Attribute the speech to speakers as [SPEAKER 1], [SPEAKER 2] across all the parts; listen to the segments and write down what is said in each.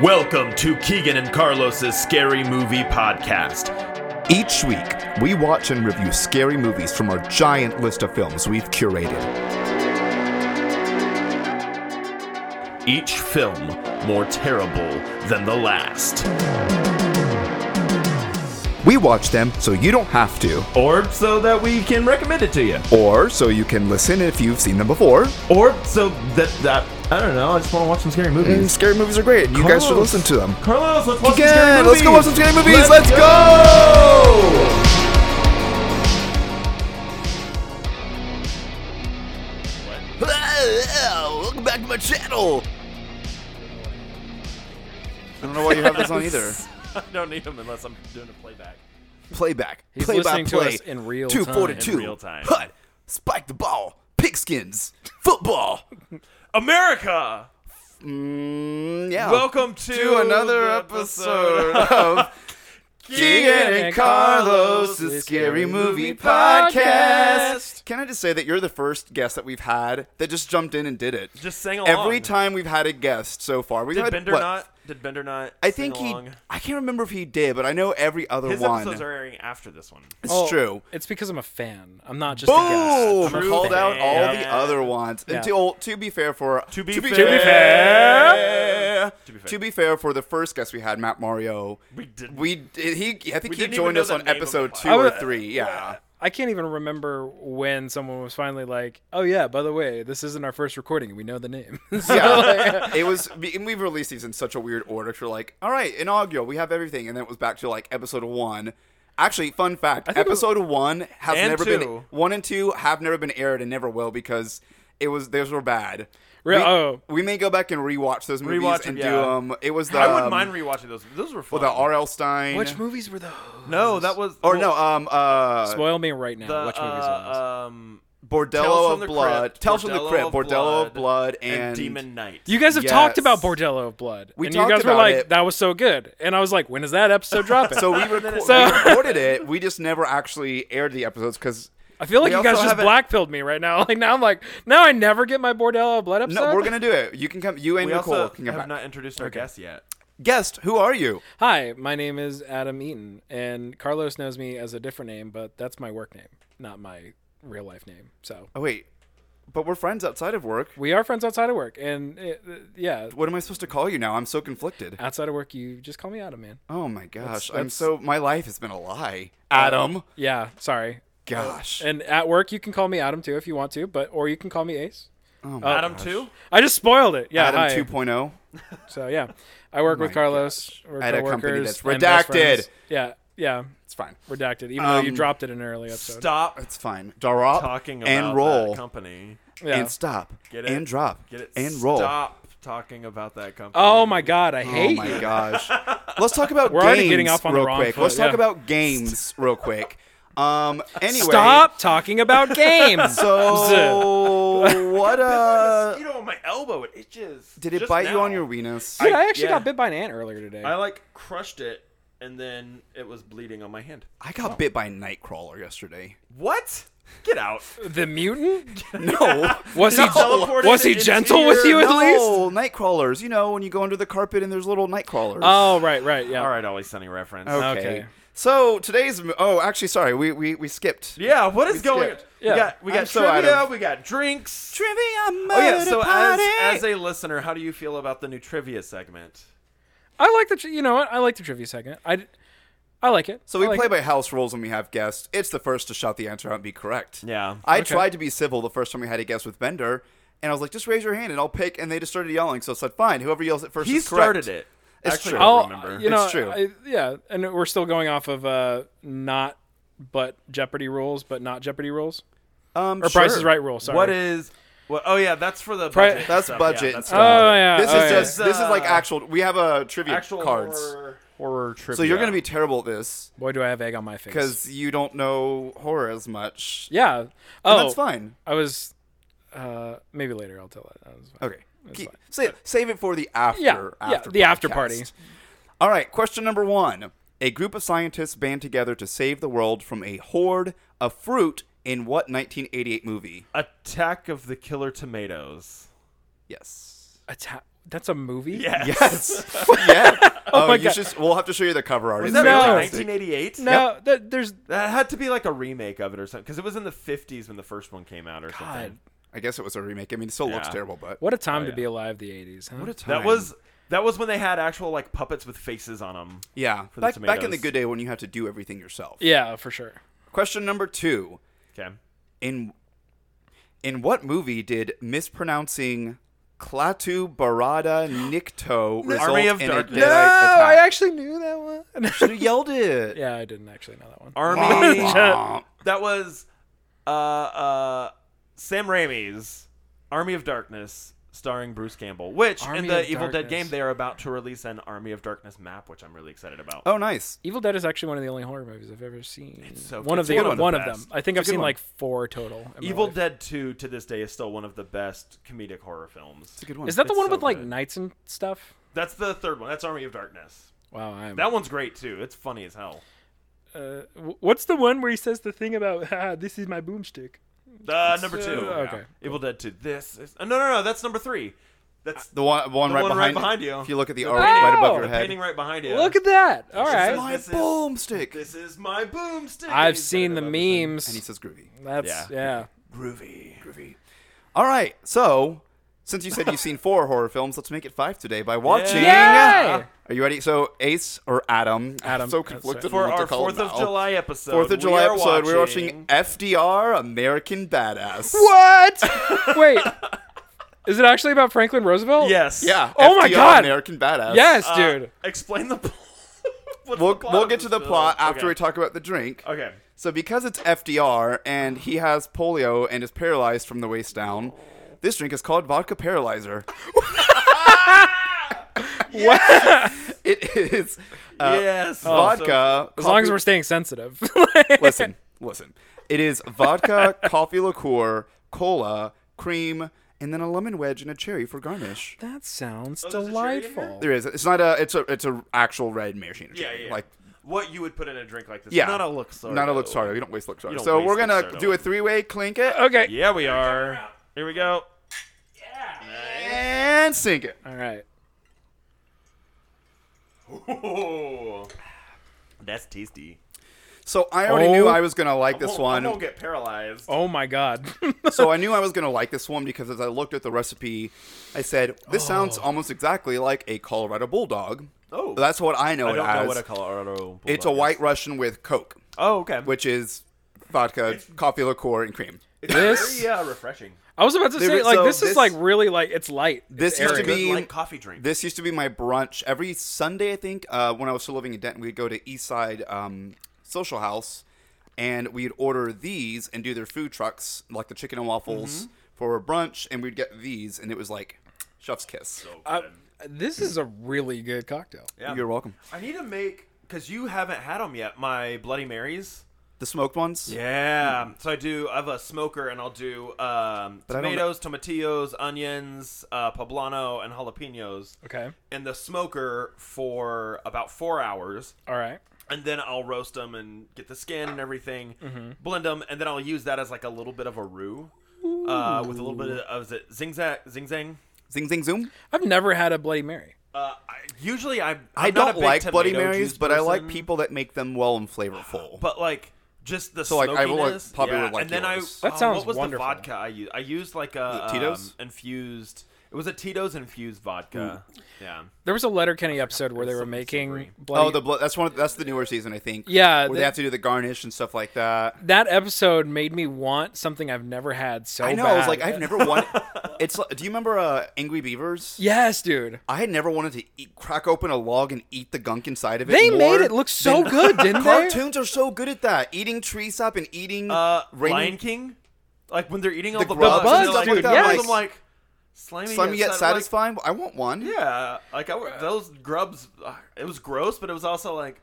[SPEAKER 1] Welcome to Keegan and Carlos's Scary Movie Podcast.
[SPEAKER 2] Each week, we watch and review scary movies from our giant list of films we've curated.
[SPEAKER 1] Each film more terrible than the last.
[SPEAKER 2] We watch them so you don't have to,
[SPEAKER 1] Or so that we can recommend it to you.
[SPEAKER 2] or so you can listen if you've seen them before.
[SPEAKER 1] Or so that, that I don't know, I just want to watch some scary
[SPEAKER 2] And
[SPEAKER 1] movies.
[SPEAKER 2] scary movies are great, and you guys should listen to them.
[SPEAKER 1] Carlos, let's watch some scary
[SPEAKER 2] Again,
[SPEAKER 1] movies.
[SPEAKER 2] let's go watch some scary movies. Let's, go. Welcome back to my channel. I don't know why you have this on either.
[SPEAKER 1] I don't need them unless I'm doing a playback.
[SPEAKER 2] Playback.
[SPEAKER 3] He's
[SPEAKER 2] play by
[SPEAKER 3] listening to
[SPEAKER 2] play.
[SPEAKER 3] us in real time.
[SPEAKER 2] 242.
[SPEAKER 1] In real time.
[SPEAKER 2] Hut. Spike the ball. Pigskins. Football.
[SPEAKER 1] America!
[SPEAKER 2] Mm, yeah.
[SPEAKER 1] Welcome to,
[SPEAKER 2] to another
[SPEAKER 1] the
[SPEAKER 2] episode of Keegan and Carlos' Scary Movie Podcast. Can I just say that you're the first guest that we've had that just jumped in and did it?
[SPEAKER 1] Just sang along.
[SPEAKER 2] Every time we've had a guest so far, we've
[SPEAKER 1] Did
[SPEAKER 2] had
[SPEAKER 1] Bender
[SPEAKER 2] what?
[SPEAKER 1] not? Did Bender not?
[SPEAKER 2] I
[SPEAKER 1] sing
[SPEAKER 2] think he.
[SPEAKER 1] along?
[SPEAKER 2] I can't remember if he did, but I know every other
[SPEAKER 1] His
[SPEAKER 2] one.
[SPEAKER 1] episodes are Oh. airing after this one.
[SPEAKER 2] it's true.
[SPEAKER 3] Oh, It's because I'm a fan. I'm not just a
[SPEAKER 2] Boom!
[SPEAKER 3] guest. I'm a
[SPEAKER 1] True
[SPEAKER 2] Called
[SPEAKER 3] fan.
[SPEAKER 2] out all
[SPEAKER 1] fan.
[SPEAKER 2] the other ones.
[SPEAKER 3] Yeah.
[SPEAKER 2] Until to be fair for
[SPEAKER 1] To be
[SPEAKER 2] to be fair.
[SPEAKER 1] To be fair.
[SPEAKER 2] To be fair for the first guest we had, Matt Mario.
[SPEAKER 1] We did-
[SPEAKER 2] We did- he. I think
[SPEAKER 1] didn't
[SPEAKER 2] he
[SPEAKER 1] even
[SPEAKER 2] joined
[SPEAKER 1] know
[SPEAKER 2] us
[SPEAKER 1] the
[SPEAKER 2] on
[SPEAKER 1] name of
[SPEAKER 2] episode
[SPEAKER 1] the
[SPEAKER 2] two
[SPEAKER 3] pod-
[SPEAKER 2] or
[SPEAKER 3] I would-
[SPEAKER 2] three. Yeah.
[SPEAKER 3] I can't even remember when someone was finally like, "Oh yeah, by the way, this isn't our first recording. We know the name." So, like,
[SPEAKER 2] yeah, it was, and we've released these in such a weird order. 'cause We're like, all right, inaugural, we have everything, and then it was back to like episode one. Actually, fun fact:
[SPEAKER 3] think it was-
[SPEAKER 2] episode one has
[SPEAKER 1] And
[SPEAKER 2] never been
[SPEAKER 1] two.
[SPEAKER 2] one and two have never been aired and never will because it was those were bad.
[SPEAKER 3] Re-
[SPEAKER 2] we,
[SPEAKER 3] oh.
[SPEAKER 2] we may go back and rewatch those movies
[SPEAKER 1] Rewatch 'em,
[SPEAKER 2] and do
[SPEAKER 1] yeah.
[SPEAKER 2] um. It was the
[SPEAKER 1] I wouldn't
[SPEAKER 2] um,
[SPEAKER 1] mind rewatching those. Those were fun.
[SPEAKER 2] well, the R.L. Stein.
[SPEAKER 3] which movies were those?
[SPEAKER 1] no, that was
[SPEAKER 2] Or
[SPEAKER 1] well,
[SPEAKER 2] no, um, uh,
[SPEAKER 3] Spoil me right now.
[SPEAKER 1] The,
[SPEAKER 3] which movies were those?
[SPEAKER 1] uh, um, Tales
[SPEAKER 2] Bordello
[SPEAKER 1] from
[SPEAKER 2] of
[SPEAKER 1] the
[SPEAKER 2] Blood,
[SPEAKER 1] Crypt,
[SPEAKER 2] Tales from the
[SPEAKER 1] Bordello
[SPEAKER 2] Crypt,
[SPEAKER 1] of
[SPEAKER 2] Bordello
[SPEAKER 1] Blood,
[SPEAKER 2] of Blood,
[SPEAKER 1] and,
[SPEAKER 2] and
[SPEAKER 1] Demon Knight.
[SPEAKER 3] you guys have talked about
[SPEAKER 2] yes.
[SPEAKER 3] Bordello of Blood,
[SPEAKER 2] We
[SPEAKER 3] and you guys
[SPEAKER 2] talked
[SPEAKER 3] were
[SPEAKER 2] about
[SPEAKER 3] like,
[SPEAKER 2] it.
[SPEAKER 3] "That was so good," and I was like, "When is that episode dropping?"
[SPEAKER 2] So we, reco-
[SPEAKER 3] So-
[SPEAKER 2] we recorded it. We just never actually aired the episodes because
[SPEAKER 3] I feel like
[SPEAKER 2] we
[SPEAKER 3] you guys
[SPEAKER 2] also
[SPEAKER 3] just
[SPEAKER 2] haven't-
[SPEAKER 3] blackpilled me right now. Like now I'm like, now I never get my Bordello of Blood episode.
[SPEAKER 2] No, we're gonna do it. You can come. You and
[SPEAKER 1] We
[SPEAKER 2] Nicole
[SPEAKER 1] also
[SPEAKER 2] can come
[SPEAKER 1] have
[SPEAKER 2] back.
[SPEAKER 1] not introduced our guest yet.
[SPEAKER 2] Guest, who are you?
[SPEAKER 3] Hi, my name is Adam Eaton, and Carlos knows me as a different name, but that's my work name, not my real life name. So
[SPEAKER 2] Oh wait, but we're friends outside of work.
[SPEAKER 3] we are friends outside of work, and uh, uh, yeah,
[SPEAKER 2] What am I supposed to call you now? I'm so conflicted.
[SPEAKER 3] outside of work, you just call me Adam, man.
[SPEAKER 2] Oh my gosh, I'm
[SPEAKER 3] that's-
[SPEAKER 2] so. My life has been a lie. Adam.
[SPEAKER 3] Yeah, sorry.
[SPEAKER 2] Gosh.
[SPEAKER 3] And at work, you can call me Adam too if you want to, but or you can call me Ace. Uh,
[SPEAKER 1] Adam too.
[SPEAKER 3] I just spoiled it. Yeah,
[SPEAKER 2] Oh Adam oh?
[SPEAKER 3] hi.
[SPEAKER 2] 2.0.
[SPEAKER 3] So yeah, I work with Carlos. We're
[SPEAKER 2] At a company
[SPEAKER 3] coworkers
[SPEAKER 2] that's
[SPEAKER 3] and best
[SPEAKER 2] redacted.
[SPEAKER 3] friends. Yeah, yeah,
[SPEAKER 2] It's fine.
[SPEAKER 3] redacted. Even though you
[SPEAKER 2] Um,
[SPEAKER 3] dropped it in an early episode.
[SPEAKER 1] Stop
[SPEAKER 2] It's fine. Drop
[SPEAKER 1] talking about
[SPEAKER 2] and roll
[SPEAKER 1] that company.
[SPEAKER 3] Yeah.
[SPEAKER 2] and stop
[SPEAKER 1] Get it?
[SPEAKER 2] and drop
[SPEAKER 1] Get it?
[SPEAKER 2] and roll.
[SPEAKER 1] Stop talking about that company.
[SPEAKER 3] Oh my God, I hate
[SPEAKER 2] Oh
[SPEAKER 3] you.
[SPEAKER 2] my gosh. Let's talk about
[SPEAKER 3] We're
[SPEAKER 2] games
[SPEAKER 3] already getting off on the
[SPEAKER 2] real
[SPEAKER 3] wrong
[SPEAKER 2] quick.
[SPEAKER 3] foot,
[SPEAKER 2] Let's talk
[SPEAKER 3] yeah.
[SPEAKER 2] about games real quick. Um. Anyway.
[SPEAKER 3] Stop talking about games.
[SPEAKER 2] So what uh
[SPEAKER 1] you know, on my elbow it itches.
[SPEAKER 2] Did it
[SPEAKER 1] Just
[SPEAKER 2] bite you
[SPEAKER 1] now.
[SPEAKER 2] on your weenus?
[SPEAKER 3] Dude, I, actually
[SPEAKER 1] yeah.
[SPEAKER 3] got bit by an ant earlier today.
[SPEAKER 1] I like crushed it, and then it was bleeding on my hand.
[SPEAKER 2] I got bit by a nightcrawler yesterday.
[SPEAKER 1] What? Get out.
[SPEAKER 3] the mutant?
[SPEAKER 2] No.
[SPEAKER 3] Was he
[SPEAKER 1] Teleported
[SPEAKER 3] was he
[SPEAKER 1] into
[SPEAKER 3] gentle
[SPEAKER 1] your-
[SPEAKER 3] with you at
[SPEAKER 2] no,
[SPEAKER 3] least?
[SPEAKER 2] nightcrawlers. You know, when you go under the carpet and there's little nightcrawlers.
[SPEAKER 3] Oh right, right, yeah.
[SPEAKER 1] All right, always sunny reference.
[SPEAKER 2] okay.
[SPEAKER 3] okay.
[SPEAKER 2] So today's m- oh, actually, sorry, we we, we skipped.
[SPEAKER 1] Yeah, what is going on?
[SPEAKER 2] skipped.
[SPEAKER 3] Yeah.
[SPEAKER 1] We got, we
[SPEAKER 2] I'm
[SPEAKER 1] got
[SPEAKER 2] so out
[SPEAKER 1] trivia,
[SPEAKER 2] of-
[SPEAKER 1] we got drinks.
[SPEAKER 2] Trivia murder
[SPEAKER 1] oh, yeah, so as,
[SPEAKER 2] party.
[SPEAKER 1] as a listener, how do you feel about the new trivia segment?
[SPEAKER 3] I like the tri- you know what? I like the trivia segment. I I like it.
[SPEAKER 2] so
[SPEAKER 3] I
[SPEAKER 2] we
[SPEAKER 3] Oh, like
[SPEAKER 2] play
[SPEAKER 3] it.
[SPEAKER 2] by house rules when we have guests. It's the first to shout the answer out and be correct.
[SPEAKER 1] Yeah.
[SPEAKER 2] I
[SPEAKER 3] Okay.
[SPEAKER 2] tried to be civil the first time we had a guest with Bender, and I was like, just raise your hand and I'll pick, and they just started yelling. So I said, fine, whoever yells it first
[SPEAKER 1] He
[SPEAKER 2] is correct.
[SPEAKER 1] started it.
[SPEAKER 2] It's
[SPEAKER 1] Actually,
[SPEAKER 2] true.
[SPEAKER 1] I
[SPEAKER 3] I'll,
[SPEAKER 1] don't remember.
[SPEAKER 3] You know,
[SPEAKER 2] It's true.
[SPEAKER 3] I- yeah, and we're still going off of uh not but Jeopardy rules, but not Jeopardy rules.
[SPEAKER 2] Um,
[SPEAKER 3] Or
[SPEAKER 2] sure.
[SPEAKER 3] Price is Right rules, sorry.
[SPEAKER 1] What is. What, oh, yeah, that's for the
[SPEAKER 3] Pri-
[SPEAKER 1] budget.
[SPEAKER 2] That's
[SPEAKER 1] stuff, yeah,
[SPEAKER 2] budget
[SPEAKER 1] that's
[SPEAKER 2] stuff.
[SPEAKER 3] Oh, yeah,
[SPEAKER 2] This
[SPEAKER 3] okay.
[SPEAKER 2] is just
[SPEAKER 1] It's,
[SPEAKER 2] this is like
[SPEAKER 1] uh,
[SPEAKER 2] actual. We have a trivia
[SPEAKER 1] actual
[SPEAKER 2] cards.
[SPEAKER 1] horror, horror trivia.
[SPEAKER 2] So you're gonna be terrible at this
[SPEAKER 3] Boy do I have egg on my face.
[SPEAKER 2] because you don't know horror as much.
[SPEAKER 3] yeah.
[SPEAKER 2] And
[SPEAKER 3] Oh,
[SPEAKER 2] that's fine.
[SPEAKER 3] I was uh maybe later I'll tell that. That was fine.
[SPEAKER 2] Okay. Keep, save, save it for the after.
[SPEAKER 3] Yeah, yeah,
[SPEAKER 2] after
[SPEAKER 3] the after
[SPEAKER 2] podcast.
[SPEAKER 3] party.
[SPEAKER 2] All right. Question number one: A group of scientists band together to save the world from a horde of fruit in what 1988 movie?
[SPEAKER 1] Attack of the Killer Tomatoes.
[SPEAKER 2] Yes.
[SPEAKER 3] Atta- That's a movie.
[SPEAKER 1] Yes.
[SPEAKER 2] Yes. yeah. Oh,
[SPEAKER 3] my
[SPEAKER 2] you
[SPEAKER 3] God.
[SPEAKER 2] should. We'll have to show you the cover art.
[SPEAKER 1] Was
[SPEAKER 2] It's
[SPEAKER 1] that
[SPEAKER 3] No.
[SPEAKER 1] really
[SPEAKER 2] fantastic.
[SPEAKER 1] 1988?
[SPEAKER 3] No, that, there's
[SPEAKER 1] That had to be like a remake of it or something, because it was in the 50s when the first one came out or
[SPEAKER 3] God.
[SPEAKER 1] something.
[SPEAKER 2] I guess it was a remake. I mean, it still looks
[SPEAKER 1] Yeah.
[SPEAKER 2] terrible, but
[SPEAKER 3] What a time
[SPEAKER 1] Oh,
[SPEAKER 3] to
[SPEAKER 1] yeah.
[SPEAKER 3] be alive, the '80s. Huh?
[SPEAKER 1] That was that was when they had actual like puppets with faces on them.
[SPEAKER 2] yeah.
[SPEAKER 1] For the
[SPEAKER 2] Back, back in the
[SPEAKER 1] tomatoes.
[SPEAKER 2] good day when you had to do everything yourself.
[SPEAKER 3] yeah, for sure.
[SPEAKER 2] Question number two:
[SPEAKER 1] Okay.
[SPEAKER 2] In in what movie did mispronouncing Klaatu Barada Nikto result
[SPEAKER 1] Army of
[SPEAKER 2] in
[SPEAKER 1] Darkness.
[SPEAKER 2] a Jedi
[SPEAKER 1] No,
[SPEAKER 2] attack?
[SPEAKER 3] Oh, actually knew that one.
[SPEAKER 2] should have yelled it.
[SPEAKER 3] yeah, I didn't actually know that one.
[SPEAKER 1] Army. that was uh uh Sam Raimi's Army of Darkness starring Bruce Campbell, which
[SPEAKER 3] Army
[SPEAKER 1] in
[SPEAKER 3] of
[SPEAKER 1] the Evil Dead
[SPEAKER 3] Darkness.
[SPEAKER 1] game they are about to release an Army of Darkness map, which I'm really excited about.
[SPEAKER 2] Oh, nice.
[SPEAKER 3] Evil Dead is actually one of the only horror movies I've ever seen.
[SPEAKER 1] so
[SPEAKER 3] one
[SPEAKER 1] good.
[SPEAKER 3] of the
[SPEAKER 1] It's
[SPEAKER 2] one of the
[SPEAKER 3] one of them.
[SPEAKER 1] best.
[SPEAKER 3] I think I've
[SPEAKER 2] good
[SPEAKER 3] seen
[SPEAKER 2] one.
[SPEAKER 3] like four total. in my
[SPEAKER 1] Evil
[SPEAKER 3] life.
[SPEAKER 1] Dead 2 to this day is still one of the best comedic horror films.
[SPEAKER 2] It's a good one.
[SPEAKER 3] Is that the
[SPEAKER 1] It's
[SPEAKER 3] one
[SPEAKER 1] so
[SPEAKER 3] with like
[SPEAKER 1] good.
[SPEAKER 3] knights and stuff?
[SPEAKER 1] That's the third one. That's Army of Darkness.
[SPEAKER 3] Wow, I'm.
[SPEAKER 1] That one's great too. It's funny as hell.
[SPEAKER 3] uh, w- what's the one where he says the thing about "Ah, "This is my boomstick"?
[SPEAKER 1] Uh, number two.
[SPEAKER 3] uh,
[SPEAKER 1] yeah.
[SPEAKER 3] okay.
[SPEAKER 1] Evil Dead 2. This is. uh, no, no, no. That's number three. That's
[SPEAKER 2] the one, one,
[SPEAKER 1] the
[SPEAKER 2] right,
[SPEAKER 1] one right
[SPEAKER 2] behind
[SPEAKER 1] behind you.
[SPEAKER 2] If you look at the
[SPEAKER 1] The
[SPEAKER 2] art
[SPEAKER 3] painting.
[SPEAKER 2] right above
[SPEAKER 3] Oh,
[SPEAKER 2] your
[SPEAKER 1] the
[SPEAKER 2] head.
[SPEAKER 1] painting right behind you.
[SPEAKER 3] Look at that! All
[SPEAKER 1] This
[SPEAKER 3] right,
[SPEAKER 1] is-
[SPEAKER 2] My
[SPEAKER 1] This is-
[SPEAKER 2] boomstick.
[SPEAKER 1] This is my boomstick.
[SPEAKER 3] I've
[SPEAKER 1] He's
[SPEAKER 3] seen
[SPEAKER 1] saying
[SPEAKER 3] the
[SPEAKER 1] it about this thing.
[SPEAKER 2] and he
[SPEAKER 3] memes.
[SPEAKER 2] says groovy.
[SPEAKER 3] That's
[SPEAKER 1] Yeah.
[SPEAKER 3] yeah.
[SPEAKER 2] Groovy. Groovy. All right. So, since you said you've seen four horror films, let's make it five today by watching.
[SPEAKER 3] Yeah. Yay!
[SPEAKER 2] Are you ready? So, Ace or Adam?
[SPEAKER 3] Adam,
[SPEAKER 2] I'm so
[SPEAKER 3] that's
[SPEAKER 2] conflicted on
[SPEAKER 3] right.
[SPEAKER 1] for
[SPEAKER 2] what to
[SPEAKER 1] our
[SPEAKER 2] call
[SPEAKER 1] Fourth
[SPEAKER 2] him
[SPEAKER 1] of
[SPEAKER 2] now.
[SPEAKER 1] July episode.
[SPEAKER 2] Fourth of
[SPEAKER 1] we
[SPEAKER 2] July
[SPEAKER 1] are
[SPEAKER 2] episode. We're watching FDR, American Badass.
[SPEAKER 3] What? Wait, is it actually about Franklin Roosevelt?
[SPEAKER 1] Yes.
[SPEAKER 2] Yeah.
[SPEAKER 3] Oh my
[SPEAKER 2] FDR,
[SPEAKER 3] God.
[SPEAKER 2] American Badass.
[SPEAKER 3] Yes,
[SPEAKER 1] Uh,
[SPEAKER 3] dude.
[SPEAKER 1] Explain the. pl- what's
[SPEAKER 2] We'll,
[SPEAKER 1] the plot
[SPEAKER 2] we'll
[SPEAKER 1] of
[SPEAKER 2] get to
[SPEAKER 1] this
[SPEAKER 2] the plot
[SPEAKER 1] film?
[SPEAKER 2] after we talk about the drink.
[SPEAKER 1] Okay. okay.
[SPEAKER 2] So because it's FDR and he has polio and is paralyzed from the waist down, this drink is called vodka paralyzer. What? it is uh,
[SPEAKER 1] yes.
[SPEAKER 2] vodka.
[SPEAKER 3] As long as we're staying sensitive.
[SPEAKER 2] listen, listen. It is vodka, coffee liqueur, cola, cream, and then a lemon wedge and a cherry for garnish.
[SPEAKER 3] That sounds
[SPEAKER 1] there's a cherry in
[SPEAKER 3] delightful.
[SPEAKER 2] There is. It's not a. It's a. It's a actual red maraschino.
[SPEAKER 1] yeah,
[SPEAKER 2] cherry,
[SPEAKER 1] yeah.
[SPEAKER 2] Like
[SPEAKER 1] what you would put in a drink like this.
[SPEAKER 2] yeah.
[SPEAKER 1] Not a look sorry.
[SPEAKER 2] Not a look sorry. You don't waste look sorry.
[SPEAKER 1] don't
[SPEAKER 2] So
[SPEAKER 1] waste
[SPEAKER 2] we're
[SPEAKER 1] look
[SPEAKER 2] gonna
[SPEAKER 1] sorry.
[SPEAKER 2] do a three-way clink it.
[SPEAKER 3] Okay.
[SPEAKER 1] Yeah, we are. Here we go.
[SPEAKER 2] and sink it.
[SPEAKER 3] All right.
[SPEAKER 1] Ooh. That's tasty.
[SPEAKER 2] So I already
[SPEAKER 3] Oh.
[SPEAKER 2] knew I was gonna like this
[SPEAKER 1] Won't- I won't
[SPEAKER 2] one.
[SPEAKER 1] get paralyzed.
[SPEAKER 3] Oh my god.
[SPEAKER 2] so I knew I was gonna like this one because as I looked at the recipe, I said, "This sounds almost exactly like a Colorado Bulldog."
[SPEAKER 1] Oh.
[SPEAKER 2] that's what I know
[SPEAKER 1] I
[SPEAKER 2] it
[SPEAKER 1] don't
[SPEAKER 2] as.
[SPEAKER 1] know what a Colorado. Bulldog
[SPEAKER 2] it's a
[SPEAKER 1] is.
[SPEAKER 2] White Russian with Coke,
[SPEAKER 1] Oh, okay.
[SPEAKER 2] which is vodka, coffee liqueur, and cream.
[SPEAKER 1] It's
[SPEAKER 3] This-
[SPEAKER 1] very uh, refreshing.
[SPEAKER 3] I was about to
[SPEAKER 2] There
[SPEAKER 3] say
[SPEAKER 2] is-
[SPEAKER 3] like
[SPEAKER 2] so
[SPEAKER 3] this,
[SPEAKER 2] this-
[SPEAKER 3] is like really like it's light.
[SPEAKER 2] This
[SPEAKER 3] It's
[SPEAKER 2] used to
[SPEAKER 3] airy.
[SPEAKER 1] Good
[SPEAKER 2] be-
[SPEAKER 1] light coffee drink.
[SPEAKER 2] This used to be my brunch every Sunday. I think uh, when I was still living in Denton, we'd go to East Side um, Social House, and we'd order these and do their food trucks, like the chicken and waffles,
[SPEAKER 1] Mm-hmm.
[SPEAKER 2] for brunch, and we'd get these, and it was like chef's kiss.
[SPEAKER 3] Uh, this is a really good cocktail.
[SPEAKER 1] Oh, Yeah.
[SPEAKER 2] You're welcome.
[SPEAKER 1] I need to make because you haven't had them yet. My Bloody Marys.
[SPEAKER 2] The smoked ones.
[SPEAKER 1] Yeah. So I do. I have a smoker, and I'll do um,
[SPEAKER 2] I don't-
[SPEAKER 1] tomatoes, tomatillos, onions, uh, poblano, and jalapenos
[SPEAKER 3] Okay.
[SPEAKER 1] in the smoker for about four hours,
[SPEAKER 3] All right.
[SPEAKER 1] and then I'll roast them and get the skin and everything,
[SPEAKER 2] Mm-hmm.
[SPEAKER 1] blend them, and then I'll use that as like a little bit of a roux. Uh, with a little bit of, of is it zing zang zing zang.
[SPEAKER 2] Zing zing zoom.
[SPEAKER 3] I've never had a Bloody Mary.
[SPEAKER 1] Uh, I, usually I I'm
[SPEAKER 2] I
[SPEAKER 1] not a
[SPEAKER 2] don't
[SPEAKER 1] big
[SPEAKER 2] like Bloody
[SPEAKER 1] tomato
[SPEAKER 2] Marys,
[SPEAKER 1] juice
[SPEAKER 2] but I like
[SPEAKER 1] person.
[SPEAKER 2] people that make them well and flavorful.
[SPEAKER 1] but like just the
[SPEAKER 2] So, like,
[SPEAKER 1] smokiness.
[SPEAKER 2] I will, like, probably
[SPEAKER 1] yeah.
[SPEAKER 2] would like
[SPEAKER 1] and then
[SPEAKER 2] yours.
[SPEAKER 1] I um,
[SPEAKER 3] That sounds
[SPEAKER 1] what was
[SPEAKER 3] wonderful.
[SPEAKER 1] the vodka I used? I used like a
[SPEAKER 2] The Tito's?
[SPEAKER 1] um, infused. It was a Tito's infused vodka.
[SPEAKER 2] Hmm.
[SPEAKER 1] Yeah,
[SPEAKER 3] There was a Letterkenny episode where they were making Bloody
[SPEAKER 2] Oh, the blo- that's one. Of, that's the newer season, I think.
[SPEAKER 3] Yeah,
[SPEAKER 2] where they
[SPEAKER 3] the-
[SPEAKER 2] have to do the garnish and stuff like that.
[SPEAKER 3] that episode made me want something I've never had so
[SPEAKER 2] I know.
[SPEAKER 3] bad.
[SPEAKER 2] I was like, I've never wanted. It's. like- Do you remember uh, Angry Beavers?
[SPEAKER 3] Yes, dude.
[SPEAKER 2] I had never wanted to eat, crack open a log and eat the gunk inside of it.
[SPEAKER 3] They
[SPEAKER 2] more
[SPEAKER 3] made it look so
[SPEAKER 2] than-
[SPEAKER 3] good, didn't they?
[SPEAKER 2] Cartoons are so good at that. Eating tree sap and eating
[SPEAKER 1] uh,
[SPEAKER 2] rain-
[SPEAKER 1] Lion King. Like when they're eating all
[SPEAKER 2] The
[SPEAKER 1] the,
[SPEAKER 2] grubs
[SPEAKER 1] bugs, and
[SPEAKER 3] and
[SPEAKER 1] they're
[SPEAKER 3] stuff
[SPEAKER 1] like,
[SPEAKER 3] like that,
[SPEAKER 1] yes.
[SPEAKER 3] like-
[SPEAKER 1] I'm like slimy,
[SPEAKER 2] slimy yet
[SPEAKER 1] sat-
[SPEAKER 2] satisfying. I want one.
[SPEAKER 1] Like, yeah, like I, would- those grubs. uh, It was gross, but it was also like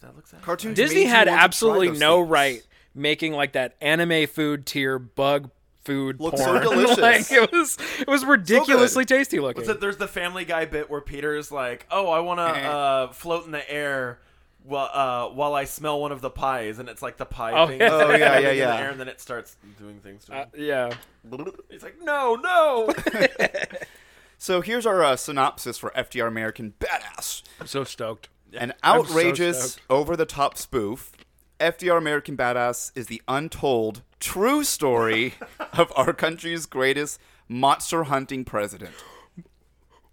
[SPEAKER 1] that looks.
[SPEAKER 2] Cartoons. made
[SPEAKER 3] Disney
[SPEAKER 2] you want
[SPEAKER 3] had
[SPEAKER 2] to try
[SPEAKER 3] absolutely
[SPEAKER 2] those
[SPEAKER 3] no
[SPEAKER 2] things.
[SPEAKER 3] right making like that anime food tier bug food
[SPEAKER 2] Looked so
[SPEAKER 3] porn.
[SPEAKER 2] delicious.
[SPEAKER 3] like it was it was ridiculously tasty looking.
[SPEAKER 1] What's it? There's the Family Guy bit where Peter's like, "Oh, I want to
[SPEAKER 2] Eh.
[SPEAKER 1] uh, float in the air while uh, while I smell one of the pies," and it's like the pie
[SPEAKER 3] Oh,
[SPEAKER 1] thing.
[SPEAKER 3] yeah.
[SPEAKER 2] Oh, yeah, yeah,
[SPEAKER 1] In the
[SPEAKER 2] yeah.
[SPEAKER 1] air, and then it
[SPEAKER 3] Uh,
[SPEAKER 1] starts doing things to him.
[SPEAKER 3] yeah.
[SPEAKER 1] He's like, "No, no."
[SPEAKER 2] So here's our uh, synopsis for FDR American Badass.
[SPEAKER 3] I'm so stoked.
[SPEAKER 2] An
[SPEAKER 3] so
[SPEAKER 2] outrageous,
[SPEAKER 3] stoked.
[SPEAKER 2] over the top spoof. FDR American Badass is the untold, true story of our country's greatest monster hunting president.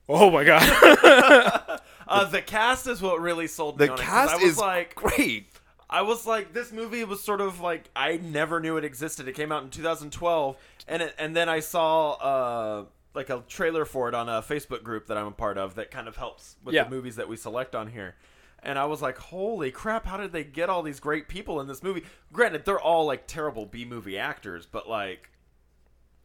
[SPEAKER 3] Oh my god.
[SPEAKER 1] Uh, the cast is what really sold me
[SPEAKER 2] The
[SPEAKER 1] on it, 'cause
[SPEAKER 2] cast
[SPEAKER 1] I was
[SPEAKER 2] is
[SPEAKER 1] like,
[SPEAKER 2] great.
[SPEAKER 1] I was like, this movie was sort of like I never knew it existed. It came out in 2012, and it, and then I saw uh, like a trailer for it on a Facebook group that I'm a part of that kind of helps with
[SPEAKER 3] Yeah.
[SPEAKER 1] the movies that we select on here. And I was like, holy crap! How did they get all these great people in this movie? Granted, they're all like terrible B movie actors, but like,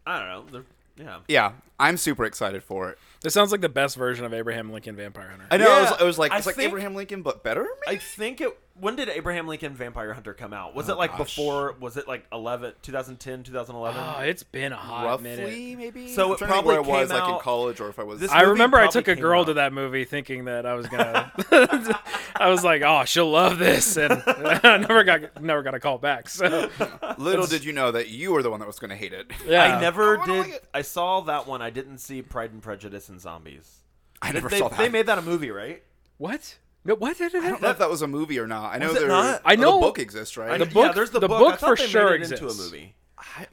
[SPEAKER 1] I don't know. They're, yeah,
[SPEAKER 2] Yeah, I'm super excited for it.
[SPEAKER 3] this sounds like the best version of Abraham Lincoln Vampire Hunter.
[SPEAKER 2] I know. I, was,
[SPEAKER 1] Yeah,
[SPEAKER 2] I was like,
[SPEAKER 1] I
[SPEAKER 2] it's like
[SPEAKER 1] think-
[SPEAKER 2] Abraham Lincoln, but better.
[SPEAKER 1] I think it. When did Abraham Lincoln Vampire Hunter come out?
[SPEAKER 3] Oh,
[SPEAKER 1] Was it like
[SPEAKER 2] gosh.
[SPEAKER 1] before? Was it like 11, 2010, 2011?
[SPEAKER 3] Oh, it's been a hot minute.
[SPEAKER 2] Roughly, maybe.
[SPEAKER 1] So it
[SPEAKER 2] I'm trying to think where I
[SPEAKER 1] probably
[SPEAKER 2] was,
[SPEAKER 1] came
[SPEAKER 2] like in
[SPEAKER 1] out-
[SPEAKER 2] college, or if I was.
[SPEAKER 1] This-
[SPEAKER 3] I
[SPEAKER 1] movie
[SPEAKER 3] remember I
[SPEAKER 1] probably
[SPEAKER 3] took a
[SPEAKER 1] came
[SPEAKER 3] girl
[SPEAKER 1] out.
[SPEAKER 3] to that movie thinking that I was gonna. I was like, "Oh, she'll love this," and I never got never got a call back. So
[SPEAKER 2] little did you know that you were the one that was going to hate it.
[SPEAKER 3] yeah,
[SPEAKER 1] I never
[SPEAKER 2] I wanna
[SPEAKER 1] did.
[SPEAKER 2] like it.
[SPEAKER 1] I saw that one. I didn't see Pride and Prejudice and Zombies.
[SPEAKER 2] I never
[SPEAKER 1] they,
[SPEAKER 2] saw that.
[SPEAKER 1] they made that a movie, right?
[SPEAKER 3] What? No, what did it?
[SPEAKER 2] I don't know if that was a movie or not. I know
[SPEAKER 1] Was it
[SPEAKER 2] there.
[SPEAKER 1] not?
[SPEAKER 3] I know-
[SPEAKER 2] the book exists, right?
[SPEAKER 3] The
[SPEAKER 1] Yeah,
[SPEAKER 3] book-
[SPEAKER 1] there's the,
[SPEAKER 3] the
[SPEAKER 1] book.
[SPEAKER 3] book
[SPEAKER 1] I thought
[SPEAKER 3] for
[SPEAKER 1] they
[SPEAKER 3] sure
[SPEAKER 1] made it into a
[SPEAKER 3] exists.
[SPEAKER 1] movie.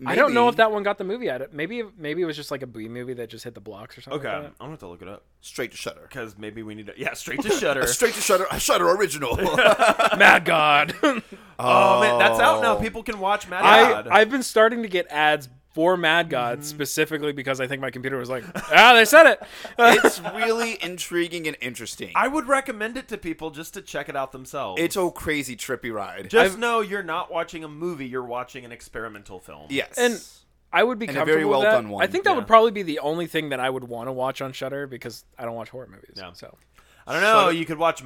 [SPEAKER 3] I don't know if
[SPEAKER 2] Maybe.
[SPEAKER 3] that one got the movie at it. Maybe maybe it was just like a B movie that just hit the blocks or something.
[SPEAKER 1] Okay,
[SPEAKER 3] like
[SPEAKER 1] I'm
[SPEAKER 3] that.
[SPEAKER 1] gonna have to look it up
[SPEAKER 2] straight to Shutter.
[SPEAKER 1] because maybe we need to. Yeah, straight to Shutter.
[SPEAKER 2] Straight to Shutter. Shutter original.
[SPEAKER 3] Mad God.
[SPEAKER 1] oh, man, that's out now.
[SPEAKER 2] Oh.
[SPEAKER 1] People can watch Mad
[SPEAKER 3] I
[SPEAKER 1] God.
[SPEAKER 3] I've been starting to get ads for Mad God
[SPEAKER 2] Mm-hmm.
[SPEAKER 3] specifically because I think my computer was like, ah, they said it.
[SPEAKER 2] it's really intriguing and interesting.
[SPEAKER 1] I would recommend it to people just to check it out themselves.
[SPEAKER 2] it's a crazy trippy ride.
[SPEAKER 1] just know you're not watching a movie. You're watching an experimental film.
[SPEAKER 2] yes.
[SPEAKER 3] and I would be
[SPEAKER 2] And a
[SPEAKER 3] comfortable
[SPEAKER 2] very
[SPEAKER 3] with
[SPEAKER 2] well
[SPEAKER 3] that.
[SPEAKER 2] done one,
[SPEAKER 3] I think that would probably be the only thing that I would want to watch on Shutter because I don't watch horror movies.
[SPEAKER 1] Yeah.
[SPEAKER 3] So
[SPEAKER 1] I don't know. You could watch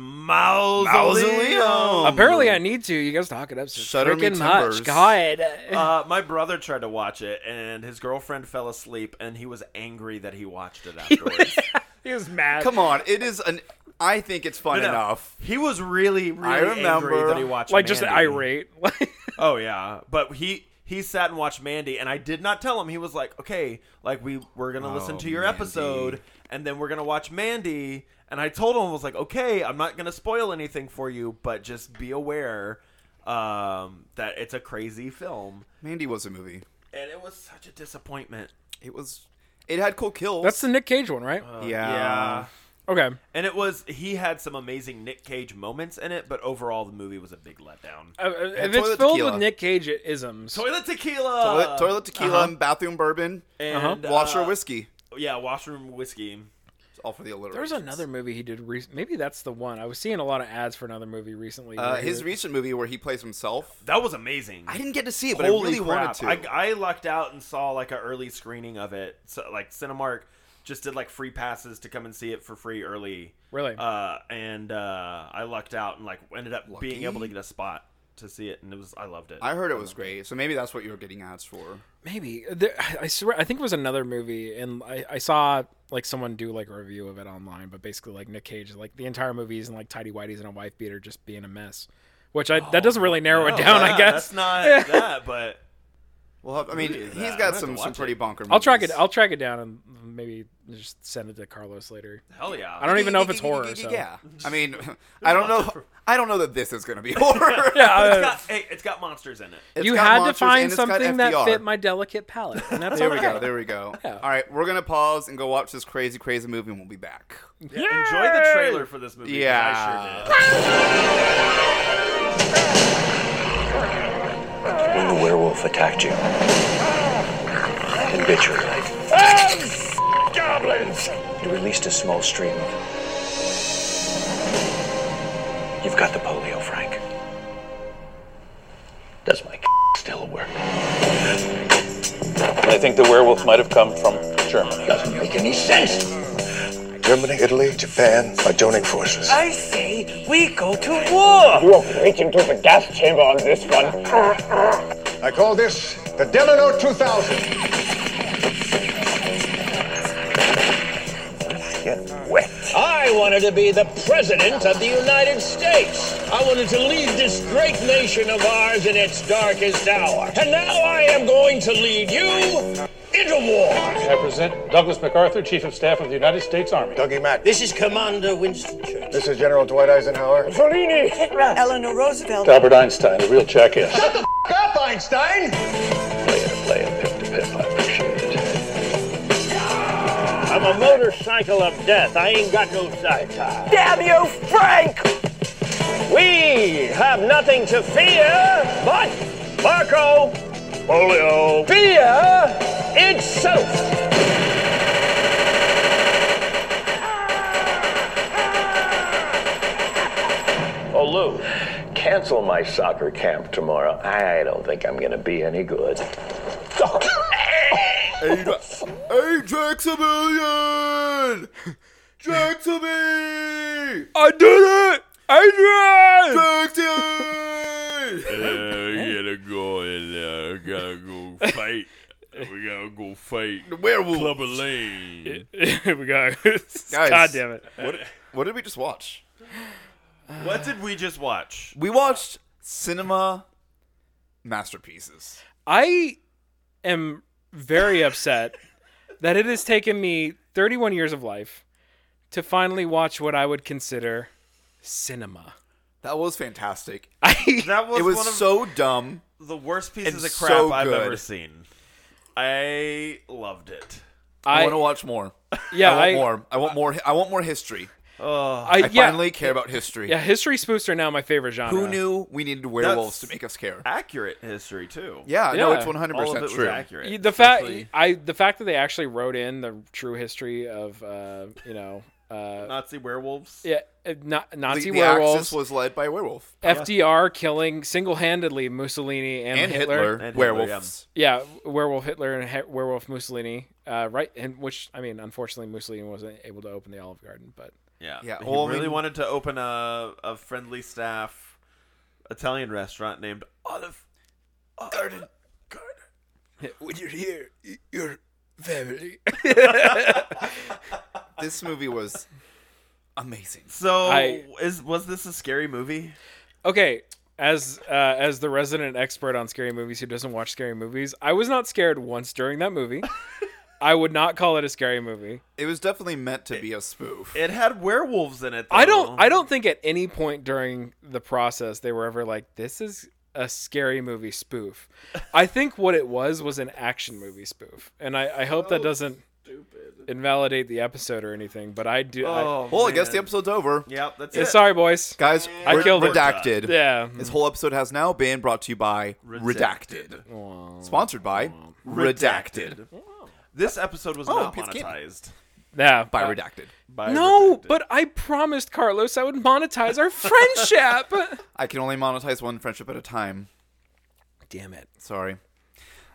[SPEAKER 1] Mausoleum.
[SPEAKER 2] Mausoleum.
[SPEAKER 3] apparently I need to. You guys talk it up so
[SPEAKER 2] Shudder Oh, me
[SPEAKER 3] freaking much.
[SPEAKER 2] timbers.
[SPEAKER 3] God.
[SPEAKER 1] Uh, my brother tried to watch it, and his girlfriend fell asleep, and he was angry that he watched it afterwards.
[SPEAKER 3] he was mad.
[SPEAKER 2] Come on, it is an. I think it's fun
[SPEAKER 1] No, no.
[SPEAKER 2] enough.
[SPEAKER 1] He was really, really
[SPEAKER 2] I
[SPEAKER 1] angry
[SPEAKER 2] remember.
[SPEAKER 1] that he watched
[SPEAKER 3] Like just
[SPEAKER 1] Mandy.
[SPEAKER 3] irate. Like
[SPEAKER 1] Oh yeah, but he he sat and watched Mandy, and I did not tell him. He was like, "Okay, like we we're gonna listen
[SPEAKER 2] Oh,
[SPEAKER 1] to your
[SPEAKER 2] Mandy.
[SPEAKER 1] episode, and then we're gonna watch Mandy." And I told him, I was like, "Okay, I'm not gonna spoil anything for you, but just be aware um, that it's a crazy film."
[SPEAKER 2] Mandy was a movie.
[SPEAKER 1] And it was such a disappointment.
[SPEAKER 2] It was. It had cool kills.
[SPEAKER 3] That's the Nick Cage one, right?
[SPEAKER 2] yeah.
[SPEAKER 3] Okay. Uh,
[SPEAKER 1] And it was he had some amazing Nick Cage moments in it, but overall the movie was a big letdown.
[SPEAKER 3] Uh, uh, if
[SPEAKER 2] toilet
[SPEAKER 3] it's filled
[SPEAKER 2] tequila.
[SPEAKER 3] with Nick Cage isms,
[SPEAKER 1] Toilet
[SPEAKER 2] Toilet,
[SPEAKER 1] tequila,
[SPEAKER 2] toilet tequila, and bathroom bourbon,
[SPEAKER 1] and
[SPEAKER 2] washer
[SPEAKER 1] uh,
[SPEAKER 2] whiskey.
[SPEAKER 1] Yeah, washroom whiskey.
[SPEAKER 2] It's all for the alliteration.
[SPEAKER 3] there was another movie he did. Re- maybe that's the one. I was seeing a lot of ads for another movie recently.
[SPEAKER 2] Uh,
[SPEAKER 3] where he
[SPEAKER 2] his
[SPEAKER 3] was-
[SPEAKER 2] recent movie where he plays himself.
[SPEAKER 1] That was amazing.
[SPEAKER 2] I didn't get to see it, but I really wanted to.
[SPEAKER 1] I, I lucked out and saw like an early screening of it. So like Cinemark just did like free passes to come and see it for free early.
[SPEAKER 3] Really?
[SPEAKER 1] Uh, and uh, I lucked out and like ended up being
[SPEAKER 2] Lucky?
[SPEAKER 1] able to get a spot to see it, and it was I loved it.
[SPEAKER 2] I, heard it was great, so maybe that's what you were getting ads for.
[SPEAKER 3] maybe there, I swear I think it was another movie, and I, I saw like someone do like a review of it online, but basically like Nick Cage, like the entire movie is in like tidy whities and a wife beater just being a mess, which I that doesn't really narrow it
[SPEAKER 1] Oh,
[SPEAKER 3] down.
[SPEAKER 1] yeah,
[SPEAKER 3] I guess
[SPEAKER 1] that's not that, but
[SPEAKER 2] Well, I mean,
[SPEAKER 1] is that? I'm
[SPEAKER 2] he's
[SPEAKER 1] gonna have
[SPEAKER 2] got
[SPEAKER 1] to
[SPEAKER 2] some some
[SPEAKER 1] watch
[SPEAKER 2] pretty
[SPEAKER 1] it.
[SPEAKER 2] bonker. Movies.
[SPEAKER 3] I'll track it. I'll track it down and maybe just send it to Carlos later.
[SPEAKER 1] hell yeah.
[SPEAKER 3] I don't even know if it's horror. So.
[SPEAKER 2] Yeah, I mean, I don't know. I don't know that this is going to be horror.
[SPEAKER 3] Yeah,
[SPEAKER 1] But
[SPEAKER 3] uh,
[SPEAKER 1] it's got hey, it's got monsters in it.
[SPEAKER 2] It's
[SPEAKER 3] you
[SPEAKER 2] got
[SPEAKER 3] had to
[SPEAKER 2] monsters and
[SPEAKER 3] find
[SPEAKER 2] it's got
[SPEAKER 3] something that
[SPEAKER 2] FDR.
[SPEAKER 3] fit my delicate palate, and that's
[SPEAKER 2] There
[SPEAKER 3] all
[SPEAKER 2] we go.
[SPEAKER 3] right.
[SPEAKER 2] There we go.
[SPEAKER 3] Yeah.
[SPEAKER 2] All right, we're gonna pause and go watch this crazy, crazy movie, and we'll be back.
[SPEAKER 1] Yeah, E-, Enjoy the
[SPEAKER 3] Yay!
[SPEAKER 1] trailer for this movie. 'cause
[SPEAKER 2] Yeah.
[SPEAKER 1] I sure did.
[SPEAKER 4] when the werewolf attacked you and bit your leg. goblins! You released a small stream of it. You've got the polio, Frank. Does my still work?
[SPEAKER 5] I think the werewolf might have come from Germany.
[SPEAKER 4] Doesn't make any sense.
[SPEAKER 6] Germany, Italy, Japan are joining forces.
[SPEAKER 7] I say we go to war.
[SPEAKER 8] You have reached into the gas chamber on this one.
[SPEAKER 6] I call this the Delano 2000.
[SPEAKER 8] I wanted to be the President of the United States. I wanted to lead this great nation of ours in its darkest hour. And now I am going to lead you into war.
[SPEAKER 5] I present Douglas MacArthur, Chief of Staff of the United States Army.
[SPEAKER 6] Dougie Mack.
[SPEAKER 7] This is Commander Winston Churchill.
[SPEAKER 6] This is General Dwight Eisenhower.
[SPEAKER 7] Eleanor Roosevelt.
[SPEAKER 5] Albert Einstein, a real jackass.
[SPEAKER 6] Up, Einstein!
[SPEAKER 8] Player, player, pimp to pimp, I appreciate it. I'm a motorcycle of death. I ain't got no side tie.
[SPEAKER 7] Damn you, Frank!
[SPEAKER 8] We have nothing to fear but Marco Polio Beer itself.
[SPEAKER 9] Oh, Lou, cancel my soccer camp tomorrow. I don't think I'm going to be any good.
[SPEAKER 2] Hey, Jacksonville! Jacksonville!
[SPEAKER 3] I did it, Adrian.
[SPEAKER 2] Jackson!
[SPEAKER 1] I gotta go and uh, I gotta go fight. we gotta go fight.
[SPEAKER 2] Werewolf.
[SPEAKER 1] Clubber Lane.
[SPEAKER 3] we got.
[SPEAKER 2] Guys.
[SPEAKER 3] God damn it.
[SPEAKER 2] What,
[SPEAKER 1] Uh,
[SPEAKER 2] what did we just watch?
[SPEAKER 1] What did we just watch?
[SPEAKER 2] We watched cinema masterpieces.
[SPEAKER 3] I am very upset that it has taken me 31 years of life to finally watch what I would consider cinema.
[SPEAKER 2] That was fantastic.
[SPEAKER 3] I
[SPEAKER 1] That was,
[SPEAKER 2] It was
[SPEAKER 1] one of
[SPEAKER 2] so dumb.
[SPEAKER 1] the worst pieces
[SPEAKER 2] and
[SPEAKER 1] of crap
[SPEAKER 2] so
[SPEAKER 1] I've
[SPEAKER 2] good.
[SPEAKER 1] ever seen. I loved it.
[SPEAKER 2] I,
[SPEAKER 3] I
[SPEAKER 2] want to watch more. I
[SPEAKER 3] yeah
[SPEAKER 2] want
[SPEAKER 3] I,
[SPEAKER 2] more. I want more. I want more history.
[SPEAKER 3] I,
[SPEAKER 2] I
[SPEAKER 3] yeah,
[SPEAKER 2] finally care about history.
[SPEAKER 3] yeah history spoofs are now my favorite genre.
[SPEAKER 2] Who knew we needed werewolves
[SPEAKER 1] That's-
[SPEAKER 2] to make us care?
[SPEAKER 1] Accurate history too.
[SPEAKER 2] Yeah, no,
[SPEAKER 3] Yeah.
[SPEAKER 2] it's one hundred
[SPEAKER 1] all of it
[SPEAKER 2] percent
[SPEAKER 1] was
[SPEAKER 2] true.
[SPEAKER 1] accurate.
[SPEAKER 3] Y- The fact
[SPEAKER 1] especially
[SPEAKER 3] I the fact that they actually wrote in the true history of uh you know uh
[SPEAKER 1] Nazi werewolves.
[SPEAKER 3] yeah uh, Na-
[SPEAKER 2] The,
[SPEAKER 3] Nazi
[SPEAKER 2] the Axis
[SPEAKER 3] werewolves
[SPEAKER 2] was led by a werewolf
[SPEAKER 3] FDR killing single-handedly Mussolini and,
[SPEAKER 2] and Hitler,
[SPEAKER 1] And Hitler,
[SPEAKER 2] werewolves.
[SPEAKER 3] Yeah, werewolf Hitler and he- werewolf Mussolini. Uh, right, and which I mean, unfortunately, Mussolini wasn't able to open the Olive Garden, but
[SPEAKER 1] Yeah.
[SPEAKER 2] Yeah,
[SPEAKER 1] He
[SPEAKER 2] well, I
[SPEAKER 1] really
[SPEAKER 2] mean-
[SPEAKER 1] wanted to open a, a friendly staff Italian restaurant named Olive Garden.
[SPEAKER 3] when you're here, you're family.
[SPEAKER 2] This movie was amazing.
[SPEAKER 1] So
[SPEAKER 3] I-
[SPEAKER 1] is was this a scary movie?
[SPEAKER 3] okay, as uh, as the resident expert on scary movies who doesn't watch scary movies, I was not scared once during that movie. I would not call it a scary movie.
[SPEAKER 2] It was definitely meant to be a spoof.
[SPEAKER 1] It had werewolves in it. Though.
[SPEAKER 3] I don't. I don't think at any point during the process they were ever like, "This is a scary movie spoof." I think what it was was an action movie spoof, and I, I hope that doesn't invalidate the episode or anything. But I do.
[SPEAKER 1] Oh,
[SPEAKER 2] well, I guess the
[SPEAKER 1] man.
[SPEAKER 2] episode's over,
[SPEAKER 1] Yep, that's
[SPEAKER 3] I,
[SPEAKER 1] it.
[SPEAKER 3] sorry, boys.
[SPEAKER 2] guys.
[SPEAKER 3] I
[SPEAKER 2] re-
[SPEAKER 3] killed it.
[SPEAKER 2] redacted.
[SPEAKER 3] Yeah.
[SPEAKER 2] This whole episode has now been brought to you by Redacted, sponsored by Redacted,
[SPEAKER 1] This episode was
[SPEAKER 2] Oh,
[SPEAKER 1] not
[SPEAKER 2] Pete's Candy.
[SPEAKER 1] monetized.
[SPEAKER 3] Yeah.
[SPEAKER 2] by
[SPEAKER 3] Uh,
[SPEAKER 2] Redacted.
[SPEAKER 1] By
[SPEAKER 3] No,
[SPEAKER 1] Redacted.
[SPEAKER 3] but I promised Carlos I would monetize our friendship.
[SPEAKER 2] I can only monetize one friendship at a time.
[SPEAKER 3] Damn it.
[SPEAKER 2] Sorry.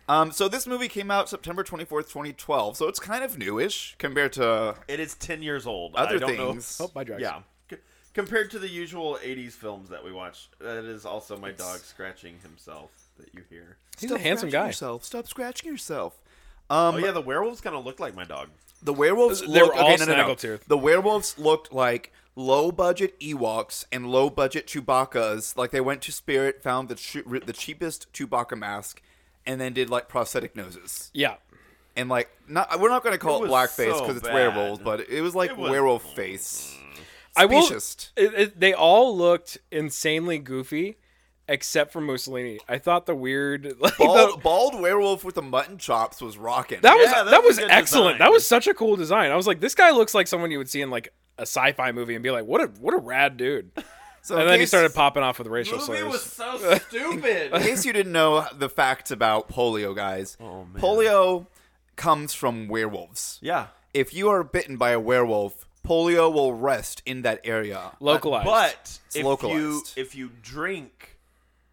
[SPEAKER 2] Um, so this movie came out September 24th, 2012. So it's kind of newish compared to
[SPEAKER 1] it is ten years old. I
[SPEAKER 2] other
[SPEAKER 1] don't know-
[SPEAKER 2] things.
[SPEAKER 3] Oh, my drugs.
[SPEAKER 1] Yeah. C- compared to the usual '80s films that we watch, that is also my dog scratching himself that you hear.
[SPEAKER 3] He's a handsome guy.
[SPEAKER 2] Yourself. Stop scratching yourself.
[SPEAKER 1] Oh yeah, the werewolves kind of look like my dog.
[SPEAKER 2] The werewolves
[SPEAKER 3] They were
[SPEAKER 2] looked,
[SPEAKER 3] all
[SPEAKER 2] okay, no, no, no.
[SPEAKER 3] snaggletooth.
[SPEAKER 2] The werewolves looked like low budget Ewoks and low budget Chewbacca's. Like they went to Spirit, found the chu- r- the cheapest Chewbacca mask, and then did like prosthetic noses
[SPEAKER 3] Yeah.
[SPEAKER 2] and like not. We're not going to call
[SPEAKER 1] It was
[SPEAKER 2] it, blackface
[SPEAKER 1] so
[SPEAKER 2] because it's
[SPEAKER 1] bad.
[SPEAKER 2] werewolves, but it was like
[SPEAKER 1] It was-
[SPEAKER 2] werewolf face.
[SPEAKER 3] I will.
[SPEAKER 2] Speciest.
[SPEAKER 3] It, it, they all looked insanely goofy, except for Mussolini. I thought the weird like, the-
[SPEAKER 2] Bald, bald werewolf with the mutton chops was rocking.
[SPEAKER 3] that was
[SPEAKER 1] Yeah,
[SPEAKER 3] that
[SPEAKER 1] that's a
[SPEAKER 3] was
[SPEAKER 1] good
[SPEAKER 3] excellent.
[SPEAKER 1] design.
[SPEAKER 3] That was such a cool design. I was like, this guy looks like someone you would see in like a sci-fi movie and be like, what a what a rad dude.
[SPEAKER 2] so in
[SPEAKER 3] And then he
[SPEAKER 2] case-
[SPEAKER 3] started popping off with racial
[SPEAKER 1] movie
[SPEAKER 3] slurs.
[SPEAKER 1] was so stupid.
[SPEAKER 2] In case you didn't know the facts about polio, guys, polio comes from werewolves.
[SPEAKER 1] yeah,
[SPEAKER 2] If you are bitten by a werewolf, polio will rest in that area.
[SPEAKER 3] Localized.
[SPEAKER 1] but if you
[SPEAKER 2] localized.
[SPEAKER 1] if you drink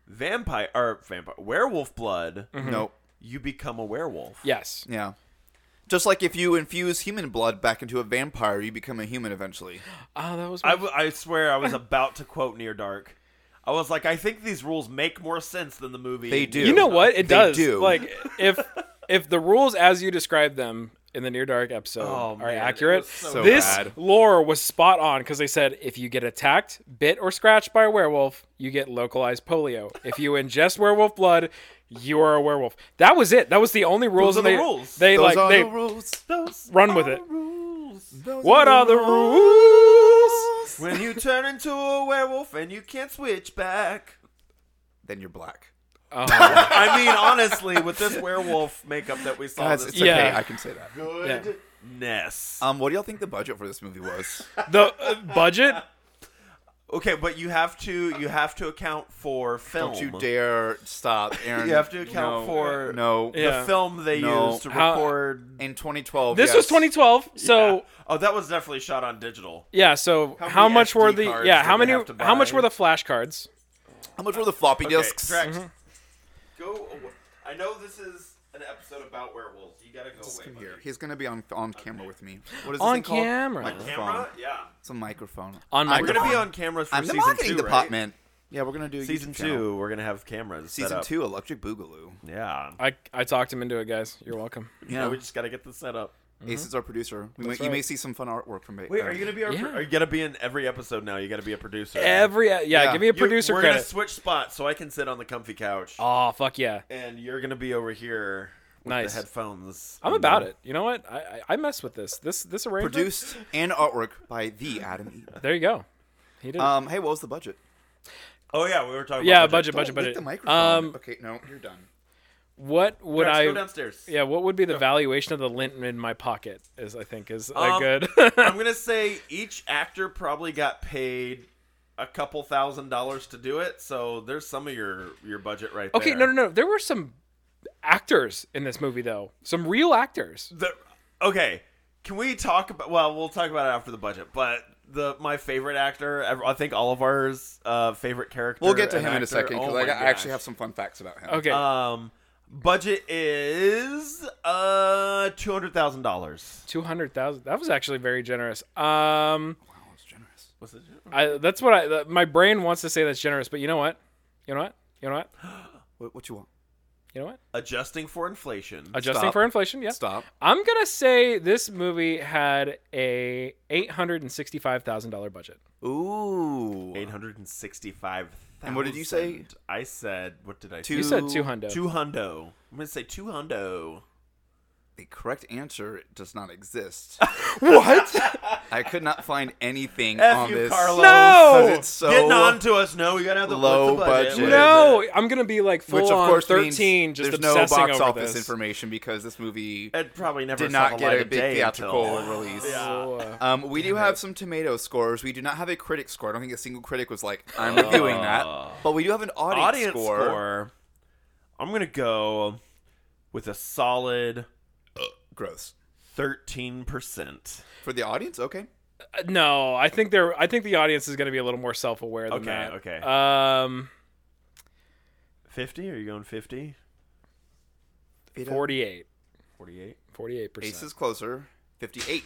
[SPEAKER 1] vampire or vampire werewolf blood,
[SPEAKER 2] Nope.
[SPEAKER 1] you become a werewolf.
[SPEAKER 3] yes,
[SPEAKER 2] Yeah. Just like if you infuse human blood back into a vampire, you become a human eventually.
[SPEAKER 3] oh, that was
[SPEAKER 1] I,
[SPEAKER 3] my,
[SPEAKER 1] w- I swear I was about to quote Near Dark. I was like, I think these rules make more sense than the movie.
[SPEAKER 2] They do.
[SPEAKER 3] you know what it
[SPEAKER 2] They
[SPEAKER 3] does.
[SPEAKER 2] do.
[SPEAKER 3] Like if if the rules as you describe them in the Near Dark episode
[SPEAKER 1] Oh,
[SPEAKER 3] are
[SPEAKER 1] man, it
[SPEAKER 3] accurate.
[SPEAKER 1] was so
[SPEAKER 3] this
[SPEAKER 2] bad.
[SPEAKER 3] lore was spot on because they said if you get attacked, bit, or scratched by a werewolf, you get localized polio. If you ingest werewolf blood, you are a werewolf. That was it. That was the only rules.
[SPEAKER 1] Those are
[SPEAKER 3] and
[SPEAKER 1] the
[SPEAKER 3] they,
[SPEAKER 1] rules.
[SPEAKER 3] They
[SPEAKER 2] Those
[SPEAKER 3] like
[SPEAKER 2] are
[SPEAKER 3] they
[SPEAKER 2] the rules.
[SPEAKER 1] Those
[SPEAKER 3] Run with
[SPEAKER 1] are
[SPEAKER 3] it.
[SPEAKER 1] the Rules.
[SPEAKER 2] Those
[SPEAKER 3] What are the rules?
[SPEAKER 1] When you turn into a werewolf and you can't switch back.
[SPEAKER 2] Then you're black.
[SPEAKER 3] Uh-huh.
[SPEAKER 1] I mean, honestly, with this werewolf makeup that we saw,
[SPEAKER 2] Guys,
[SPEAKER 1] this
[SPEAKER 2] it's
[SPEAKER 3] Yeah.
[SPEAKER 2] okay. I can say that.
[SPEAKER 1] goodness.
[SPEAKER 2] Um, what do y'all think the budget for this movie was?
[SPEAKER 3] The uh, budget.
[SPEAKER 1] Okay, but you have to you have to account for film.
[SPEAKER 2] Don't you dare stop, Aaron.
[SPEAKER 1] Oh, You have to account
[SPEAKER 2] No.
[SPEAKER 1] for
[SPEAKER 2] no.
[SPEAKER 1] the
[SPEAKER 3] Yeah.
[SPEAKER 1] film they
[SPEAKER 2] No.
[SPEAKER 1] used to
[SPEAKER 3] How-
[SPEAKER 1] record.
[SPEAKER 2] In 2012.
[SPEAKER 3] This
[SPEAKER 2] yes.
[SPEAKER 3] was 2012. So.
[SPEAKER 1] Yeah. oh, that was definitely shot on digital.
[SPEAKER 3] Yeah, so
[SPEAKER 2] How
[SPEAKER 3] how,
[SPEAKER 2] many
[SPEAKER 3] much were
[SPEAKER 2] SD
[SPEAKER 3] the
[SPEAKER 2] cards
[SPEAKER 3] yeah,
[SPEAKER 2] did
[SPEAKER 3] how
[SPEAKER 2] we
[SPEAKER 3] many
[SPEAKER 2] have to
[SPEAKER 3] how much
[SPEAKER 2] buy?
[SPEAKER 3] were the flashcards?
[SPEAKER 2] How much were the floppy disks?
[SPEAKER 1] Okay, Drex, Go. Away. I know this is an episode about werewolves. You gotta go away. buddy.
[SPEAKER 2] Here, he's gonna be on on camera with me. What is this
[SPEAKER 3] On
[SPEAKER 2] thing called?
[SPEAKER 3] camera.
[SPEAKER 2] Microphone.
[SPEAKER 1] Camera? Yeah.
[SPEAKER 2] It's a microphone.
[SPEAKER 3] On
[SPEAKER 2] I'm
[SPEAKER 1] We're gonna be
[SPEAKER 2] the-
[SPEAKER 1] on cameras for
[SPEAKER 2] I'm the
[SPEAKER 1] season
[SPEAKER 2] marketing
[SPEAKER 1] two, right?
[SPEAKER 2] department. Yeah, we're gonna do a
[SPEAKER 1] Season
[SPEAKER 2] YouTube channel.
[SPEAKER 1] two, we're gonna have cameras. set
[SPEAKER 2] Season
[SPEAKER 1] up.
[SPEAKER 2] two, Electric Boogaloo.
[SPEAKER 1] Yeah.
[SPEAKER 3] I I talked him into it, guys. You're welcome.
[SPEAKER 1] Yeah. we just gotta get this set up.
[SPEAKER 3] Mm-hmm.
[SPEAKER 2] Ace is our producer. We may, You may see some fun artwork from uh, Ace.
[SPEAKER 1] Wait, are you gonna be? Our,
[SPEAKER 3] Yeah.
[SPEAKER 1] Are you gonna be in every episode now? You gotta be a producer.
[SPEAKER 3] Every yeah,
[SPEAKER 2] Yeah.
[SPEAKER 3] give me a
[SPEAKER 1] You-
[SPEAKER 3] producer
[SPEAKER 1] we're
[SPEAKER 3] credit.
[SPEAKER 1] gonna switch spots so I can sit on the comfy couch,
[SPEAKER 3] oh fuck yeah.
[SPEAKER 1] and you're gonna be over here with
[SPEAKER 3] Nice.
[SPEAKER 1] the headphones.
[SPEAKER 3] I'm about it. You know what? I I, I mess with this. This this arrangement.
[SPEAKER 2] produced and artwork by the Adam Eaton?
[SPEAKER 3] There you go. He did.
[SPEAKER 2] Um, hey, what was the budget?
[SPEAKER 1] Oh yeah, we were talking.
[SPEAKER 3] yeah,
[SPEAKER 1] about
[SPEAKER 3] budget,
[SPEAKER 2] Don't
[SPEAKER 3] budget,
[SPEAKER 2] lick
[SPEAKER 3] budget.
[SPEAKER 2] the microphone.
[SPEAKER 3] Um,
[SPEAKER 2] okay, no, you're done.
[SPEAKER 3] what would
[SPEAKER 1] Rex,
[SPEAKER 3] I?
[SPEAKER 1] go downstairs.
[SPEAKER 3] Yeah, what would be the valuation of the lint in my pocket? Is I think is a
[SPEAKER 1] Um,
[SPEAKER 3] good.
[SPEAKER 1] I'm gonna say each actor probably got paid a couple thousand dollars to do it, so there's some of your your budget right
[SPEAKER 3] okay,
[SPEAKER 1] there.
[SPEAKER 3] no, no, no. There were some actors in this movie though. Some real actors.
[SPEAKER 1] The, okay, can we talk about? Well, we'll talk about it after the budget, but. The, my favorite actor, ev- I think all of ours uh, favorite character.
[SPEAKER 2] We'll get to
[SPEAKER 1] and
[SPEAKER 2] him in a
[SPEAKER 1] actor.
[SPEAKER 2] second because
[SPEAKER 1] Oh
[SPEAKER 2] I,
[SPEAKER 1] my
[SPEAKER 2] I actually
[SPEAKER 1] gosh.
[SPEAKER 2] have some fun facts about him.
[SPEAKER 3] Okay.
[SPEAKER 1] Um, budget is uh two hundred thousand dollars.
[SPEAKER 3] Two hundred thousand. That was actually very generous. Um,
[SPEAKER 1] Was it?
[SPEAKER 3] I, that's what I. That, my brain wants to say that's generous, but you know what? You know what? You know what?
[SPEAKER 2] What, what you want?
[SPEAKER 3] You know what?
[SPEAKER 1] Adjusting for inflation.
[SPEAKER 3] Adjusting
[SPEAKER 2] Stop.
[SPEAKER 3] for inflation. Yeah.
[SPEAKER 2] Stop.
[SPEAKER 3] I'm gonna say this movie had a eight hundred and sixty-five thousand dollar budget.
[SPEAKER 2] Ooh.
[SPEAKER 1] Eight hundred and sixty-five thousand.
[SPEAKER 2] And what did you say?
[SPEAKER 1] I said. What did I
[SPEAKER 2] Two-
[SPEAKER 3] You said two hundred.
[SPEAKER 1] say? Two hundo. I'm gonna say two hundo.
[SPEAKER 2] The correct answer does not exist. what? I could not find anything
[SPEAKER 1] F
[SPEAKER 2] on
[SPEAKER 1] you,
[SPEAKER 2] this.
[SPEAKER 1] Carlos.
[SPEAKER 2] 'cause
[SPEAKER 3] No.
[SPEAKER 2] it's so
[SPEAKER 1] Getting on to us. No, we gotta have the
[SPEAKER 2] low
[SPEAKER 1] what's the budget.
[SPEAKER 2] budget.
[SPEAKER 1] What is
[SPEAKER 3] No,
[SPEAKER 1] it?
[SPEAKER 3] I'm gonna be like full
[SPEAKER 2] which of course
[SPEAKER 3] on
[SPEAKER 2] means
[SPEAKER 3] thirteen. Just
[SPEAKER 2] there's no box
[SPEAKER 3] obsessing over
[SPEAKER 2] office
[SPEAKER 3] this.
[SPEAKER 2] information because this movie
[SPEAKER 1] It probably never
[SPEAKER 2] did
[SPEAKER 1] saw
[SPEAKER 2] not
[SPEAKER 1] the
[SPEAKER 2] get
[SPEAKER 1] light
[SPEAKER 2] a
[SPEAKER 1] of
[SPEAKER 2] big
[SPEAKER 1] day
[SPEAKER 2] theatrical
[SPEAKER 1] until-
[SPEAKER 2] release.
[SPEAKER 1] Yeah.
[SPEAKER 2] Um, we do have some tomato scores. We do not have a critic score. I don't think a single critic was like, "I'm reviewing that," but we do have an audience,
[SPEAKER 1] Oh. Audience score. I'm gonna go with a solid
[SPEAKER 2] Gross
[SPEAKER 1] thirteen percent.
[SPEAKER 2] for the audience. Okay,
[SPEAKER 3] Uh, No, I think they're. I think the audience is gonna be a little more self-aware than
[SPEAKER 1] Okay,
[SPEAKER 3] that.
[SPEAKER 1] okay.
[SPEAKER 3] Um,
[SPEAKER 1] 50? Are you going 50?
[SPEAKER 3] forty-eight.
[SPEAKER 1] 48?
[SPEAKER 3] Forty-eight percent.
[SPEAKER 2] Ace is closer. Fifty-eight.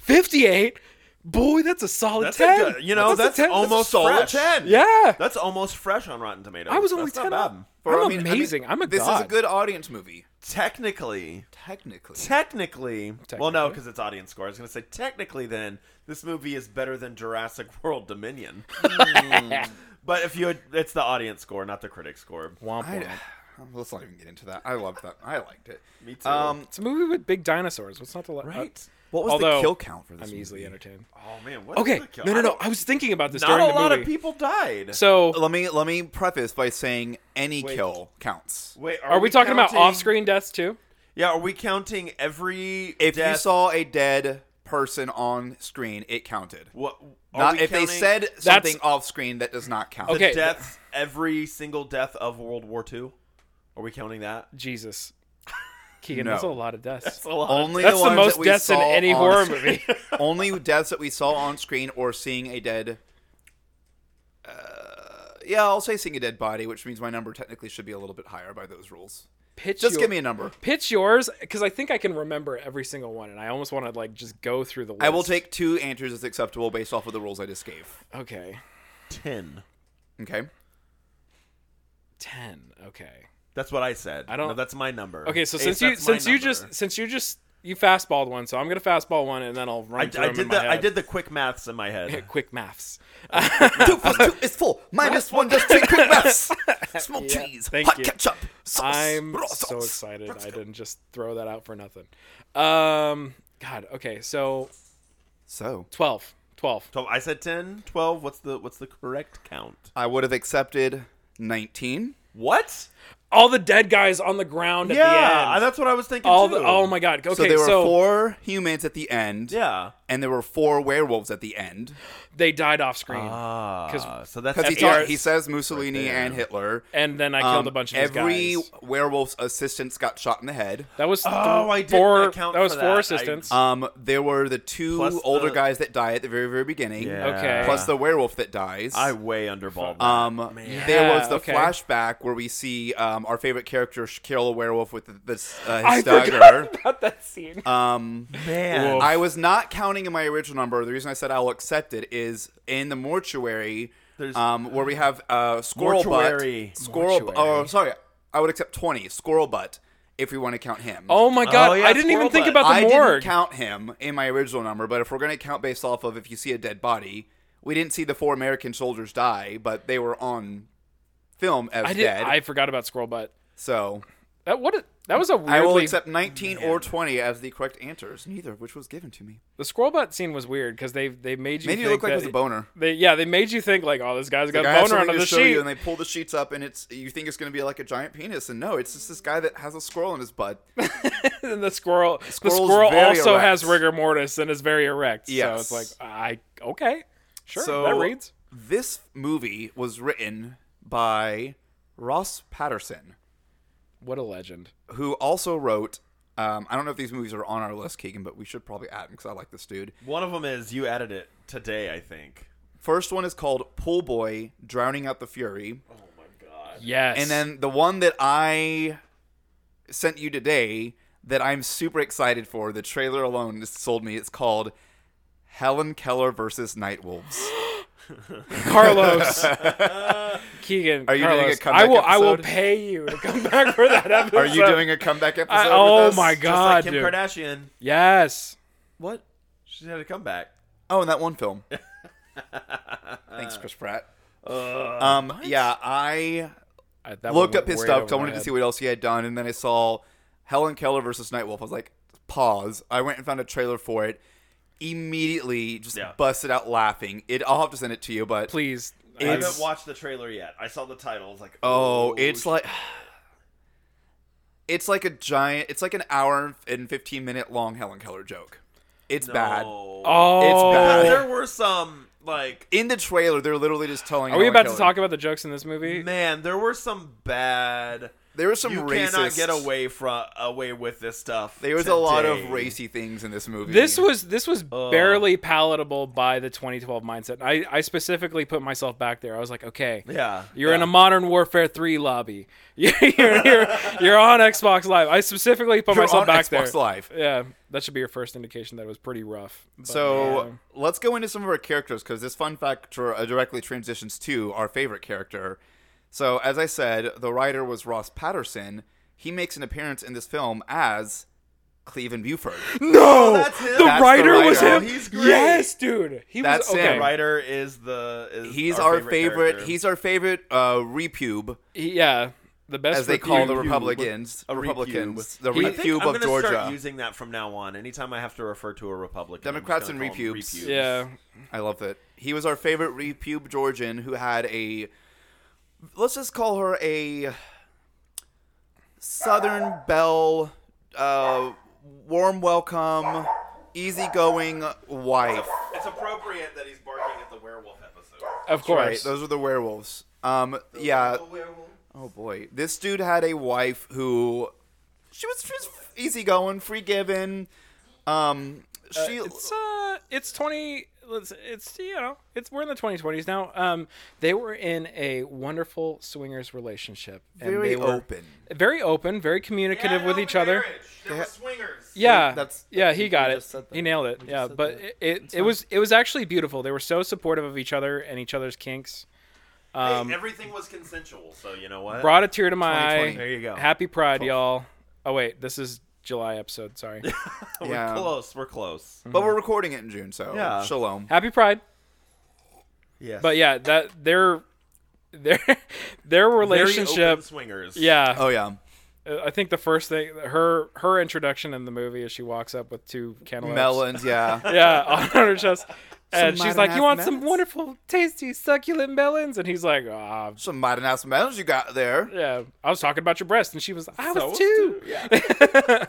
[SPEAKER 3] 58 boy that's a solid
[SPEAKER 1] That's
[SPEAKER 3] 10
[SPEAKER 1] a good, you know,
[SPEAKER 3] a
[SPEAKER 1] that's,
[SPEAKER 3] 10.
[SPEAKER 1] almost
[SPEAKER 3] a
[SPEAKER 1] solid
[SPEAKER 3] fresh.
[SPEAKER 1] 10.
[SPEAKER 3] Yeah.
[SPEAKER 1] That's almost fresh on Rotten Tomatoes.
[SPEAKER 3] I was only
[SPEAKER 1] That's
[SPEAKER 3] 10
[SPEAKER 1] Not
[SPEAKER 3] up.
[SPEAKER 1] bad.
[SPEAKER 2] For-
[SPEAKER 3] I'm
[SPEAKER 2] I mean- I mean,
[SPEAKER 3] amazing. I am a
[SPEAKER 2] This
[SPEAKER 3] god.
[SPEAKER 2] is a good audience movie,
[SPEAKER 1] Technically,
[SPEAKER 2] technically.
[SPEAKER 1] technically, well, no, because it's audience score. I was going to say, technically, then, this movie is better than Jurassic World Dominion.
[SPEAKER 3] Hmm.
[SPEAKER 1] but if you, it's the audience score, not the critic score.
[SPEAKER 3] Womp womp.
[SPEAKER 2] I- let's not even get into that. I loved that. I liked it.
[SPEAKER 1] Me too.
[SPEAKER 2] Um,
[SPEAKER 3] It's a movie with big dinosaurs. What's not to like?
[SPEAKER 1] Right?
[SPEAKER 2] what was
[SPEAKER 3] Although,
[SPEAKER 2] the kill count for this?
[SPEAKER 3] I'm easily
[SPEAKER 2] movie?
[SPEAKER 3] entertained.
[SPEAKER 1] oh, man. What
[SPEAKER 3] Okay.
[SPEAKER 1] the-
[SPEAKER 3] No, no, no.
[SPEAKER 1] don't-
[SPEAKER 3] I was thinking about this
[SPEAKER 1] Not
[SPEAKER 3] during
[SPEAKER 1] a
[SPEAKER 3] the
[SPEAKER 1] lot
[SPEAKER 3] movie.
[SPEAKER 1] of people died.
[SPEAKER 3] So,
[SPEAKER 2] Let me let me preface by saying any kill counts.
[SPEAKER 1] Wait,
[SPEAKER 3] are we talking about
[SPEAKER 1] counting-
[SPEAKER 3] off-screen deaths too?
[SPEAKER 1] Yeah, are we counting every
[SPEAKER 2] If you
[SPEAKER 1] death?
[SPEAKER 2] saw a dead person on screen, it counted.
[SPEAKER 1] what, are
[SPEAKER 2] Not
[SPEAKER 1] we
[SPEAKER 2] if they
[SPEAKER 1] counting-
[SPEAKER 2] said
[SPEAKER 3] That's-
[SPEAKER 2] something off screen that does not count.
[SPEAKER 1] the
[SPEAKER 3] Okay.
[SPEAKER 1] deaths, every single death of World War II. Are we counting that?
[SPEAKER 3] Jesus. Keegan,
[SPEAKER 2] No.
[SPEAKER 3] that's a lot of deaths.
[SPEAKER 2] Only
[SPEAKER 3] That's
[SPEAKER 2] the, ones
[SPEAKER 3] the most
[SPEAKER 2] that we
[SPEAKER 3] deaths in
[SPEAKER 2] saw
[SPEAKER 3] any
[SPEAKER 2] on
[SPEAKER 3] horror
[SPEAKER 2] screen-
[SPEAKER 3] movie.
[SPEAKER 2] only deaths that we saw on screen or seeing a dead. Uh, yeah, I'll say seeing a dead body, which means my number technically should be a little bit higher by those rules.
[SPEAKER 3] Pitch
[SPEAKER 2] Just
[SPEAKER 3] your-
[SPEAKER 2] give me a number.
[SPEAKER 3] Pitch yours, because I think I can remember every single one, and I almost want to like just go through the list.
[SPEAKER 2] I will take two answers as acceptable based off of the rules I just gave.
[SPEAKER 3] Okay,
[SPEAKER 1] Ten.
[SPEAKER 2] Okay.
[SPEAKER 3] ten. Okay.
[SPEAKER 1] That's what I said.
[SPEAKER 3] I don't-
[SPEAKER 1] No, that's my number.
[SPEAKER 3] Okay, so
[SPEAKER 1] Ace,
[SPEAKER 3] since you
[SPEAKER 1] that's my
[SPEAKER 3] since you
[SPEAKER 1] number.
[SPEAKER 3] just since you just you fastballed one, so I'm gonna fastball one, and then I'll run.
[SPEAKER 1] I,
[SPEAKER 3] through
[SPEAKER 1] I
[SPEAKER 3] 'em in
[SPEAKER 1] did
[SPEAKER 3] my
[SPEAKER 1] the I
[SPEAKER 3] head.
[SPEAKER 1] did the quick maths in my head.
[SPEAKER 3] quick maths.
[SPEAKER 2] two plus two is four. Minus one does three. Quick maths. Smoked
[SPEAKER 3] Yeah,
[SPEAKER 2] cheese.
[SPEAKER 3] thank
[SPEAKER 2] hot
[SPEAKER 3] you.
[SPEAKER 2] ketchup. Sauce.
[SPEAKER 3] I'm
[SPEAKER 2] raw
[SPEAKER 3] so
[SPEAKER 2] sauce.
[SPEAKER 3] excited. I didn't just throw that out for nothing. Um, God. Okay, so
[SPEAKER 2] So
[SPEAKER 3] 12. 12.
[SPEAKER 1] Twelve. I said 10, 12. What's the what's the correct count?
[SPEAKER 2] I would have accepted nineteen.
[SPEAKER 1] What?
[SPEAKER 3] All the dead guys on the ground at the end.
[SPEAKER 1] Yeah, that's what I was thinking
[SPEAKER 3] all
[SPEAKER 1] too.
[SPEAKER 3] the, oh my god. Okay,
[SPEAKER 2] so
[SPEAKER 3] so,
[SPEAKER 2] there were four humans at the end.
[SPEAKER 1] Yeah.
[SPEAKER 2] And there were four werewolves at the end.
[SPEAKER 3] they died off screen.
[SPEAKER 1] Ah, so that's
[SPEAKER 2] Because he,
[SPEAKER 1] eight.
[SPEAKER 3] E
[SPEAKER 2] ta- he says Mussolini and Hitler.
[SPEAKER 3] and then I killed
[SPEAKER 2] Um,
[SPEAKER 3] a bunch of his
[SPEAKER 2] every
[SPEAKER 3] guys.
[SPEAKER 2] werewolf's assistants got shot in the head.
[SPEAKER 3] That was th-
[SPEAKER 1] Oh, I didn't
[SPEAKER 3] four.
[SPEAKER 1] account
[SPEAKER 3] that was
[SPEAKER 1] for
[SPEAKER 3] four
[SPEAKER 1] that.
[SPEAKER 3] assistants.
[SPEAKER 2] Um, there were the two
[SPEAKER 1] Plus
[SPEAKER 2] older
[SPEAKER 1] the-
[SPEAKER 2] guys that die at the very, very beginning.
[SPEAKER 1] Yeah.
[SPEAKER 3] Okay.
[SPEAKER 2] Plus the werewolf that dies.
[SPEAKER 1] I way underballed.
[SPEAKER 2] Um, there
[SPEAKER 3] Yeah,
[SPEAKER 2] was the
[SPEAKER 3] okay.
[SPEAKER 2] flashback where we see um, our favorite character sh- kill a werewolf with this uh, his
[SPEAKER 3] I
[SPEAKER 2] dagger.
[SPEAKER 3] forgot about that scene.
[SPEAKER 2] Um,
[SPEAKER 1] man.
[SPEAKER 3] Uh, Whoa.
[SPEAKER 2] I was not counting in my original number. The reason I said I'll accept it is in the mortuary,
[SPEAKER 1] There's-
[SPEAKER 2] um, where we have uh, squirrel
[SPEAKER 1] Mortuary.
[SPEAKER 2] butt, squirrel. bu-
[SPEAKER 3] Mortuary.
[SPEAKER 2] Oh, sorry, I would accept twenty squirrel butt if we want to count him.
[SPEAKER 3] oh my god!
[SPEAKER 1] Oh, yeah,
[SPEAKER 3] I didn't even
[SPEAKER 1] squirrel
[SPEAKER 3] think
[SPEAKER 1] butt.
[SPEAKER 3] about the
[SPEAKER 2] I
[SPEAKER 3] morgue.
[SPEAKER 2] didn't count him in my original number, but if we're going to count based off of if you see a dead body, we didn't see the four American soldiers die, but they were on film as
[SPEAKER 3] I did.
[SPEAKER 2] dead.
[SPEAKER 3] I forgot about squirrel butt.
[SPEAKER 2] so
[SPEAKER 3] That what? A, that was a weirdly.
[SPEAKER 2] I will accept 19 or 20 as the correct answers, neither of which was given to me.
[SPEAKER 3] The squirrel butt scene was weird because they they made you
[SPEAKER 2] Made you look
[SPEAKER 3] think
[SPEAKER 2] like it was
[SPEAKER 3] that-
[SPEAKER 2] a boner.
[SPEAKER 3] They yeah they made you think like oh this guy's got
[SPEAKER 2] Like, I
[SPEAKER 3] a
[SPEAKER 2] have
[SPEAKER 3] boner
[SPEAKER 2] something
[SPEAKER 3] under
[SPEAKER 2] to
[SPEAKER 3] the
[SPEAKER 2] show
[SPEAKER 3] sheet.
[SPEAKER 2] you, and they pull the sheets up, and it's you think it's going to be like a giant penis, and no, it's just this guy that has a squirrel in his butt.
[SPEAKER 3] And the squirrel, the
[SPEAKER 2] Squirrel's
[SPEAKER 3] squirrel
[SPEAKER 2] very
[SPEAKER 3] also
[SPEAKER 2] erect.
[SPEAKER 3] has rigor mortis and is very erect.
[SPEAKER 2] Yes.
[SPEAKER 3] So it's like I okay, sure
[SPEAKER 2] So-
[SPEAKER 3] that reads.
[SPEAKER 2] This movie was written by Ross Patterson.
[SPEAKER 3] What a legend.
[SPEAKER 2] who also wrote. Um, I don't know if these movies are on our list, Keegan, but we should probably add them because I like this dude.
[SPEAKER 1] One of them is you added it today, I think.
[SPEAKER 2] First one is called Pool Boy Drowning Out the Fury.
[SPEAKER 3] Yes.
[SPEAKER 2] And then the one that I sent you today that I'm super excited for, the trailer alone just sold me. It's called Helen Keller versus Night Wolves.
[SPEAKER 3] Carlos, Keegan,
[SPEAKER 2] Are you doing a
[SPEAKER 3] Carlos, I
[SPEAKER 2] comeback
[SPEAKER 3] will. I will
[SPEAKER 2] episode?
[SPEAKER 3] pay you to come back for that episode.
[SPEAKER 2] Are you doing a comeback episode?
[SPEAKER 3] I,
[SPEAKER 2] with
[SPEAKER 3] oh
[SPEAKER 2] us?
[SPEAKER 3] my
[SPEAKER 1] Just
[SPEAKER 3] god,
[SPEAKER 1] like Kim
[SPEAKER 3] dude.
[SPEAKER 1] Kardashian.
[SPEAKER 3] Yes.
[SPEAKER 1] What? She had a comeback.
[SPEAKER 2] Oh, in that one film. Thanks, Chris Pratt.
[SPEAKER 3] Uh,
[SPEAKER 2] um, yeah, I
[SPEAKER 3] I, that
[SPEAKER 2] looked
[SPEAKER 3] one
[SPEAKER 2] up his
[SPEAKER 3] went way
[SPEAKER 2] stuff because I
[SPEAKER 3] over my
[SPEAKER 2] wanted to
[SPEAKER 3] head.
[SPEAKER 2] see what else he had done, and then I saw Helen Keller versus Nightwolf. I was like, pause. I went and found a trailer for it. Immediately, just
[SPEAKER 1] Yeah.
[SPEAKER 2] busted out laughing. It. I'll have to send it to you, but
[SPEAKER 3] Please, I-
[SPEAKER 1] I
[SPEAKER 2] It's-
[SPEAKER 1] haven't watched the trailer yet. I saw the title. I was like,
[SPEAKER 2] oh, it's
[SPEAKER 1] shit.
[SPEAKER 2] like. It's like a giant. It's like an hour and fifteen minute long Helen Keller joke. It's bad.
[SPEAKER 1] No.
[SPEAKER 3] oh,
[SPEAKER 2] bad.
[SPEAKER 1] There were some like
[SPEAKER 2] In the trailer, they're literally just telling.
[SPEAKER 3] Are we
[SPEAKER 2] Helen
[SPEAKER 3] about
[SPEAKER 2] Keller-
[SPEAKER 3] to talk about the jokes in this movie?
[SPEAKER 1] man, there were some bad.
[SPEAKER 2] There was some
[SPEAKER 1] you
[SPEAKER 2] racist.
[SPEAKER 1] cannot get away from away with this stuff.
[SPEAKER 2] There was a lot of
[SPEAKER 1] today.
[SPEAKER 2] racy things in this movie.
[SPEAKER 3] This was this was barely palatable by the 2012 mindset. I, I specifically put myself back there. I was like, okay,
[SPEAKER 1] Yeah,
[SPEAKER 3] you're in
[SPEAKER 1] yeah.
[SPEAKER 3] a Modern Warfare 3 lobby. you're, you're, you're on Xbox Live. I specifically put
[SPEAKER 2] You're
[SPEAKER 3] myself
[SPEAKER 2] on
[SPEAKER 3] back
[SPEAKER 2] Xbox
[SPEAKER 3] there.
[SPEAKER 2] Live.
[SPEAKER 3] Yeah, that should be your first indication that it was pretty rough. But,
[SPEAKER 2] So
[SPEAKER 3] yeah.
[SPEAKER 2] let's go into some of our characters because this fun fact dr- uh, directly transitions to our favorite character. So, as I said, the writer was Ross Patterson. He makes an appearance in this film as Cleven Buford.
[SPEAKER 3] no,
[SPEAKER 1] Oh, that's him.
[SPEAKER 3] the
[SPEAKER 2] That's the
[SPEAKER 3] writer was
[SPEAKER 2] writer.
[SPEAKER 3] him.
[SPEAKER 1] Oh, he's great.
[SPEAKER 3] Yes, dude. He
[SPEAKER 2] That's
[SPEAKER 3] was
[SPEAKER 2] him,
[SPEAKER 3] okay.
[SPEAKER 1] The writer is the is
[SPEAKER 2] He's
[SPEAKER 1] our,
[SPEAKER 2] our, favorite.
[SPEAKER 1] character.
[SPEAKER 2] he's our favorite uh, repube,
[SPEAKER 3] He- yeah, the best
[SPEAKER 2] as they call the
[SPEAKER 3] review-
[SPEAKER 2] Republicans.
[SPEAKER 1] A repube.
[SPEAKER 2] Republicans, the
[SPEAKER 1] I think
[SPEAKER 2] repube
[SPEAKER 1] I'm
[SPEAKER 2] of
[SPEAKER 1] gonna
[SPEAKER 2] Georgia.
[SPEAKER 1] Start using that from now on. Anytime I have to refer to a Republican,
[SPEAKER 2] Democrats
[SPEAKER 1] I'm
[SPEAKER 2] and
[SPEAKER 1] just gonna call them
[SPEAKER 2] repubes.
[SPEAKER 3] Yeah,
[SPEAKER 2] I love it. He was our favorite repube Georgian who had a let's just call her a Southern Belle uh, warm welcome, easygoing wife.
[SPEAKER 1] It's appropriate that he's barking at the werewolf episode.
[SPEAKER 3] of
[SPEAKER 2] Right,
[SPEAKER 3] course.
[SPEAKER 2] those are the werewolves. Um yeah. Oh boy. This dude had a wife who she was, she was easygoing, free given. Um she
[SPEAKER 3] it's uh it's 20 let's it's you know it's we're in the 2020s now um they were in a wonderful swingers relationship and
[SPEAKER 2] very
[SPEAKER 3] they were
[SPEAKER 2] open.
[SPEAKER 3] very open very communicative with each other
[SPEAKER 1] They were swingers.
[SPEAKER 3] yeah
[SPEAKER 2] That's-
[SPEAKER 3] that's yeah he got
[SPEAKER 2] just
[SPEAKER 3] it
[SPEAKER 2] said that.
[SPEAKER 3] he nailed it yeah
[SPEAKER 2] said
[SPEAKER 3] but
[SPEAKER 2] that.
[SPEAKER 3] it it, it was it was actually beautiful they were so supportive of each other and each other's kinks
[SPEAKER 2] Um,
[SPEAKER 1] hey, everything was consensual, so you know what?
[SPEAKER 3] brought a tear to my
[SPEAKER 2] 2020.
[SPEAKER 3] eye
[SPEAKER 1] There you go.
[SPEAKER 3] happy pride y'all oh wait this is July episode. Sorry.
[SPEAKER 1] We're
[SPEAKER 2] Yeah.
[SPEAKER 3] um,
[SPEAKER 1] close. We're close.
[SPEAKER 2] But we're recording it in June, so
[SPEAKER 1] Yeah.
[SPEAKER 2] shalom.
[SPEAKER 3] Happy Pride.
[SPEAKER 1] Yes.
[SPEAKER 3] But yeah, that their their their
[SPEAKER 1] Very open
[SPEAKER 3] relationship.
[SPEAKER 1] swingers.
[SPEAKER 3] Yeah,
[SPEAKER 2] Oh yeah,
[SPEAKER 3] I think the first thing her her introduction in the movie is she walks up with two cantaloupes.
[SPEAKER 2] melons. Yeah,
[SPEAKER 3] Yeah, on her chest. And
[SPEAKER 2] modern
[SPEAKER 3] she's like,
[SPEAKER 2] ass
[SPEAKER 3] "You want some
[SPEAKER 2] melons?
[SPEAKER 3] wonderful, tasty, succulent melons?" And he's like, "Ah,
[SPEAKER 2] some mighty nice melons you got there.
[SPEAKER 3] yeah, I was talking about your breast." And she was, "I
[SPEAKER 1] So was
[SPEAKER 3] was too."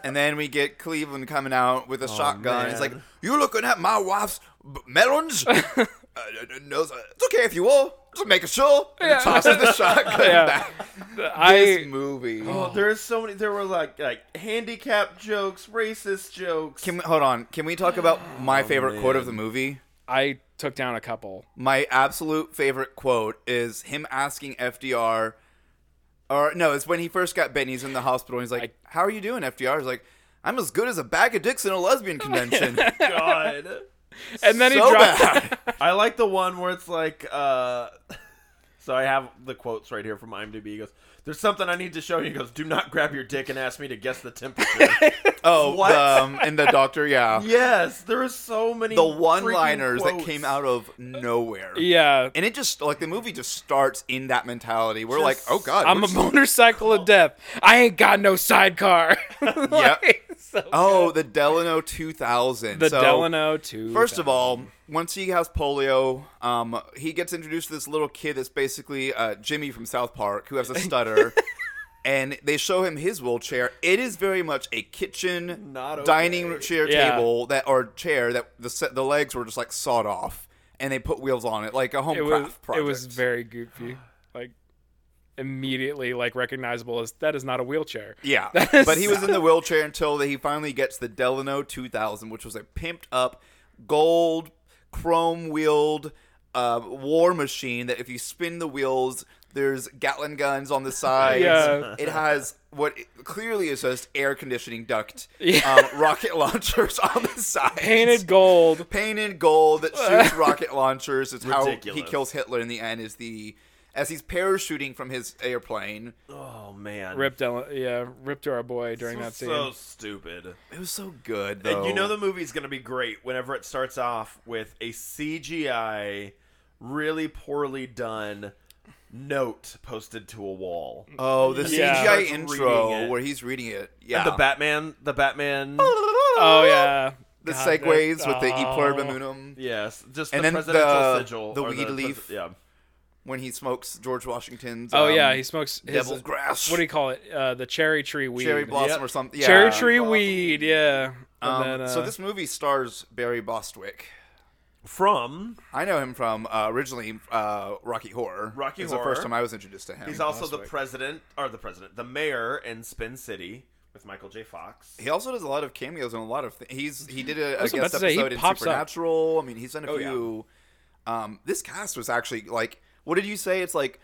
[SPEAKER 2] And then we get Cleveland coming out with a shotgun. He's
[SPEAKER 1] man.
[SPEAKER 2] like, "You looking at my wife's b- melons?" uh, no, it's okay if you will. Just making sure. Yeah. Tosses the shotgun. back. This
[SPEAKER 3] I
[SPEAKER 2] movie.
[SPEAKER 1] Oh, there is so many. There were like like handicap jokes, racist jokes.
[SPEAKER 2] Can we, hold on. Can we talk about my favorite quote of the movie?
[SPEAKER 3] I took down a couple.
[SPEAKER 2] My absolute favorite quote is him asking FDR, or no, it's when he first got bitten. He's in the hospital. And he's like, "How are you doing?" FDR is like, "I'm as good as a bag of dicks in a lesbian convention."
[SPEAKER 1] God.
[SPEAKER 3] And then
[SPEAKER 2] so
[SPEAKER 3] he dropped.
[SPEAKER 2] bad.
[SPEAKER 1] I like the one where it's like. uh So I have the quotes right here from IMDb. He goes, "There's something I need to show you." He goes, "Do not grab your dick and ask me to guess the temperature."
[SPEAKER 2] Oh,
[SPEAKER 1] What?
[SPEAKER 2] the, um, and the doctor, yeah,
[SPEAKER 1] yes, there are so many.
[SPEAKER 2] the
[SPEAKER 1] freaking
[SPEAKER 2] one-liners that
[SPEAKER 1] quotes.
[SPEAKER 2] came out of nowhere.
[SPEAKER 3] Yeah,
[SPEAKER 2] And it just like the movie just starts in that mentality. We're like,
[SPEAKER 1] Just-
[SPEAKER 2] oh god,
[SPEAKER 3] I'm a
[SPEAKER 2] we're-
[SPEAKER 3] motorcycle of death. I ain't got no sidecar. Like, so-
[SPEAKER 2] oh the Delano 2000.
[SPEAKER 3] the
[SPEAKER 2] so,
[SPEAKER 3] Delano too.
[SPEAKER 2] First of all, once he has polio, um, he gets introduced to this little kid that's basically uh, Jimmy from South Park, who has a stutter. and they show him his wheelchair. It is very much a kitchen
[SPEAKER 1] Not okay.
[SPEAKER 2] dining chair
[SPEAKER 3] Yeah.
[SPEAKER 2] table that or chair that the se- the legs were just like sawed off, and they put wheels on it like a home
[SPEAKER 3] it
[SPEAKER 2] craft
[SPEAKER 3] was
[SPEAKER 2] project.
[SPEAKER 3] it was very goofy. Like immediately like recognizable as that is not a wheelchair.
[SPEAKER 2] Yeah,
[SPEAKER 3] That is-
[SPEAKER 2] but he was in the wheelchair until he finally gets the Delano 2000, which was a pimped up gold chrome wheeled uh, war machine that if you spin the wheels, there's Gatlin guns on the sides.
[SPEAKER 3] Yeah.
[SPEAKER 2] It has what clearly is just air conditioning duct, um, rocket launchers on the sides.
[SPEAKER 3] Painted gold.
[SPEAKER 2] Painted gold that shoots rocket launchers is how he
[SPEAKER 1] Ridiculous.
[SPEAKER 2] kills Hitler in the end. Is the as he's parachuting from his airplane.
[SPEAKER 1] Oh man,
[SPEAKER 3] Ripped Del- yeah, ripped to our boy during that
[SPEAKER 1] This
[SPEAKER 3] scene.
[SPEAKER 1] was so stupid.
[SPEAKER 2] It was so good. Though.
[SPEAKER 1] And you know the movie's going to be great whenever it starts off with a CGI, really poorly done note posted to a wall.
[SPEAKER 2] Oh, the
[SPEAKER 3] Yeah.
[SPEAKER 2] CGI
[SPEAKER 1] Starts reading
[SPEAKER 2] intro
[SPEAKER 1] it.
[SPEAKER 2] where he's reading it. Yeah.
[SPEAKER 1] The Batman, the Batman.
[SPEAKER 3] oh yeah.
[SPEAKER 2] The
[SPEAKER 3] God,
[SPEAKER 2] segues
[SPEAKER 3] that-
[SPEAKER 2] with the e
[SPEAKER 3] oh.
[SPEAKER 2] pluribus unum
[SPEAKER 1] Yes, just
[SPEAKER 2] And
[SPEAKER 1] the
[SPEAKER 2] then
[SPEAKER 1] presidential
[SPEAKER 2] the-
[SPEAKER 1] sigil.
[SPEAKER 2] the
[SPEAKER 1] or
[SPEAKER 2] weed leaf.
[SPEAKER 1] yeah,
[SPEAKER 2] when he smokes George Washington's.
[SPEAKER 3] Oh
[SPEAKER 2] um,
[SPEAKER 3] yeah, he smokes his,
[SPEAKER 2] devil's grass.
[SPEAKER 3] What do you call it? Uh, the cherry tree weed.
[SPEAKER 2] cherry blossom
[SPEAKER 1] Yep.
[SPEAKER 2] or something. Yeah.
[SPEAKER 3] Cherry tree weed, yeah. And
[SPEAKER 2] Um,
[SPEAKER 3] then,
[SPEAKER 2] so
[SPEAKER 3] uh,
[SPEAKER 2] this movie stars Barry Bostwick.
[SPEAKER 1] from
[SPEAKER 2] I know him from uh, originally uh, Rocky Horror.
[SPEAKER 1] Rocky
[SPEAKER 2] It's the
[SPEAKER 1] Horror.
[SPEAKER 2] first time I was introduced to him.
[SPEAKER 1] he's also the president or the president, the mayor in Spin City with Michael J. Fox.
[SPEAKER 2] he also does a lot of cameos and a lot of things. He's he did a,
[SPEAKER 3] I
[SPEAKER 2] a guest
[SPEAKER 3] was about
[SPEAKER 2] episode
[SPEAKER 3] to say, he
[SPEAKER 2] in
[SPEAKER 3] pops up.
[SPEAKER 2] Supernatural. I mean, he's done a
[SPEAKER 1] Oh, yeah.
[SPEAKER 2] few. Um, this cast was actually like, what did you say? It's like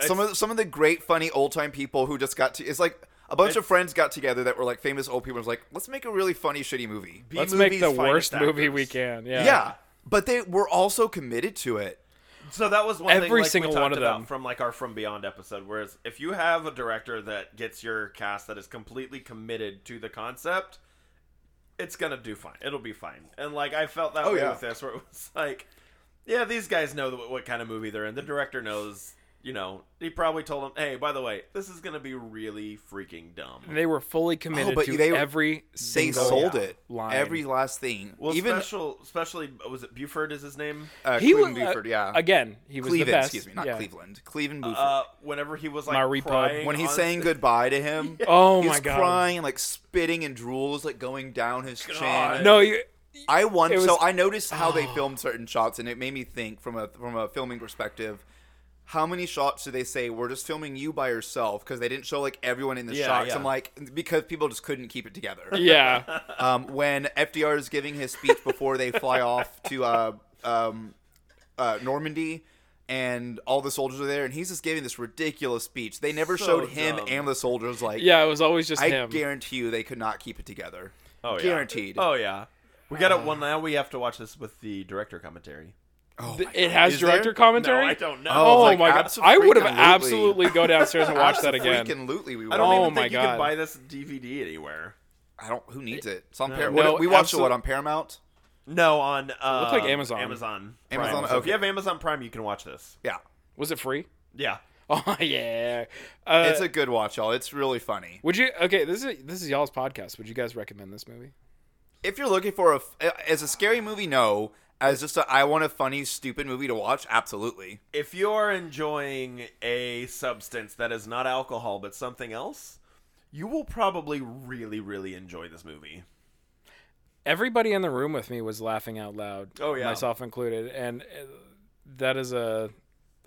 [SPEAKER 2] some of the, some of the great, funny old time people who just got to. It's like a bunch of friends got together that were like famous old people. and Was like, let's make a really funny, shitty movie.
[SPEAKER 1] B
[SPEAKER 3] let's make
[SPEAKER 1] movie's
[SPEAKER 3] the
[SPEAKER 1] finest
[SPEAKER 3] worst movie
[SPEAKER 1] actors.
[SPEAKER 3] we can. Yeah.
[SPEAKER 2] yeah, but they were also committed to it.
[SPEAKER 1] So that was one thing,
[SPEAKER 3] Every
[SPEAKER 1] like,
[SPEAKER 3] single
[SPEAKER 1] we
[SPEAKER 3] one
[SPEAKER 1] talked
[SPEAKER 3] of
[SPEAKER 1] about
[SPEAKER 3] them.
[SPEAKER 1] from like our From Beyond episode. Whereas if you have a director that gets your cast that is completely committed to the concept, it's gonna do fine. It'll be fine. And like I felt that
[SPEAKER 2] Oh,
[SPEAKER 1] way
[SPEAKER 2] yeah.
[SPEAKER 1] with this, where it was like, yeah, these guys know what, what kind of movie they're in. The director knows. You know, he probably told them, "Hey, by the way, this is gonna be really freaking dumb."
[SPEAKER 3] They were fully committed
[SPEAKER 2] Oh, but
[SPEAKER 3] to
[SPEAKER 2] they-
[SPEAKER 3] every
[SPEAKER 2] They
[SPEAKER 3] single
[SPEAKER 2] sold
[SPEAKER 3] yeah,
[SPEAKER 2] it.
[SPEAKER 3] line.
[SPEAKER 2] Every last thing.
[SPEAKER 1] Well,
[SPEAKER 2] Even
[SPEAKER 1] special, especially was it Buford is his name?
[SPEAKER 2] uh,
[SPEAKER 3] he was
[SPEAKER 2] Cleveland Buford. Yeah.
[SPEAKER 3] Again, he was
[SPEAKER 2] Cleveland.
[SPEAKER 3] the best.
[SPEAKER 2] Excuse me, not
[SPEAKER 3] yeah.
[SPEAKER 2] Cleveland. Cleveland Buford.
[SPEAKER 1] Uh, whenever he was like
[SPEAKER 3] My repo.
[SPEAKER 1] crying
[SPEAKER 2] when he's
[SPEAKER 1] on-
[SPEAKER 2] saying goodbye to him.
[SPEAKER 3] Oh
[SPEAKER 2] he's
[SPEAKER 3] my god.
[SPEAKER 2] crying and like spitting and drool is like going down his chin.
[SPEAKER 3] No, you,
[SPEAKER 2] I want
[SPEAKER 3] It was- Oh.
[SPEAKER 2] so I noticed how they filmed certain shots and it made me think from a from a filming perspective. How many shots do they say we're just filming you by yourself because they didn't show like everyone in the
[SPEAKER 1] Yeah,
[SPEAKER 2] shots?
[SPEAKER 1] yeah.
[SPEAKER 2] I'm like because people just couldn't keep it together.
[SPEAKER 3] yeah.
[SPEAKER 2] Um, when FDR is giving his speech before they fly off to uh, um, uh, Normandy, and all the soldiers are there, and he's just giving this ridiculous speech. They never
[SPEAKER 1] So
[SPEAKER 2] showed him
[SPEAKER 1] dumb.
[SPEAKER 2] and the soldiers like
[SPEAKER 3] Yeah, it was always just
[SPEAKER 2] I
[SPEAKER 3] him.
[SPEAKER 2] guarantee you they could not keep it together.
[SPEAKER 1] Oh, yeah.
[SPEAKER 2] Guaranteed. Uh.
[SPEAKER 1] Oh yeah. We got it. Well, now we have to watch this with the director commentary.
[SPEAKER 2] Oh,
[SPEAKER 3] it has
[SPEAKER 2] Is there?
[SPEAKER 3] director commentary.
[SPEAKER 1] don't know.
[SPEAKER 2] Oh,
[SPEAKER 3] Oh
[SPEAKER 2] like,
[SPEAKER 3] my god!
[SPEAKER 2] abso-
[SPEAKER 3] I would have
[SPEAKER 2] freaking-lutely.
[SPEAKER 3] absolutely go downstairs and watch that again.
[SPEAKER 2] Freaking lootly, we
[SPEAKER 1] I don't
[SPEAKER 2] were.
[SPEAKER 3] Oh
[SPEAKER 1] even
[SPEAKER 3] my
[SPEAKER 1] think you
[SPEAKER 3] God.
[SPEAKER 1] can buy this DVD anywhere.
[SPEAKER 2] I don't. Who needs it? It's on Paramount.
[SPEAKER 3] No,
[SPEAKER 2] we watched it
[SPEAKER 3] absolute-
[SPEAKER 2] what on Paramount?
[SPEAKER 1] No, on uh,
[SPEAKER 3] looked like Amazon.
[SPEAKER 1] Amazon. Prime. So
[SPEAKER 2] Amazon,
[SPEAKER 1] if
[SPEAKER 2] okay.
[SPEAKER 1] you have Amazon Prime, you can watch this.
[SPEAKER 2] Yeah,
[SPEAKER 3] Was it free?
[SPEAKER 1] Yeah.
[SPEAKER 3] Oh yeah. Uh,
[SPEAKER 2] it's a good watch, y'all. It's really funny.
[SPEAKER 3] would you? Okay, this is this is y'all's podcast. Would you guys recommend this movie?
[SPEAKER 2] If you're looking for a f- as a scary movie, no. As just a I want a funny, stupid movie to watch, absolutely.
[SPEAKER 1] If you're enjoying a substance that is not alcohol but something else, you will probably really, really enjoy this movie.
[SPEAKER 3] Everybody in the room with me was laughing out loud.
[SPEAKER 1] Oh, yeah.
[SPEAKER 3] myself included. And uh, that is a,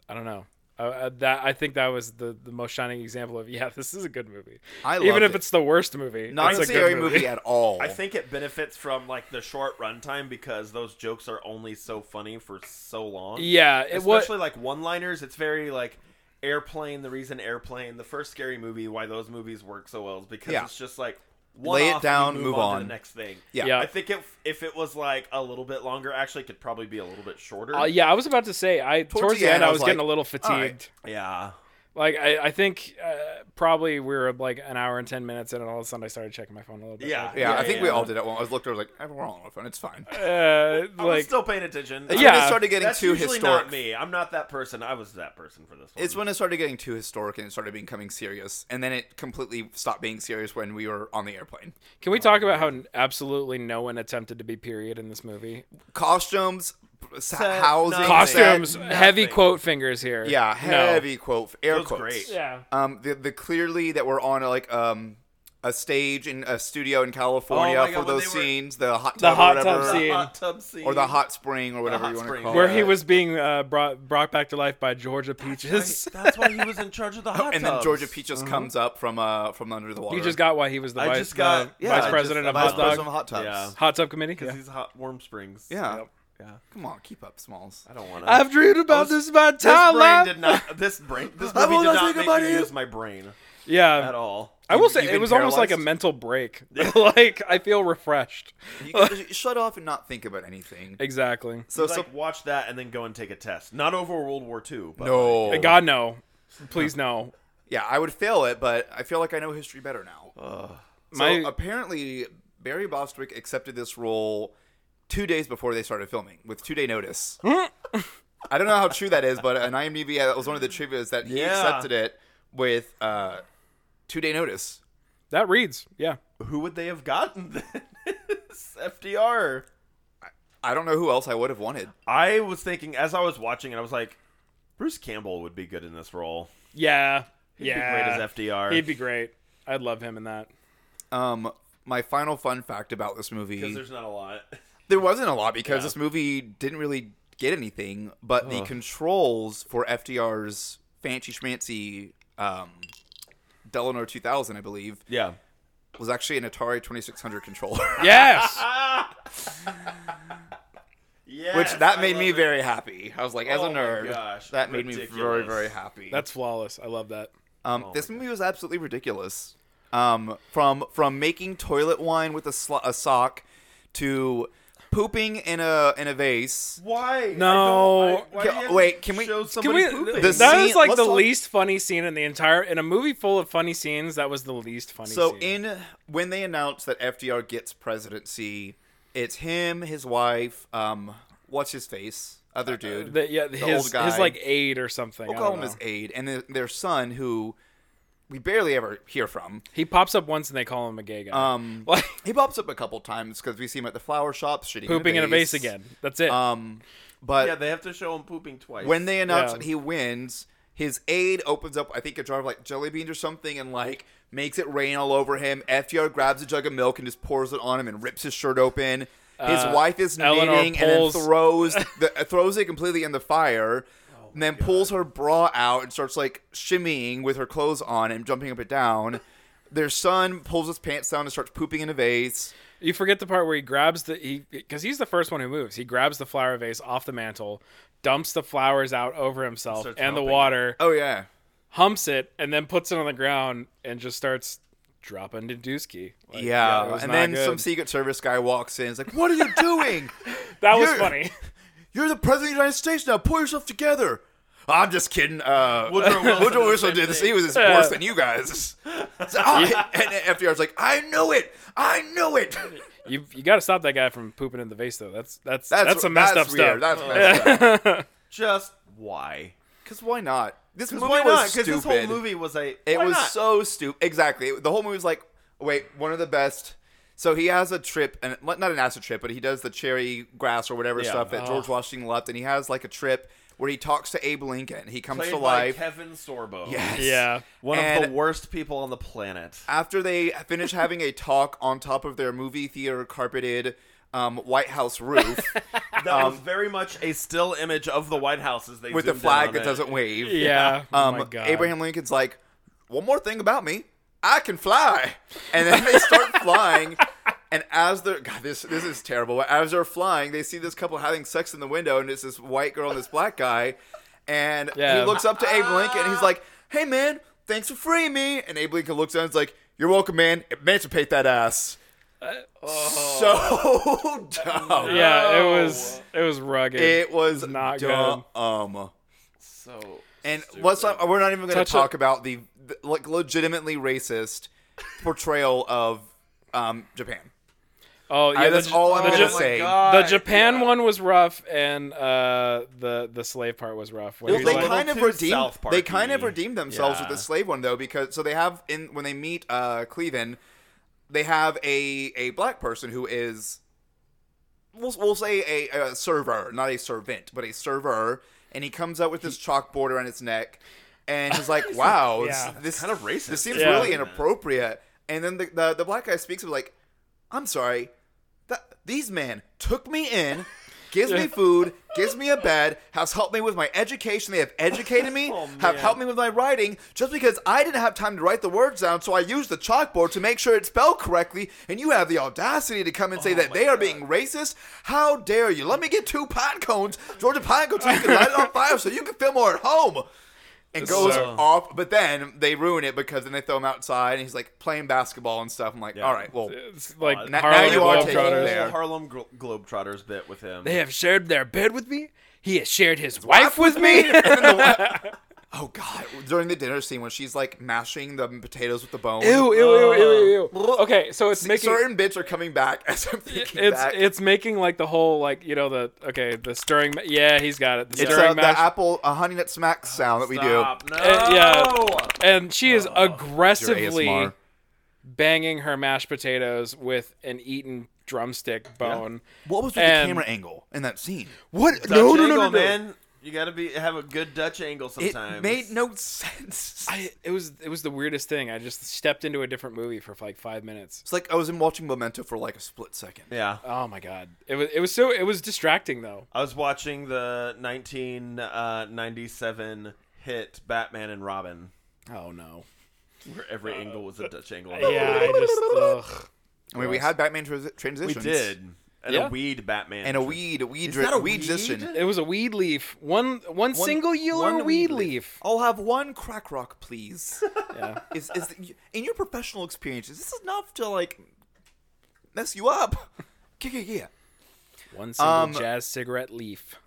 [SPEAKER 3] I don't know. Uh, Uh, that I think that was the, the most shining example of yeah, this is a good movie.
[SPEAKER 2] I
[SPEAKER 3] even
[SPEAKER 2] loved
[SPEAKER 3] if
[SPEAKER 2] it.
[SPEAKER 3] it's the worst movie,
[SPEAKER 2] Not
[SPEAKER 3] it's
[SPEAKER 2] a
[SPEAKER 3] good
[SPEAKER 2] scary movie. at all.
[SPEAKER 1] I think it benefits from like the short runtime because those jokes are only so funny for so long.
[SPEAKER 3] Yeah, it was.
[SPEAKER 1] especially like one-liners. It's very like airplane. The reason airplane, the first scary movie, why those movies work so well is because
[SPEAKER 2] Yeah.
[SPEAKER 1] it's just like
[SPEAKER 2] Lay it
[SPEAKER 1] one-off,
[SPEAKER 2] down,
[SPEAKER 1] you
[SPEAKER 2] move
[SPEAKER 1] to
[SPEAKER 2] on.
[SPEAKER 1] the next thing.
[SPEAKER 2] Yeah.
[SPEAKER 3] Yeah.
[SPEAKER 1] I think if if it was like a little bit longer, actually, it could probably be a little bit shorter.
[SPEAKER 3] Uh, yeah, I was about to say. I towards, the end, I was getting
[SPEAKER 2] like,
[SPEAKER 3] a little
[SPEAKER 2] "All right."
[SPEAKER 3] fatigued.
[SPEAKER 1] yeah.
[SPEAKER 3] Like I, I think uh, probably we were like an hour and ten minutes in, and all of a sudden I started checking my phone a little bit.
[SPEAKER 1] Yeah.
[SPEAKER 3] Like,
[SPEAKER 2] Yeah, I think we
[SPEAKER 1] yeah.
[SPEAKER 2] all did it. Well, I was looked. I was like, "Eh, we're all on our phone. It's fine.
[SPEAKER 1] I
[SPEAKER 3] Uh,
[SPEAKER 1] was
[SPEAKER 3] like
[SPEAKER 1] still paying attention.
[SPEAKER 2] It's
[SPEAKER 3] Yeah.
[SPEAKER 2] when it started getting
[SPEAKER 1] That's
[SPEAKER 2] too
[SPEAKER 1] usually
[SPEAKER 2] historic.
[SPEAKER 1] not me. I'm not that person. I was that person for this one.
[SPEAKER 2] It's when it started getting too historic and it started becoming serious, and then it completely stopped being serious when we were on the airplane.
[SPEAKER 3] can we talk about how absolutely no one attempted to be period in this movie?
[SPEAKER 2] Costumes, sa-
[SPEAKER 1] Set,
[SPEAKER 2] housing,
[SPEAKER 1] nothing.
[SPEAKER 3] Costumes,
[SPEAKER 2] set-
[SPEAKER 3] heavy
[SPEAKER 1] nothing.
[SPEAKER 3] quote fingers here.
[SPEAKER 2] yeah, heavy quote, air
[SPEAKER 1] Those
[SPEAKER 2] quotes.
[SPEAKER 1] great.
[SPEAKER 3] Yeah.
[SPEAKER 2] Um, the the clearly that we're on like um a stage in a studio in California
[SPEAKER 1] Oh my God,
[SPEAKER 2] for
[SPEAKER 1] when
[SPEAKER 2] those
[SPEAKER 1] they were-
[SPEAKER 2] scenes, the hot tub,
[SPEAKER 3] The
[SPEAKER 2] or
[SPEAKER 3] hot tub
[SPEAKER 2] whatever,
[SPEAKER 3] scene.
[SPEAKER 1] the hot tub scene
[SPEAKER 2] or the hot spring or whatever
[SPEAKER 1] hot
[SPEAKER 2] you want to
[SPEAKER 1] spring,
[SPEAKER 2] call
[SPEAKER 3] Where
[SPEAKER 2] it.
[SPEAKER 3] he was being uh, brought brought back to life by Georgia Peaches.
[SPEAKER 1] Right, That's why he was in charge of the hot
[SPEAKER 2] and then
[SPEAKER 1] tubs.
[SPEAKER 2] Georgia Peaches comes up from uh from under the water.
[SPEAKER 3] You just got why Uh-huh. he was the
[SPEAKER 1] I
[SPEAKER 3] vice,
[SPEAKER 1] just got-
[SPEAKER 3] the
[SPEAKER 1] yeah, I
[SPEAKER 3] vice
[SPEAKER 1] just-
[SPEAKER 3] president of
[SPEAKER 1] vice
[SPEAKER 3] hot
[SPEAKER 2] president
[SPEAKER 3] dog
[SPEAKER 2] of hot tubs.
[SPEAKER 1] Yeah.
[SPEAKER 3] hot tub committee.
[SPEAKER 1] because
[SPEAKER 3] Yeah.
[SPEAKER 1] he's hot warm springs.
[SPEAKER 2] Yeah.
[SPEAKER 1] Yeah.
[SPEAKER 2] Come on, keep up, Smalls.
[SPEAKER 1] I don't want to.
[SPEAKER 3] I've dreamed about
[SPEAKER 1] Those-
[SPEAKER 3] this my
[SPEAKER 1] This
[SPEAKER 3] entire
[SPEAKER 1] brain
[SPEAKER 3] life.
[SPEAKER 1] did not. This brain. This
[SPEAKER 2] I
[SPEAKER 1] movie
[SPEAKER 2] will
[SPEAKER 1] did
[SPEAKER 2] not
[SPEAKER 1] not
[SPEAKER 2] think
[SPEAKER 1] make
[SPEAKER 2] about
[SPEAKER 1] me
[SPEAKER 2] it.
[SPEAKER 1] use my brain
[SPEAKER 3] yeah,
[SPEAKER 1] at all.
[SPEAKER 3] I will say
[SPEAKER 2] You've
[SPEAKER 3] it
[SPEAKER 2] been
[SPEAKER 3] was almost like a
[SPEAKER 2] paralyzed?
[SPEAKER 3] mental break. like I feel refreshed.
[SPEAKER 2] You can just shut off and not think about anything.
[SPEAKER 3] Exactly.
[SPEAKER 2] So,
[SPEAKER 1] It's
[SPEAKER 2] so
[SPEAKER 1] like watch that and then go and take a test. Not over World War II. But
[SPEAKER 2] no,
[SPEAKER 3] God no. Please no.
[SPEAKER 2] yeah, I would fail it, but I feel like I know history better now. so
[SPEAKER 3] My
[SPEAKER 1] uh,
[SPEAKER 2] apparently, Barry Bostwick accepted this role two days before they started filming, with two day notice.
[SPEAKER 1] Hmm?
[SPEAKER 2] I don't know how true that is, but an IMDb that was one of the trivia's that he
[SPEAKER 1] Yeah.
[SPEAKER 2] accepted it with uh, two day notice.
[SPEAKER 3] that reads. Yeah.
[SPEAKER 1] Who would they have gotten then? It's FDR.
[SPEAKER 2] I don't know who else I would have wanted.
[SPEAKER 1] I was thinking as I was watching it, I was like, Bruce Campbell would be good in this role.
[SPEAKER 3] Yeah. yeah.
[SPEAKER 1] Great as FDR.
[SPEAKER 3] He'd be great. I'd love him in that.
[SPEAKER 2] Um, my final fun fact about this movie
[SPEAKER 1] because there's not a lot.
[SPEAKER 2] There wasn't a lot because this movie didn't really get anything, but the controls for FDR's Fancy Schmancy um, Delano 2000, I believe,
[SPEAKER 1] Yeah.
[SPEAKER 2] was actually an Atari 2600 controller,
[SPEAKER 3] Yes.
[SPEAKER 1] Yeah.
[SPEAKER 2] which that made me very happy. I was like, as
[SPEAKER 1] Oh
[SPEAKER 2] a
[SPEAKER 1] my
[SPEAKER 2] nerd,
[SPEAKER 1] gosh,
[SPEAKER 2] that made me very,
[SPEAKER 1] ridiculous.
[SPEAKER 2] very happy.
[SPEAKER 3] That's flawless. I love that.
[SPEAKER 2] um, this movie was absolutely ridiculous. Um, from from making toilet wine with a, sl- a sock to pooping in a in a vase.
[SPEAKER 1] Why?
[SPEAKER 3] No.
[SPEAKER 1] I don't- I- why do you have to
[SPEAKER 2] Wait, can we-
[SPEAKER 1] show
[SPEAKER 2] can
[SPEAKER 3] Can
[SPEAKER 1] somebody
[SPEAKER 3] we,
[SPEAKER 1] pooping?
[SPEAKER 3] that
[SPEAKER 2] The scene-
[SPEAKER 3] is like
[SPEAKER 2] let's
[SPEAKER 3] the
[SPEAKER 2] talk-
[SPEAKER 3] least funny scene in the entire in a movie full of funny scenes. That was the least funny.
[SPEAKER 2] So
[SPEAKER 3] scene.
[SPEAKER 2] in when they announce that FDR gets presidency, it's him, his wife, um, what's his face, other dude,
[SPEAKER 3] The- yeah, his
[SPEAKER 2] old guy.
[SPEAKER 3] his like aide or something.
[SPEAKER 2] we'll
[SPEAKER 3] I
[SPEAKER 2] call
[SPEAKER 3] don't
[SPEAKER 2] him his
[SPEAKER 3] know.
[SPEAKER 2] aide, and then their son who we barely ever hear from.
[SPEAKER 3] He pops up once and they call him a gay guy.
[SPEAKER 2] Um,
[SPEAKER 3] like
[SPEAKER 2] he pops up a couple times because we see him at the flower shop, shitting
[SPEAKER 3] pooping in a vase again. That's it.
[SPEAKER 2] Um, but
[SPEAKER 1] Yeah, they have to show him pooping twice.
[SPEAKER 2] when they announce
[SPEAKER 3] Yeah.
[SPEAKER 2] that he wins, his aide opens up, I think, a jar of like jelly beans or something, and like makes it rain all over him. FDR grabs a jug of milk and just pours it on him and rips his shirt open. His
[SPEAKER 3] Uh,
[SPEAKER 2] wife is
[SPEAKER 3] Eleanor
[SPEAKER 2] knitting and then
[SPEAKER 3] pulls-
[SPEAKER 2] throws the, uh, throws it completely in the fire, and then pulls her bra out and starts like shimmying with her clothes on and jumping up and down. Their son pulls his pants down and starts pooping in a vase.
[SPEAKER 3] you forget the part where he grabs the he because he's the first one who moves. He grabs the flower vase off the mantle, dumps the flowers out over himself
[SPEAKER 1] Starts
[SPEAKER 3] and the
[SPEAKER 1] humping
[SPEAKER 3] water,
[SPEAKER 2] Oh yeah,
[SPEAKER 3] humps it, and then puts it on the ground and just starts dropping to Dusky. Like,
[SPEAKER 2] yeah.
[SPEAKER 3] it was
[SPEAKER 2] and
[SPEAKER 3] not
[SPEAKER 2] then
[SPEAKER 3] good.
[SPEAKER 2] some Secret Service guy walks in. He's like, "What are you doing?"
[SPEAKER 3] that was
[SPEAKER 2] You're-
[SPEAKER 3] funny.
[SPEAKER 2] You're the president of the United States now. Pull yourself together. I'm just kidding. Uh,
[SPEAKER 1] Woodrow Wilson did the
[SPEAKER 2] Woodrow Wilson
[SPEAKER 1] same
[SPEAKER 2] did this.
[SPEAKER 1] thing.
[SPEAKER 2] He was worse than you guys. So, oh, And FDR's like, I knew it. I knew it.
[SPEAKER 3] You you got to stop that guy from pooping in the vase though. That's that's that's,
[SPEAKER 2] That's
[SPEAKER 3] some messed
[SPEAKER 2] that's
[SPEAKER 3] up
[SPEAKER 2] weird.
[SPEAKER 3] stuff.
[SPEAKER 2] That's messed up.
[SPEAKER 1] Just why?
[SPEAKER 2] Because why not? This movie
[SPEAKER 1] Because why not?
[SPEAKER 2] was
[SPEAKER 1] Because
[SPEAKER 2] stupid.
[SPEAKER 1] this whole movie was a.
[SPEAKER 2] It
[SPEAKER 1] why
[SPEAKER 2] was
[SPEAKER 1] not?
[SPEAKER 2] so stupid. Exactly. The whole movie was like, wait, one of the best. So he has a trip, and not an acid trip, but he does the cherry grass or whatever
[SPEAKER 1] Yeah.
[SPEAKER 2] stuff that George Washington left, and he has like a trip where he talks to Abe Lincoln. He comes
[SPEAKER 1] played
[SPEAKER 2] to
[SPEAKER 1] by
[SPEAKER 2] life.
[SPEAKER 1] Kevin Sorbo.
[SPEAKER 2] yes.
[SPEAKER 3] Yeah.
[SPEAKER 1] One of the
[SPEAKER 2] And-
[SPEAKER 1] worst people on the planet.
[SPEAKER 2] After they finish having a talk on top of their movie theater carpeted um, White House roof
[SPEAKER 1] That was very much a still image of Um, the White House as they
[SPEAKER 2] with a
[SPEAKER 1] zoomed in
[SPEAKER 2] flag
[SPEAKER 1] on
[SPEAKER 2] that
[SPEAKER 1] it.
[SPEAKER 2] doesn't wave.
[SPEAKER 3] Yeah.
[SPEAKER 2] Um,
[SPEAKER 3] oh my god.
[SPEAKER 2] Abraham Lincoln's like, one more thing about me, I can fly, and then they start flying. And as they're God, this this is terrible. But As they're flying, they see this couple having sex in the window, and it's this white girl and this black guy, and
[SPEAKER 3] Yeah.
[SPEAKER 2] he looks up to Abe Lincoln, and he's like, "Hey man, thanks for freeing me." And Abe Lincoln looks down, and is like, "You're welcome, man. Emancipate that ass." So dumb.
[SPEAKER 3] Uh, oh. Yeah, it was it was rugged.
[SPEAKER 2] It was
[SPEAKER 3] Not
[SPEAKER 2] dumb. Um,
[SPEAKER 1] So
[SPEAKER 2] And let's not, we're not even going
[SPEAKER 3] Touch
[SPEAKER 2] to talk
[SPEAKER 3] up-
[SPEAKER 2] about the, the like legitimately racist portrayal of um, Japan.
[SPEAKER 3] oh yeah,
[SPEAKER 2] I-
[SPEAKER 3] the
[SPEAKER 2] that's
[SPEAKER 3] J-
[SPEAKER 2] all I'm
[SPEAKER 3] the
[SPEAKER 2] gonna
[SPEAKER 3] J-
[SPEAKER 2] say.
[SPEAKER 3] The Japan one was rough, and uh, the the slave part was rough. when
[SPEAKER 2] Well,
[SPEAKER 3] he's
[SPEAKER 2] they
[SPEAKER 3] like-
[SPEAKER 1] little
[SPEAKER 2] kind of
[SPEAKER 1] too
[SPEAKER 2] redeemed.
[SPEAKER 1] South Park-y.
[SPEAKER 2] They kind of redeemed themselves with
[SPEAKER 1] Yeah.
[SPEAKER 2] the slave one though, because so they have in when they meet uh, Cleveland, they have a a black person who is, we'll, we'll say a, a server, not a servant, but a server, and he comes out with this chalkboard around his neck, and he's like, "Wow,
[SPEAKER 3] Yeah.
[SPEAKER 2] this, this
[SPEAKER 1] Kinda racist.
[SPEAKER 2] This seems
[SPEAKER 3] Yeah.
[SPEAKER 2] really inappropriate." And then the, the the black guy speaks up like, "I'm sorry, that these men took me in." gives me food, gives me a bed, has helped me with my education. They have educated me, have helped me with my writing, just because I didn't have time to write the words down, so I used the chalkboard to make sure it's spelled correctly. And you have the audacity to come and say that they are being racist? How dare you? Let me get two pine cones, Georgia pine cones, so you can light it on fire, so you can film more at home. And goes off, but then they ruin it because then they throw him outside, and he's like playing basketball and stuff. I'm like, all right, well,
[SPEAKER 3] it's like
[SPEAKER 1] N-
[SPEAKER 2] now
[SPEAKER 3] Harlem
[SPEAKER 2] you are taking
[SPEAKER 3] Globetrotters.
[SPEAKER 2] it there.
[SPEAKER 1] Harlem Glo- Globetrotters bit with him.
[SPEAKER 3] They have shared their bed with me. He has shared his wife with
[SPEAKER 2] me.
[SPEAKER 3] me.
[SPEAKER 2] And then the- oh god! During the dinner scene when she's like mashing the potatoes with the bone.
[SPEAKER 3] ew, ew, ew, ew, ew. Okay, so it's
[SPEAKER 2] See,
[SPEAKER 3] making
[SPEAKER 2] certain bits are coming back as I'm thinking
[SPEAKER 3] it's
[SPEAKER 2] back.
[SPEAKER 3] it's making like the whole like you know the okay the stirring ma- yeah he's got it the
[SPEAKER 2] It's,
[SPEAKER 3] stirring
[SPEAKER 2] uh, the
[SPEAKER 3] mash
[SPEAKER 2] apple uh, honey nut
[SPEAKER 3] Oh,
[SPEAKER 2] smack sound that we
[SPEAKER 1] Stop. No.
[SPEAKER 3] and, yeah and she is
[SPEAKER 2] do. Your
[SPEAKER 3] aggressively
[SPEAKER 2] ASMR.
[SPEAKER 3] banging her mashed potatoes with an eaten drumstick bone.
[SPEAKER 2] What was with
[SPEAKER 3] And-
[SPEAKER 2] the camera angle in that scene?
[SPEAKER 3] What?
[SPEAKER 1] Dutch angle, man. You gotta be have a good Dutch angle
[SPEAKER 2] It
[SPEAKER 1] sometimes.
[SPEAKER 2] made no sense.
[SPEAKER 3] I, it was it was the weirdest thing. I just stepped into a different movie for like five minutes.
[SPEAKER 2] it's like I was in watching Memento for like a split second.
[SPEAKER 1] Yeah.
[SPEAKER 3] Oh my god! It was it was so it was distracting though.
[SPEAKER 1] I was watching the 1997 hit Batman and Robin,
[SPEAKER 3] Oh no!
[SPEAKER 1] where every angle was a Dutch angle.
[SPEAKER 3] Yeah, I just ugh.
[SPEAKER 2] I mean, we had Batman transi-
[SPEAKER 1] we
[SPEAKER 2] transitions.
[SPEAKER 1] did. And
[SPEAKER 3] Yeah.
[SPEAKER 1] a weed Batman.
[SPEAKER 2] And a weed, a weed, dri-
[SPEAKER 1] that a
[SPEAKER 2] weed
[SPEAKER 1] weed?
[SPEAKER 2] transition.
[SPEAKER 3] It was a weed leaf. One one single
[SPEAKER 2] one
[SPEAKER 3] yellow weed, leaf.
[SPEAKER 2] I'll have one crack rock, please.
[SPEAKER 3] Yeah.
[SPEAKER 2] is, is the, in your professional experience, is this enough to like mess you up? Yeah, yeah, yeah.
[SPEAKER 3] One single
[SPEAKER 2] Um,
[SPEAKER 3] jazz cigarette leaf.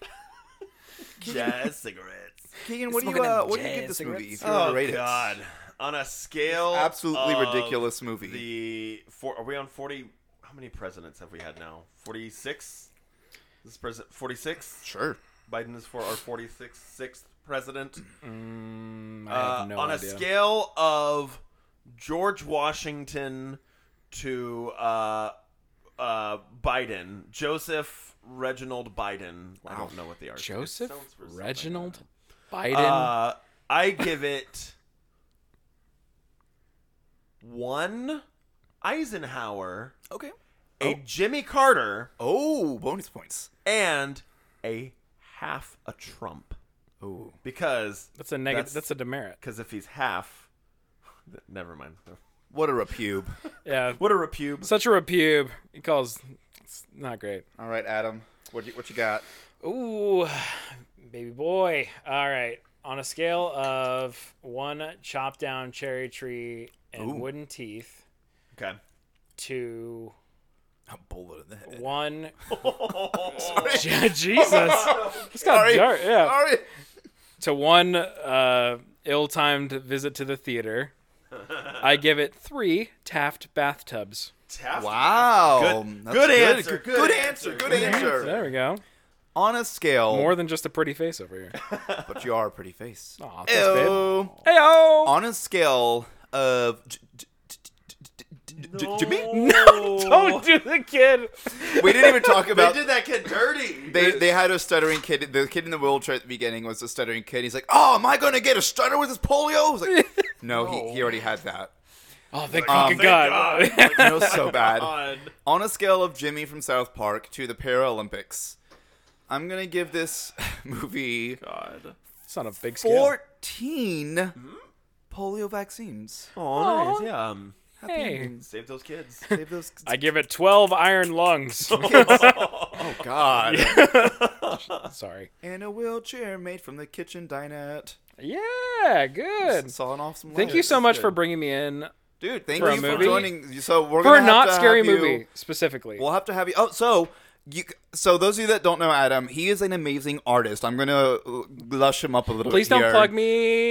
[SPEAKER 1] jazz cigarettes.
[SPEAKER 2] Keegan, what do you
[SPEAKER 3] Smoking
[SPEAKER 2] uh,
[SPEAKER 3] them
[SPEAKER 2] what do you
[SPEAKER 3] jazz
[SPEAKER 2] give this movie? If you were
[SPEAKER 1] Oh
[SPEAKER 2] to rate it?
[SPEAKER 1] God! On a scale,
[SPEAKER 2] Absolutely
[SPEAKER 1] of
[SPEAKER 2] ridiculous movie.
[SPEAKER 1] The four, are we on forty? How many presidents have we had now? Forty six. This is president forty six.
[SPEAKER 2] Sure.
[SPEAKER 1] Biden is for our forty sixth sixth president.
[SPEAKER 3] Mm, I
[SPEAKER 1] Uh, on a scale of George Washington to uh, uh, Biden, Joseph Reginald Biden. I don't know what they are.
[SPEAKER 3] Joseph
[SPEAKER 1] It sounds for something.
[SPEAKER 3] Reginald Biden.
[SPEAKER 1] Uh, I give it one Eisenhower,
[SPEAKER 2] Okay.
[SPEAKER 3] Oh.
[SPEAKER 1] a Jimmy Carter,
[SPEAKER 2] Oh, bonus points.
[SPEAKER 1] and a half a Trump.
[SPEAKER 2] Oh.
[SPEAKER 1] Because
[SPEAKER 3] that's a negative.
[SPEAKER 1] that's-
[SPEAKER 3] That's, a demerit.
[SPEAKER 1] because if he's half, th- never mind.
[SPEAKER 2] What a repube.
[SPEAKER 3] Yeah.
[SPEAKER 1] What a repube.
[SPEAKER 3] Such a repube. He calls. It's not great.
[SPEAKER 2] All right, Adam. What you, what you got?
[SPEAKER 3] Ooh, baby boy. All right. On a scale of one chopped down cherry tree and wooden teeth
[SPEAKER 1] Okay.
[SPEAKER 3] to
[SPEAKER 2] A bullet in the head.
[SPEAKER 3] one. Jesus. It's got dark. Yeah.
[SPEAKER 2] All right.
[SPEAKER 3] to one uh, ill-timed visit to the theater, I give it three Taft bathtubs.
[SPEAKER 1] Taft.
[SPEAKER 2] Wow.
[SPEAKER 1] Good-
[SPEAKER 2] That's
[SPEAKER 1] good answer,
[SPEAKER 2] Good,
[SPEAKER 1] good
[SPEAKER 2] good
[SPEAKER 1] answer,
[SPEAKER 2] answer. Good
[SPEAKER 1] good
[SPEAKER 2] answer.
[SPEAKER 3] There we go.
[SPEAKER 2] On a scale,
[SPEAKER 3] More than just a pretty face over here.
[SPEAKER 2] but you are a pretty face.
[SPEAKER 3] Aw, thanks, babe. oh,
[SPEAKER 2] Ew.
[SPEAKER 3] Heyo!
[SPEAKER 2] On a scale of. J- J- J- J- J- Jimmy?
[SPEAKER 1] No,
[SPEAKER 3] Don't do the kid.
[SPEAKER 2] We didn't even talk
[SPEAKER 1] They
[SPEAKER 2] about.
[SPEAKER 1] did that kid dirty.
[SPEAKER 2] They, they had a stuttering kid. The kid in the wheelchair at the beginning was a stuttering kid. He's like, "Oh, am I going to get a stutter with this polio?" I was like, "No, he, he already had that."
[SPEAKER 3] Oh, thank
[SPEAKER 2] Um,
[SPEAKER 3] fucking God.
[SPEAKER 2] Like,
[SPEAKER 3] Oh
[SPEAKER 2] it was so bad.
[SPEAKER 1] God.
[SPEAKER 2] On a scale of Jimmy from South Park to the Paralympics, I'm gonna give this movie
[SPEAKER 1] God.
[SPEAKER 3] It's on a big scale.
[SPEAKER 2] 14
[SPEAKER 3] Hmm?
[SPEAKER 2] polio vaccines.
[SPEAKER 1] Oh, nice. Yeah. Um,
[SPEAKER 3] Hey.
[SPEAKER 1] save those kids.
[SPEAKER 2] Save those.
[SPEAKER 3] I give it 12 iron lungs.
[SPEAKER 2] oh God!
[SPEAKER 3] Sorry.
[SPEAKER 2] And a wheelchair made from the kitchen dinette.
[SPEAKER 3] Yeah, good.
[SPEAKER 2] Sawing off some.
[SPEAKER 3] Thank you
[SPEAKER 2] legs.
[SPEAKER 3] so much
[SPEAKER 2] Good.
[SPEAKER 3] for bringing me in
[SPEAKER 2] dude. Thank
[SPEAKER 3] for a
[SPEAKER 2] you for
[SPEAKER 3] movie.
[SPEAKER 2] joining. So we're
[SPEAKER 3] for
[SPEAKER 2] gonna
[SPEAKER 3] a
[SPEAKER 2] have
[SPEAKER 3] not
[SPEAKER 2] to
[SPEAKER 3] scary
[SPEAKER 2] have you-
[SPEAKER 3] movie specifically.
[SPEAKER 2] We'll have to have you. Oh, so you. So those of you that don't know Adam, he is an amazing artist. I'm gonna uh, lush him up a little.
[SPEAKER 3] Please don't
[SPEAKER 2] here.
[SPEAKER 3] plug me.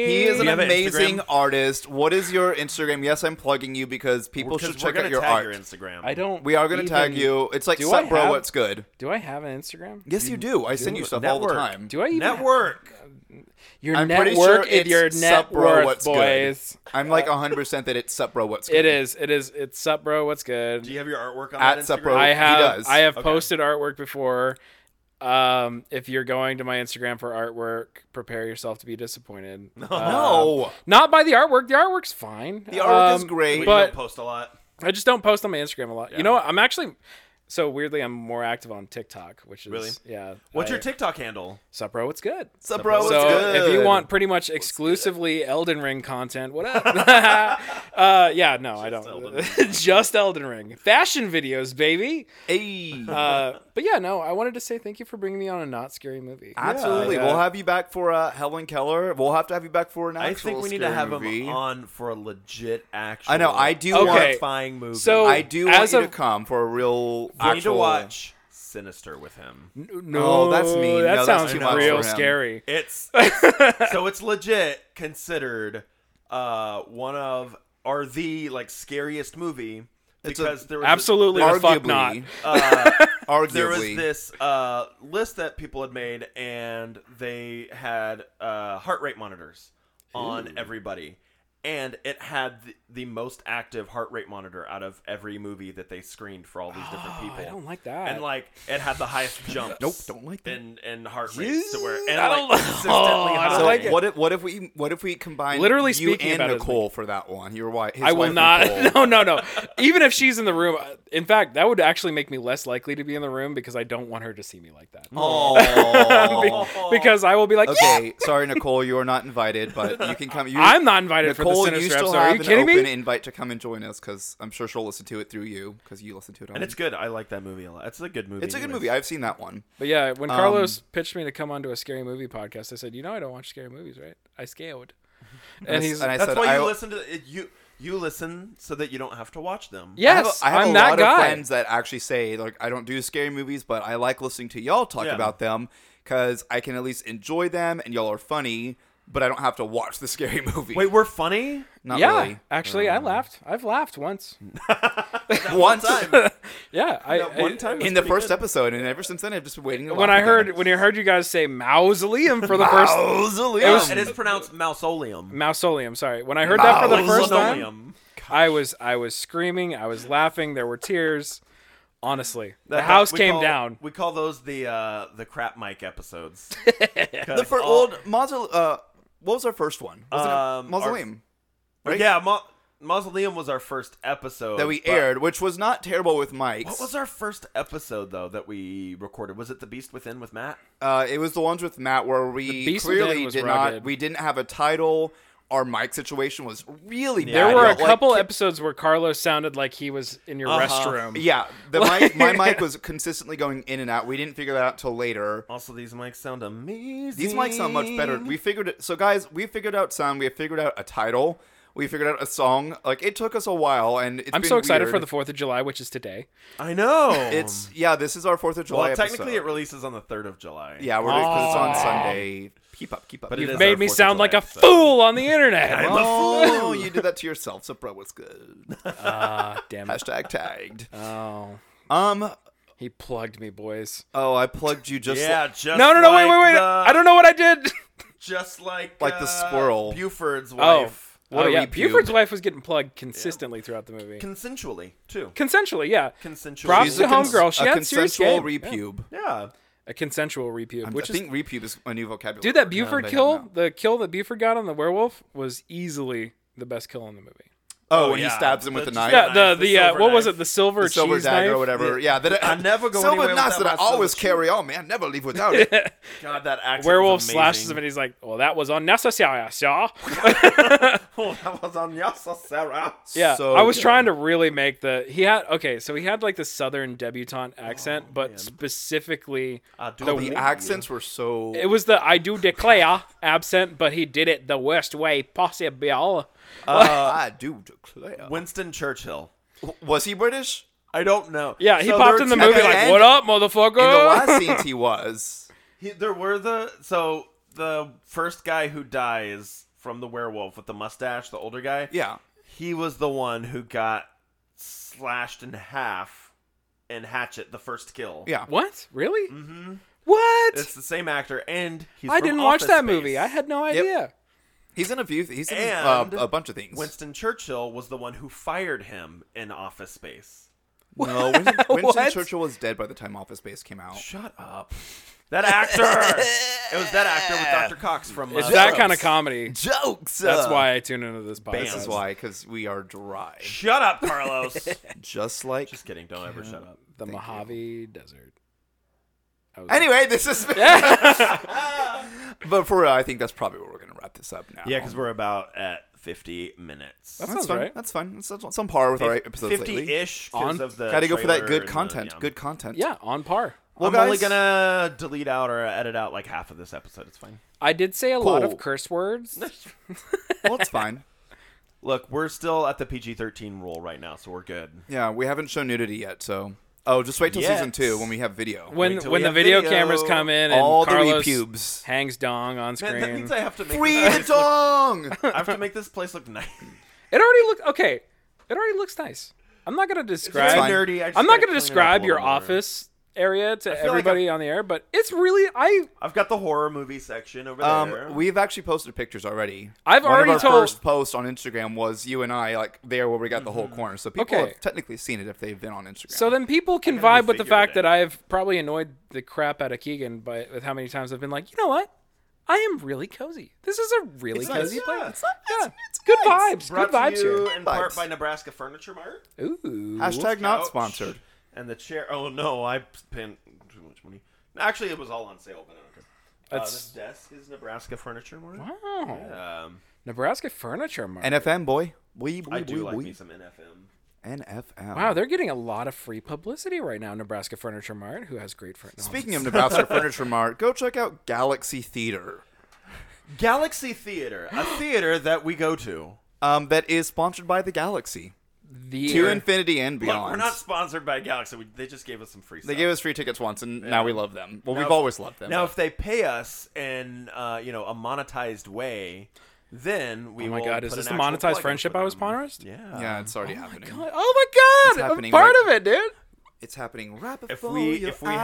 [SPEAKER 2] He is an
[SPEAKER 1] have an
[SPEAKER 2] amazing
[SPEAKER 1] Instagram?
[SPEAKER 2] artist. What is your Instagram? Yes, I'm plugging you because people
[SPEAKER 1] Because
[SPEAKER 2] should check
[SPEAKER 1] we're
[SPEAKER 2] out
[SPEAKER 1] gonna
[SPEAKER 2] your
[SPEAKER 1] tag
[SPEAKER 2] art.
[SPEAKER 1] your Instagram.
[SPEAKER 3] I don't.
[SPEAKER 2] we are gonna tag
[SPEAKER 3] even-
[SPEAKER 2] you. It's like,
[SPEAKER 3] Do
[SPEAKER 2] sup,
[SPEAKER 3] I
[SPEAKER 2] bro?
[SPEAKER 3] have-
[SPEAKER 2] What's good?
[SPEAKER 3] Do I have an Instagram?
[SPEAKER 2] Yes, you do. I send you stuff all the
[SPEAKER 1] Network.
[SPEAKER 2] time.
[SPEAKER 3] Do I even?
[SPEAKER 1] network.
[SPEAKER 3] Your
[SPEAKER 2] I'm pretty
[SPEAKER 3] network
[SPEAKER 2] sure
[SPEAKER 3] is
[SPEAKER 2] it's
[SPEAKER 3] your net
[SPEAKER 2] sup, bro?
[SPEAKER 3] worth,
[SPEAKER 2] What's
[SPEAKER 3] boys.
[SPEAKER 2] good? I'm like 100 percent that it's sup, bro? What's good?
[SPEAKER 3] It is. It is. It's sup, bro. What's good?
[SPEAKER 1] Do you have your artwork on
[SPEAKER 2] At
[SPEAKER 1] that
[SPEAKER 2] Supro.
[SPEAKER 1] Instagram?
[SPEAKER 3] I have.
[SPEAKER 2] Oh, does.
[SPEAKER 3] I have
[SPEAKER 1] Okay.
[SPEAKER 3] posted artwork before. Um, if you're going to my Instagram for artwork, prepare yourself to be disappointed. Uh,
[SPEAKER 2] No,
[SPEAKER 3] not by the artwork. The artwork's fine.
[SPEAKER 2] the artwork is
[SPEAKER 3] Um,
[SPEAKER 1] We
[SPEAKER 2] great.
[SPEAKER 3] but-
[SPEAKER 1] don't post a lot.
[SPEAKER 3] I just don't post on my Instagram a lot. You know what? I'm actually so weirdly I'm more active on TikTok, which is
[SPEAKER 1] Really?
[SPEAKER 3] yeah.
[SPEAKER 1] What's
[SPEAKER 3] I-
[SPEAKER 1] your TikTok handle?
[SPEAKER 3] Sup, bro? What's good?
[SPEAKER 2] Sup, bro? What's
[SPEAKER 3] so
[SPEAKER 2] good?
[SPEAKER 3] if you want pretty much exclusively Elden Ring content, what up? uh, yeah, no, I don't.
[SPEAKER 1] Elden
[SPEAKER 3] just Elden Ring fashion videos, baby.
[SPEAKER 2] hey,
[SPEAKER 3] Uh, but yeah, no, I wanted to say thank you for bringing me on a not scary movie.
[SPEAKER 2] absolutely.
[SPEAKER 3] Yeah.
[SPEAKER 2] We'll have you back for uh, Helen Keller. We'll have to have you back for an
[SPEAKER 1] I
[SPEAKER 2] actual
[SPEAKER 1] think we need to
[SPEAKER 2] scary
[SPEAKER 1] have
[SPEAKER 2] movie.
[SPEAKER 1] him on for a legit action.
[SPEAKER 2] I know, I do
[SPEAKER 3] Okay. want-
[SPEAKER 1] Horrifying movie.
[SPEAKER 3] So-
[SPEAKER 2] I do want
[SPEAKER 3] As
[SPEAKER 2] you
[SPEAKER 3] of-
[SPEAKER 2] to come for a real.
[SPEAKER 1] I need to
[SPEAKER 2] actual-
[SPEAKER 1] watch Sinister with him.
[SPEAKER 3] No,
[SPEAKER 2] Oh, that's mean.
[SPEAKER 3] That
[SPEAKER 2] No, that's
[SPEAKER 3] sounds
[SPEAKER 2] too much
[SPEAKER 3] real
[SPEAKER 2] for him.
[SPEAKER 3] scary.
[SPEAKER 1] It's so it's legit considered uh one of or the like scariest movie
[SPEAKER 2] It's a-
[SPEAKER 1] because there was
[SPEAKER 3] Absolutely, the fuck
[SPEAKER 2] Arguably.
[SPEAKER 3] not.
[SPEAKER 1] uh,
[SPEAKER 2] Arguably,
[SPEAKER 1] there was this uh, list that people had made, and they had uh, heart rate monitors on everybody, and it had the, the most active heart rate monitor out of every movie that they screened for all these
[SPEAKER 2] Oh,
[SPEAKER 1] different people.
[SPEAKER 3] Oh, I don't like that.
[SPEAKER 1] And like, it had the highest jumps.
[SPEAKER 2] Nope, don't like that.
[SPEAKER 1] And and heart rates to where and
[SPEAKER 3] I
[SPEAKER 1] I
[SPEAKER 3] don't
[SPEAKER 1] don't
[SPEAKER 3] like-
[SPEAKER 1] like, consistently
[SPEAKER 3] Oh, I
[SPEAKER 1] high.
[SPEAKER 3] don't
[SPEAKER 2] So
[SPEAKER 3] like it.
[SPEAKER 2] what if what if we what if we combine
[SPEAKER 3] Literally
[SPEAKER 2] you
[SPEAKER 3] speaking
[SPEAKER 2] and
[SPEAKER 3] about it is
[SPEAKER 2] Nicole for that one? Your wife. His
[SPEAKER 3] I will
[SPEAKER 2] wife,
[SPEAKER 3] not.
[SPEAKER 2] Nicole.
[SPEAKER 3] No, no, no. Even if she's in the room, in fact, that would actually make me less likely to be in the room because I don't want her to see me like that.
[SPEAKER 2] Oh.
[SPEAKER 3] Because I will be like, yeah,
[SPEAKER 2] okay, sorry, Nicole, you are not invited, but you can come. You,
[SPEAKER 3] I'm not invited for the
[SPEAKER 2] Nicole, you
[SPEAKER 3] Sinister
[SPEAKER 2] still
[SPEAKER 3] episode.
[SPEAKER 2] have
[SPEAKER 3] Are you
[SPEAKER 2] an
[SPEAKER 3] kidding me?
[SPEAKER 2] open invite to come and join us because I'm sure she'll listen to it through you because you listen to it. On
[SPEAKER 1] And it's good. I like that movie a lot. It's a good movie.
[SPEAKER 2] It's a good
[SPEAKER 1] anyways.
[SPEAKER 2] movie. I've seen that one.
[SPEAKER 3] But yeah, when Carlos
[SPEAKER 2] um,
[SPEAKER 3] pitched me to come onto a scary movie podcast, I said, you know, I don't watch scary movies, right? I scaled. And
[SPEAKER 2] I-
[SPEAKER 3] he's
[SPEAKER 2] and I
[SPEAKER 3] like,
[SPEAKER 1] That's
[SPEAKER 2] said,
[SPEAKER 1] why
[SPEAKER 2] I,
[SPEAKER 1] you listen to it- you. You listen so that you don't have to watch them.
[SPEAKER 2] I have a-
[SPEAKER 3] yes,
[SPEAKER 2] I have
[SPEAKER 3] am
[SPEAKER 2] a
[SPEAKER 3] that
[SPEAKER 2] lot
[SPEAKER 3] guy.
[SPEAKER 2] of friends that actually say like I don't do scary movies, but I like listening to y'all talk
[SPEAKER 1] Yeah.
[SPEAKER 2] about them because I can at least enjoy them, and y'all are funny. But I don't have to watch the scary movie.
[SPEAKER 1] Wait, we're funny.
[SPEAKER 2] not
[SPEAKER 3] yeah,
[SPEAKER 2] really. Um,
[SPEAKER 3] actually, I laughed. I've laughed once.
[SPEAKER 2] Once
[SPEAKER 3] Yeah, I,
[SPEAKER 1] one
[SPEAKER 3] I-
[SPEAKER 1] time
[SPEAKER 2] in the first episode, and ever since then, I've just been waiting. To
[SPEAKER 3] when
[SPEAKER 2] laugh
[SPEAKER 3] I heard
[SPEAKER 2] again.
[SPEAKER 3] when you heard you guys say mausoleum for the first
[SPEAKER 2] Mausoleum.
[SPEAKER 3] was-
[SPEAKER 1] It is pronounced mausoleum.
[SPEAKER 3] mausoleum, sorry, when I heard that for the first time,
[SPEAKER 1] Mausoleum.
[SPEAKER 3] I was I was screaming, I was laughing, there were tears. Honestly, the
[SPEAKER 1] That-
[SPEAKER 3] house
[SPEAKER 1] we
[SPEAKER 3] came
[SPEAKER 1] call-
[SPEAKER 3] down.
[SPEAKER 1] We call those the uh, the crap mic episodes.
[SPEAKER 2] the for old mausoleum. Uh, what was our first one?
[SPEAKER 1] Um,
[SPEAKER 2] Wasn't it
[SPEAKER 1] our-
[SPEAKER 2] mausoleum
[SPEAKER 1] But yeah, Ma- mausoleum was our first episode
[SPEAKER 2] that we
[SPEAKER 1] but-
[SPEAKER 2] aired, which was not terrible with mics.
[SPEAKER 1] What was our first episode though that we recorded? Was it the Beast Within with Matt?
[SPEAKER 2] Uh, it was the ones with Matt where we
[SPEAKER 3] Beast Within
[SPEAKER 2] clearly
[SPEAKER 3] was
[SPEAKER 2] did
[SPEAKER 3] rugged.
[SPEAKER 2] not. We didn't have a title. Our mic situation was really
[SPEAKER 1] Yeah,
[SPEAKER 2] bad.
[SPEAKER 3] There were a
[SPEAKER 2] Like,
[SPEAKER 3] couple
[SPEAKER 2] ki- Uh-huh.
[SPEAKER 3] episodes where Carlos sounded like he was in your restroom.
[SPEAKER 2] yeah, the mic, my mic was consistently going in and out. We didn't figure that out till later.
[SPEAKER 1] Also, these mics sound amazing.
[SPEAKER 2] These mics sound much better. We figured it. So guys, we figured out sound. We figured out a title. We figured out a song. Like it took us a while, and it's
[SPEAKER 3] I'm
[SPEAKER 2] been
[SPEAKER 3] so excited
[SPEAKER 2] weird.
[SPEAKER 3] for the Fourth of July, which is today.
[SPEAKER 1] I know.
[SPEAKER 2] It's yeah. This is our Fourth of July.
[SPEAKER 1] well, technically
[SPEAKER 2] episode.
[SPEAKER 1] it releases on the third of July.
[SPEAKER 2] Yeah, we're because it's on Sunday Keep up, keep up.
[SPEAKER 1] But
[SPEAKER 2] keep
[SPEAKER 1] it
[SPEAKER 2] up.
[SPEAKER 1] is
[SPEAKER 3] made
[SPEAKER 1] our
[SPEAKER 3] me
[SPEAKER 1] 4th of
[SPEAKER 3] sound
[SPEAKER 1] July,
[SPEAKER 3] like a
[SPEAKER 1] so-
[SPEAKER 3] fool on the internet.
[SPEAKER 2] I'm
[SPEAKER 3] Well,
[SPEAKER 2] a fool. Oh, you did that to yourself, so bro, what's good?
[SPEAKER 3] Ah, damn it.
[SPEAKER 2] Hashtag tagged.
[SPEAKER 3] Oh,
[SPEAKER 2] Um,
[SPEAKER 3] he plugged me, boys.
[SPEAKER 2] oh, I plugged you just.
[SPEAKER 1] Yeah,
[SPEAKER 2] like-
[SPEAKER 1] just
[SPEAKER 3] No, no, no, wait,
[SPEAKER 1] like
[SPEAKER 3] wait, wait.
[SPEAKER 1] the-
[SPEAKER 3] I don't know what I did.
[SPEAKER 1] Just like
[SPEAKER 2] Like the
[SPEAKER 1] uh,
[SPEAKER 2] squirrel.
[SPEAKER 1] Buford's
[SPEAKER 3] Oh,
[SPEAKER 1] wife.
[SPEAKER 2] What
[SPEAKER 3] oh,
[SPEAKER 2] a
[SPEAKER 3] yeah.
[SPEAKER 2] repube.
[SPEAKER 3] Buford's wife was getting plugged consistently throughout the movie.
[SPEAKER 1] Consensually too.
[SPEAKER 3] Consensually, yeah.
[SPEAKER 1] Consensual.
[SPEAKER 3] Props
[SPEAKER 2] She's
[SPEAKER 3] to
[SPEAKER 2] a cons-
[SPEAKER 3] homegirl. She
[SPEAKER 2] a
[SPEAKER 3] had serious
[SPEAKER 2] consensual
[SPEAKER 3] game. Yeah.
[SPEAKER 2] repube.
[SPEAKER 1] yeah.
[SPEAKER 3] A consensual repube,
[SPEAKER 2] I'm-
[SPEAKER 3] which
[SPEAKER 2] I
[SPEAKER 3] is
[SPEAKER 2] think repube is a new vocabulary.
[SPEAKER 3] dude. That
[SPEAKER 2] word.
[SPEAKER 3] Buford
[SPEAKER 2] No, they
[SPEAKER 3] kill,
[SPEAKER 2] don't know.
[SPEAKER 3] the kill that Buford got on the werewolf, was easily the best kill in the movie.
[SPEAKER 1] Oh,
[SPEAKER 2] Oh, and he
[SPEAKER 1] yeah.
[SPEAKER 2] stabs him with the
[SPEAKER 1] The-
[SPEAKER 2] knife.
[SPEAKER 1] yeah,
[SPEAKER 3] Yeah, the
[SPEAKER 1] knife, the
[SPEAKER 3] the uh,
[SPEAKER 1] silver
[SPEAKER 3] what was
[SPEAKER 1] knife.
[SPEAKER 3] it? The silver,
[SPEAKER 2] The silver
[SPEAKER 3] cheese
[SPEAKER 2] dagger
[SPEAKER 3] knife?
[SPEAKER 2] or whatever. Yeah, that
[SPEAKER 1] I never go
[SPEAKER 2] silver
[SPEAKER 1] anywhere without
[SPEAKER 2] knife that I
[SPEAKER 1] my silver
[SPEAKER 2] always
[SPEAKER 1] shield.
[SPEAKER 2] carry on, man. Never leave without it.
[SPEAKER 1] God, that accent.
[SPEAKER 3] Werewolf
[SPEAKER 1] was
[SPEAKER 3] slashes
[SPEAKER 1] amazing.
[SPEAKER 3] him and he's like, "Well, that was unnecessary, sir."
[SPEAKER 1] Oh, that was on Yasa Sarah.
[SPEAKER 3] Yeah,
[SPEAKER 2] So
[SPEAKER 3] I was
[SPEAKER 2] good.
[SPEAKER 3] trying to really make the he had okay, so he had like the southern debutante accent,
[SPEAKER 2] Oh,
[SPEAKER 3] but specifically
[SPEAKER 1] I do
[SPEAKER 3] the
[SPEAKER 1] believe
[SPEAKER 2] Uh, The
[SPEAKER 1] you.
[SPEAKER 2] accents were so.
[SPEAKER 3] it was the I do declare accent, but he did it the worst way possible.
[SPEAKER 2] Ah, I do declare.
[SPEAKER 1] Winston Churchill.
[SPEAKER 2] was he British?
[SPEAKER 1] I don't know.
[SPEAKER 3] Yeah, he
[SPEAKER 1] So
[SPEAKER 3] popped
[SPEAKER 1] there-
[SPEAKER 3] in the
[SPEAKER 2] at
[SPEAKER 3] movie
[SPEAKER 2] the
[SPEAKER 3] like,
[SPEAKER 2] end-
[SPEAKER 3] "What up,
[SPEAKER 2] In the
[SPEAKER 3] motherfucker?"
[SPEAKER 2] last scenes, he was.
[SPEAKER 1] He, there were the so the first guy who dies from the werewolf with the mustache, the older guy.
[SPEAKER 2] Yeah.
[SPEAKER 1] he was the one who got slashed in half in Hatchet, the first kill.
[SPEAKER 2] Yeah.
[SPEAKER 3] What? Really? Mm-hmm. What?
[SPEAKER 1] it's the same actor, and he's
[SPEAKER 3] I
[SPEAKER 1] from
[SPEAKER 3] didn't watch
[SPEAKER 1] Office
[SPEAKER 3] that
[SPEAKER 1] Space.
[SPEAKER 3] movie. I had no idea.
[SPEAKER 2] He's in a few. He's in uh,
[SPEAKER 1] And
[SPEAKER 2] a bunch of things.
[SPEAKER 1] Winston Churchill was the one who fired him in Office Space.
[SPEAKER 2] No, Winston, Winston
[SPEAKER 3] What?
[SPEAKER 2] Churchill was dead by the time Office Space came out.
[SPEAKER 1] Shut up. That actor. it was that actor with Dr. Cox from.
[SPEAKER 3] It's
[SPEAKER 1] uh,
[SPEAKER 3] that kind of comedy.
[SPEAKER 2] Jokes.
[SPEAKER 3] That's
[SPEAKER 2] uh,
[SPEAKER 3] why I tune into this podcast.
[SPEAKER 2] This is why, because we are dry,
[SPEAKER 1] Shut up, Carlos.
[SPEAKER 2] just like.
[SPEAKER 1] Just kidding. Don't ever shut up.
[SPEAKER 3] The Mojave Desert.
[SPEAKER 2] Anyway, this is. but for real, I think that's probably where we're gonna wrap this up now.
[SPEAKER 1] Yeah, because we're about at 50 minutes.
[SPEAKER 2] that's
[SPEAKER 3] sounds
[SPEAKER 2] fine.
[SPEAKER 3] right.
[SPEAKER 2] That's fine. That's, that's on par with our episodes lately.
[SPEAKER 1] 50-ish because
[SPEAKER 3] On-
[SPEAKER 1] of the
[SPEAKER 2] Gotta go for that
[SPEAKER 1] trailer
[SPEAKER 2] good
[SPEAKER 1] and the-
[SPEAKER 2] content.
[SPEAKER 1] yeah.
[SPEAKER 2] Good content.
[SPEAKER 3] Yeah, on par.
[SPEAKER 2] Well,
[SPEAKER 1] I'm
[SPEAKER 2] guys,
[SPEAKER 1] only gonna delete out or edit out like half of this episode. It's fine.
[SPEAKER 3] I did say a lot
[SPEAKER 2] Cool.
[SPEAKER 3] of curse words.
[SPEAKER 2] Well, it's fine.
[SPEAKER 1] Look, we're still at the PG-13 rule right now, so we're good.
[SPEAKER 2] Yeah, we haven't shown nudity yet, so. Oh, just wait till
[SPEAKER 1] Yes.
[SPEAKER 2] season two when we have video.
[SPEAKER 3] when
[SPEAKER 1] till
[SPEAKER 3] when
[SPEAKER 1] we
[SPEAKER 3] the
[SPEAKER 1] have
[SPEAKER 3] video,
[SPEAKER 1] video.
[SPEAKER 3] cameras come in and
[SPEAKER 2] All the
[SPEAKER 3] Carlos
[SPEAKER 2] repubes.
[SPEAKER 3] hangs dong on
[SPEAKER 1] Man,
[SPEAKER 3] screen.
[SPEAKER 1] that means I have to make
[SPEAKER 2] Free
[SPEAKER 1] this
[SPEAKER 2] the
[SPEAKER 1] place look,
[SPEAKER 2] dong.
[SPEAKER 1] I have to make this place look nice.
[SPEAKER 3] it already looked okay. It already looks nice. I'm not gonna
[SPEAKER 1] It's
[SPEAKER 3] describe.
[SPEAKER 2] fine.
[SPEAKER 1] nerdy. I just
[SPEAKER 3] I'm not
[SPEAKER 1] gotta
[SPEAKER 3] gonna
[SPEAKER 1] clean it up
[SPEAKER 3] describe
[SPEAKER 1] a
[SPEAKER 3] your
[SPEAKER 1] little more.
[SPEAKER 3] office area to
[SPEAKER 1] feel like
[SPEAKER 3] everybody on the air, but it's really I
[SPEAKER 1] I've got the horror movie section over there.
[SPEAKER 2] Um, we've actually posted pictures already.
[SPEAKER 3] I've
[SPEAKER 2] One
[SPEAKER 3] already
[SPEAKER 2] of our
[SPEAKER 3] told-
[SPEAKER 2] first post on Instagram was you and I like there where we got the whole corner, so people
[SPEAKER 3] Mm-hmm. Okay.
[SPEAKER 2] have technically seen it if they've been on Instagram.
[SPEAKER 3] So then people can
[SPEAKER 1] gotta
[SPEAKER 3] vibe with the
[SPEAKER 1] refigure
[SPEAKER 3] fact
[SPEAKER 1] it.
[SPEAKER 3] that I've probably annoyed the crap out of Keegan by with how many times I've been like, you know what? I am really cozy. This is a really
[SPEAKER 1] nice,
[SPEAKER 3] cozy
[SPEAKER 1] yeah.
[SPEAKER 3] place.
[SPEAKER 1] It's
[SPEAKER 3] yeah, it's good
[SPEAKER 2] nice.
[SPEAKER 3] vibes.
[SPEAKER 1] Brought
[SPEAKER 3] Good vibes
[SPEAKER 1] to you
[SPEAKER 3] here.
[SPEAKER 1] in part
[SPEAKER 2] Vibes.
[SPEAKER 1] by Nebraska Furniture Mart.
[SPEAKER 3] Ooh.
[SPEAKER 2] hashtag not
[SPEAKER 1] Couch
[SPEAKER 2] sponsored.
[SPEAKER 1] And the chair. Oh no, I spent too much money. Actually, it was all on sale, but I don't care. Uh,
[SPEAKER 3] That's-
[SPEAKER 1] this desk is Nebraska Furniture Mart.
[SPEAKER 3] Wow.
[SPEAKER 1] Um,
[SPEAKER 3] Nebraska Furniture Mart.
[SPEAKER 2] NFM boy, we we
[SPEAKER 1] I do
[SPEAKER 2] we,
[SPEAKER 1] like
[SPEAKER 2] we.
[SPEAKER 1] me some NFM.
[SPEAKER 2] NFM.
[SPEAKER 3] wow, they're getting a lot of free publicity right now. Nebraska Furniture Mart, who has great furniture.
[SPEAKER 2] Speaking of Nebraska Furniture Mart, go check out Galaxy Theater.
[SPEAKER 1] Galaxy Theater, a theater that we go to.
[SPEAKER 2] Um, that is sponsored by the Galaxy
[SPEAKER 3] the
[SPEAKER 2] to infinity and beyond.
[SPEAKER 1] Look, we're not sponsored by Galaxy. We, they just gave us some free stuff.
[SPEAKER 2] They gave us free tickets once, and now we love them. Well,
[SPEAKER 1] Now
[SPEAKER 2] we've
[SPEAKER 1] if-
[SPEAKER 2] always loved them.
[SPEAKER 1] Now, if they pay us in uh, you know a monetized way, then we.
[SPEAKER 3] Oh my
[SPEAKER 1] will
[SPEAKER 3] God,
[SPEAKER 1] put
[SPEAKER 3] is this
[SPEAKER 1] an
[SPEAKER 3] the
[SPEAKER 1] actual
[SPEAKER 3] monetized
[SPEAKER 1] plug in for
[SPEAKER 3] friendship I
[SPEAKER 1] them.
[SPEAKER 3] was promised?
[SPEAKER 1] Yeah.
[SPEAKER 2] yeah, it's already happening.
[SPEAKER 3] Oh my
[SPEAKER 2] It's
[SPEAKER 3] god! I'm
[SPEAKER 2] happening
[SPEAKER 3] part
[SPEAKER 2] right-
[SPEAKER 3] of it, dude.
[SPEAKER 2] It's happening right before
[SPEAKER 1] If we
[SPEAKER 2] your
[SPEAKER 1] if we
[SPEAKER 2] eyes.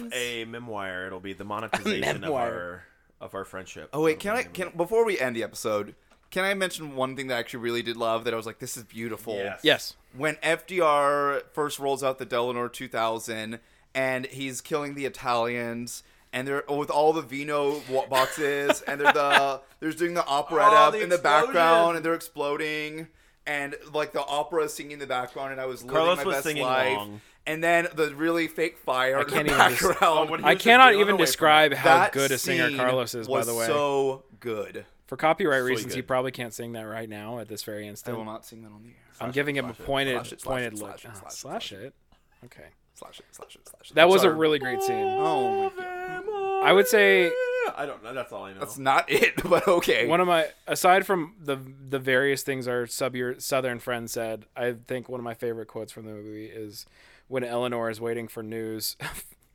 [SPEAKER 1] have a memoir, it'll be the monetization of
[SPEAKER 3] memoir.
[SPEAKER 1] our of our friendship.
[SPEAKER 2] Oh wait, can I can before we end the episode, can I mention one thing that I actually really did love that I was like, this is beautiful.
[SPEAKER 1] Yes.
[SPEAKER 3] Yes.
[SPEAKER 2] When FDR first rolls out the Delano 2000 and he's killing the Italians and they're with all the vino wa- boxes and they're the they're doing the operetta
[SPEAKER 1] Oh, the
[SPEAKER 2] in the
[SPEAKER 1] explosion.
[SPEAKER 2] background and they're exploding and like the opera is singing in the background and I was living
[SPEAKER 1] Carlos
[SPEAKER 2] my
[SPEAKER 1] was
[SPEAKER 2] best
[SPEAKER 1] singing
[SPEAKER 2] life.
[SPEAKER 1] along.
[SPEAKER 2] And then the really fake fire in
[SPEAKER 3] can't
[SPEAKER 2] the
[SPEAKER 3] even just-
[SPEAKER 2] background.
[SPEAKER 1] when he
[SPEAKER 3] I
[SPEAKER 1] was just
[SPEAKER 3] cannot
[SPEAKER 1] reeling
[SPEAKER 3] even
[SPEAKER 1] away from
[SPEAKER 3] describe
[SPEAKER 1] it.
[SPEAKER 3] Oh, how
[SPEAKER 2] That
[SPEAKER 3] good a singer
[SPEAKER 2] scene
[SPEAKER 3] Carlos is. By
[SPEAKER 2] was
[SPEAKER 3] the way,
[SPEAKER 2] so good.
[SPEAKER 3] for copyright reasons,
[SPEAKER 1] good.
[SPEAKER 3] he probably can't sing that right now at this very
[SPEAKER 2] I
[SPEAKER 3] instant.
[SPEAKER 2] will not sing that on the air.
[SPEAKER 3] I'm giving him a pointed
[SPEAKER 2] slash it, slash
[SPEAKER 3] pointed
[SPEAKER 2] it,
[SPEAKER 3] look.
[SPEAKER 2] slash it,
[SPEAKER 3] Ah,
[SPEAKER 2] slash it,
[SPEAKER 3] slash
[SPEAKER 2] slash
[SPEAKER 3] it. Okay.
[SPEAKER 2] Slash it, slash it, slash it.
[SPEAKER 3] That
[SPEAKER 2] I'm
[SPEAKER 3] was a
[SPEAKER 2] sorry.
[SPEAKER 3] really great scene.
[SPEAKER 2] Oh my god.
[SPEAKER 3] I would say
[SPEAKER 1] I don't know. That's all I know.
[SPEAKER 2] That's not it, but okay.
[SPEAKER 3] one of my aside from the the various things our sub southern friend said, I think one of my favorite quotes from the movie is when Eleanor is waiting for news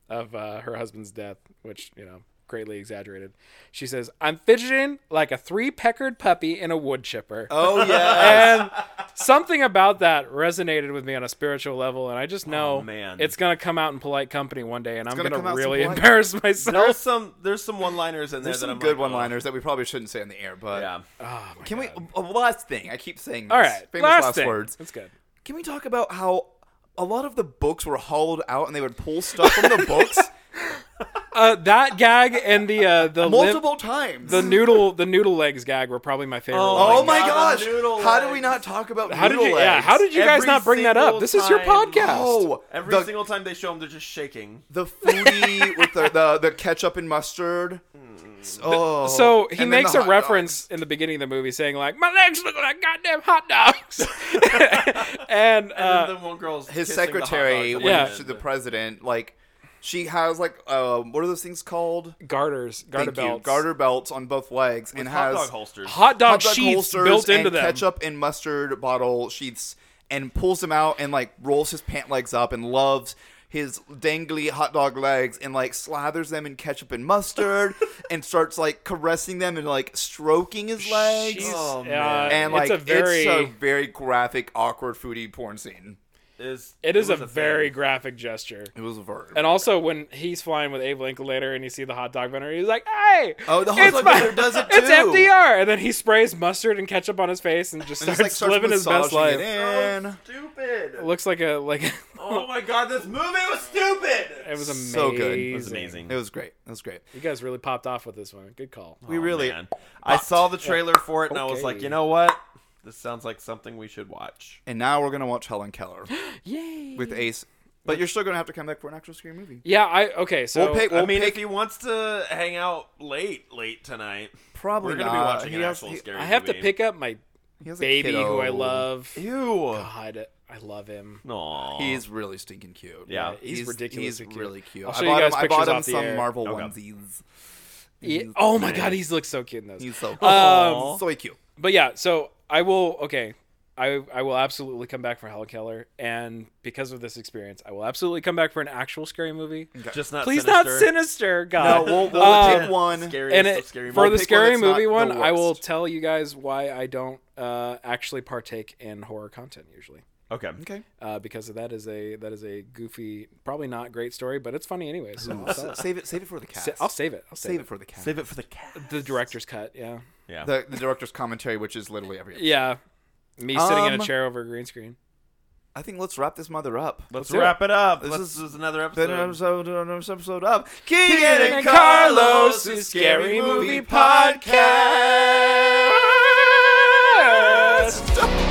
[SPEAKER 3] of uh, her husband's death, which, you know, greatly exaggerated. She says, "I'm fidgeting like a three-peckered puppy in a wood chipper."
[SPEAKER 2] Oh yeah.
[SPEAKER 3] and something about that resonated with me on a spiritual level, and I just know
[SPEAKER 1] man.
[SPEAKER 3] it's gonna come out in polite company one day, and I'm
[SPEAKER 2] Oh, gonna
[SPEAKER 3] gonna,
[SPEAKER 2] come out some
[SPEAKER 3] really
[SPEAKER 2] polite-
[SPEAKER 3] embarrass myself.
[SPEAKER 1] There's some there's some one-liners in there
[SPEAKER 2] There's
[SPEAKER 1] that
[SPEAKER 2] some
[SPEAKER 1] I'm
[SPEAKER 2] good
[SPEAKER 1] like,
[SPEAKER 2] one-liners that we probably shouldn't say in the air,
[SPEAKER 1] oh,
[SPEAKER 2] but
[SPEAKER 1] yeah.
[SPEAKER 2] can we? Uh, last thing, I keep saying. This.
[SPEAKER 3] All right,
[SPEAKER 2] famous
[SPEAKER 3] Oh last,
[SPEAKER 2] last,
[SPEAKER 3] thing.
[SPEAKER 2] words.
[SPEAKER 3] That's good.
[SPEAKER 2] Can we talk about how a lot of the books were hollowed out and they would pull stuff from the books
[SPEAKER 3] Uh, that gag and the uh, the
[SPEAKER 2] multiple
[SPEAKER 3] lip-
[SPEAKER 2] times?
[SPEAKER 3] the noodle the noodle legs gag were probably my favorite.
[SPEAKER 1] Oh,
[SPEAKER 3] ones.
[SPEAKER 2] oh my
[SPEAKER 1] God,
[SPEAKER 2] gosh!
[SPEAKER 1] noodle
[SPEAKER 2] How did
[SPEAKER 1] legs.
[SPEAKER 2] we not talk about
[SPEAKER 3] How did
[SPEAKER 2] noodle
[SPEAKER 3] you? Yeah,
[SPEAKER 2] legs?
[SPEAKER 3] how did you guys
[SPEAKER 1] Every
[SPEAKER 3] not bring that up?
[SPEAKER 1] single
[SPEAKER 3] This is your
[SPEAKER 1] time-
[SPEAKER 3] podcast.
[SPEAKER 2] Oh,
[SPEAKER 1] Every
[SPEAKER 2] the-
[SPEAKER 1] single time they show them, they're just shaking.
[SPEAKER 2] the foodie with the, the the ketchup and mustard. Oh,
[SPEAKER 3] So he
[SPEAKER 2] and then
[SPEAKER 3] makes
[SPEAKER 2] the
[SPEAKER 3] a
[SPEAKER 2] hot
[SPEAKER 3] reference in the beginning of the movie saying like, "My legs look like goddamn hot dogs,"
[SPEAKER 1] And
[SPEAKER 3] and uh,
[SPEAKER 1] then one girl's
[SPEAKER 2] His
[SPEAKER 1] kissing the hot dogs
[SPEAKER 2] secretary,
[SPEAKER 1] at
[SPEAKER 2] when
[SPEAKER 1] the
[SPEAKER 3] Yeah.
[SPEAKER 1] end.
[SPEAKER 2] she's the president, like she has like uh, what are those things called?
[SPEAKER 3] garters, garter
[SPEAKER 2] Thank you.
[SPEAKER 3] belts,
[SPEAKER 2] garter belts on both legs, and
[SPEAKER 1] hot
[SPEAKER 2] has
[SPEAKER 1] dog holsters.
[SPEAKER 3] hot
[SPEAKER 2] hot
[SPEAKER 3] dog
[SPEAKER 2] dog
[SPEAKER 3] sheets
[SPEAKER 2] holsters
[SPEAKER 3] built into
[SPEAKER 2] and
[SPEAKER 3] them.
[SPEAKER 2] ketchup and mustard bottle sheets, and pulls them out and like rolls his pant legs up and loves his dangly hot dog legs and like slathers them in ketchup and mustard and starts like caressing them and like stroking his legs.
[SPEAKER 3] She's-
[SPEAKER 1] Oh,
[SPEAKER 3] uh,
[SPEAKER 1] man.
[SPEAKER 2] and like
[SPEAKER 3] it's a very,
[SPEAKER 2] very graphic, awkward foodie porn scene.
[SPEAKER 1] Is-
[SPEAKER 3] it is
[SPEAKER 1] was
[SPEAKER 3] a
[SPEAKER 1] thing.
[SPEAKER 3] very graphic gesture.
[SPEAKER 2] It was a verb.
[SPEAKER 3] And also when he's flying with Abe Lincoln later, and you see the hot dog vendor, he's like, "Hey,
[SPEAKER 2] Oh, the hot
[SPEAKER 3] it's
[SPEAKER 2] dog
[SPEAKER 3] my-
[SPEAKER 2] vendor does it
[SPEAKER 3] It's
[SPEAKER 2] too.
[SPEAKER 3] FDR, and then he sprays mustard and ketchup on his face, and just
[SPEAKER 2] And
[SPEAKER 3] starts,
[SPEAKER 2] just, like, starts
[SPEAKER 3] living his best
[SPEAKER 2] massaging it
[SPEAKER 3] life.
[SPEAKER 2] in.
[SPEAKER 3] Oh,
[SPEAKER 1] Stupid.
[SPEAKER 3] Looks like a like.
[SPEAKER 1] Oh my god, this movie was stupid.
[SPEAKER 3] it was amazing.
[SPEAKER 2] So good. It was
[SPEAKER 1] amazing.
[SPEAKER 2] It was great. It was great.
[SPEAKER 3] You guys really popped off with this one. Good call.
[SPEAKER 2] We really.
[SPEAKER 1] Oh, Man. I saw the trailer for it and I was like,
[SPEAKER 3] Okay.
[SPEAKER 1] you know what? This sounds like something we should watch.
[SPEAKER 2] And now we're gonna watch Helen Keller
[SPEAKER 3] Yay.
[SPEAKER 2] with Ace, but you're still gonna have to come back for an actual screen movie.
[SPEAKER 3] Yeah, I okay. So
[SPEAKER 2] We'll pick. We'll
[SPEAKER 1] I mean,
[SPEAKER 2] pick
[SPEAKER 1] if he wants to hang out late, late tonight,
[SPEAKER 2] probably
[SPEAKER 1] we're gonna be
[SPEAKER 2] not.
[SPEAKER 1] watching
[SPEAKER 2] He
[SPEAKER 1] an
[SPEAKER 2] has-
[SPEAKER 1] actual
[SPEAKER 2] he-
[SPEAKER 1] scary
[SPEAKER 3] I have to
[SPEAKER 1] movie.
[SPEAKER 3] pick up my
[SPEAKER 2] he has a
[SPEAKER 3] baby who I
[SPEAKER 2] kiddo.
[SPEAKER 3] love.
[SPEAKER 1] Ew.
[SPEAKER 3] God, I love him.
[SPEAKER 1] No.
[SPEAKER 2] He's really stinking cute.
[SPEAKER 1] Yeah. Yeah,
[SPEAKER 3] he's ridiculously
[SPEAKER 2] He's
[SPEAKER 3] cute.
[SPEAKER 2] really cute.
[SPEAKER 3] I'll
[SPEAKER 2] I
[SPEAKER 3] show you
[SPEAKER 2] bought
[SPEAKER 3] guys
[SPEAKER 2] him, I
[SPEAKER 3] pictures
[SPEAKER 2] bought him
[SPEAKER 3] off the
[SPEAKER 2] some
[SPEAKER 3] air.
[SPEAKER 2] Marvel
[SPEAKER 1] Okay.
[SPEAKER 2] onesies.
[SPEAKER 3] Yeah. Oh my God, he's looks so cute in those.
[SPEAKER 2] He's so
[SPEAKER 1] Aw.
[SPEAKER 2] so cute.
[SPEAKER 3] but yeah, so I will okay. I I will absolutely come back for Helen Keller, and because of this experience, I will absolutely come back for an actual scary movie.
[SPEAKER 1] just not.
[SPEAKER 3] Please
[SPEAKER 1] sinister.
[SPEAKER 3] not sinister,
[SPEAKER 2] No,
[SPEAKER 3] God.
[SPEAKER 2] we'll, we'll
[SPEAKER 3] Um,
[SPEAKER 2] pick one.
[SPEAKER 1] Scariest
[SPEAKER 3] and
[SPEAKER 1] of
[SPEAKER 3] it,
[SPEAKER 1] scary
[SPEAKER 3] for
[SPEAKER 1] movies.
[SPEAKER 3] the
[SPEAKER 2] pick one
[SPEAKER 3] scary
[SPEAKER 2] that's not
[SPEAKER 3] movie
[SPEAKER 2] the
[SPEAKER 3] one, I will
[SPEAKER 2] worst.
[SPEAKER 3] tell you guys why I don't uh, actually partake in horror content usually.
[SPEAKER 1] Okay.
[SPEAKER 2] Okay.
[SPEAKER 3] uh, because that is a that is a goofy, probably not great story, but it's funny anyway. So I'll, sell it.
[SPEAKER 2] Save it. Save it for the cast.
[SPEAKER 3] Sa- I'll save it. I'll save,
[SPEAKER 2] Save
[SPEAKER 3] it.
[SPEAKER 2] it for the cast.
[SPEAKER 1] Save it for the cat.
[SPEAKER 3] The director's cut. Yeah,
[SPEAKER 1] Yeah.
[SPEAKER 2] the, the director's commentary, which is literally every. Episode.
[SPEAKER 3] yeah. Me sitting in
[SPEAKER 2] Um,
[SPEAKER 3] a chair over a green screen.
[SPEAKER 2] I think let's wrap this mother up.
[SPEAKER 1] Let's
[SPEAKER 3] do
[SPEAKER 1] wrap it, up.
[SPEAKER 2] This
[SPEAKER 1] This
[SPEAKER 2] is-
[SPEAKER 1] is, another episode.
[SPEAKER 2] Then episode, another episode up. Keegan
[SPEAKER 3] Keegan
[SPEAKER 2] and
[SPEAKER 3] and
[SPEAKER 2] Carlos,
[SPEAKER 3] Carlos'
[SPEAKER 2] scary
[SPEAKER 3] Scary
[SPEAKER 2] movie
[SPEAKER 3] Movie
[SPEAKER 2] podcast.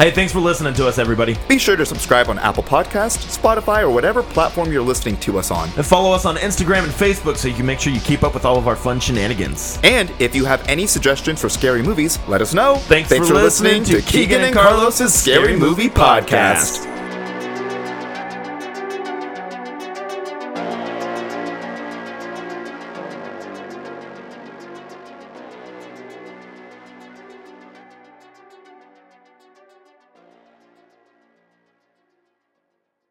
[SPEAKER 1] Hey, thanks for listening to us, everybody.
[SPEAKER 2] Be sure to subscribe on Apple Podcasts, Spotify, or whatever platform you're listening to us on.
[SPEAKER 1] And follow us on Instagram and Facebook so you can make sure you keep up with all of our fun shenanigans.
[SPEAKER 2] And if you have any suggestions for scary movies, let us know.
[SPEAKER 1] Thanks for listening to Keegan and Carlos' Scary Movie Podcast.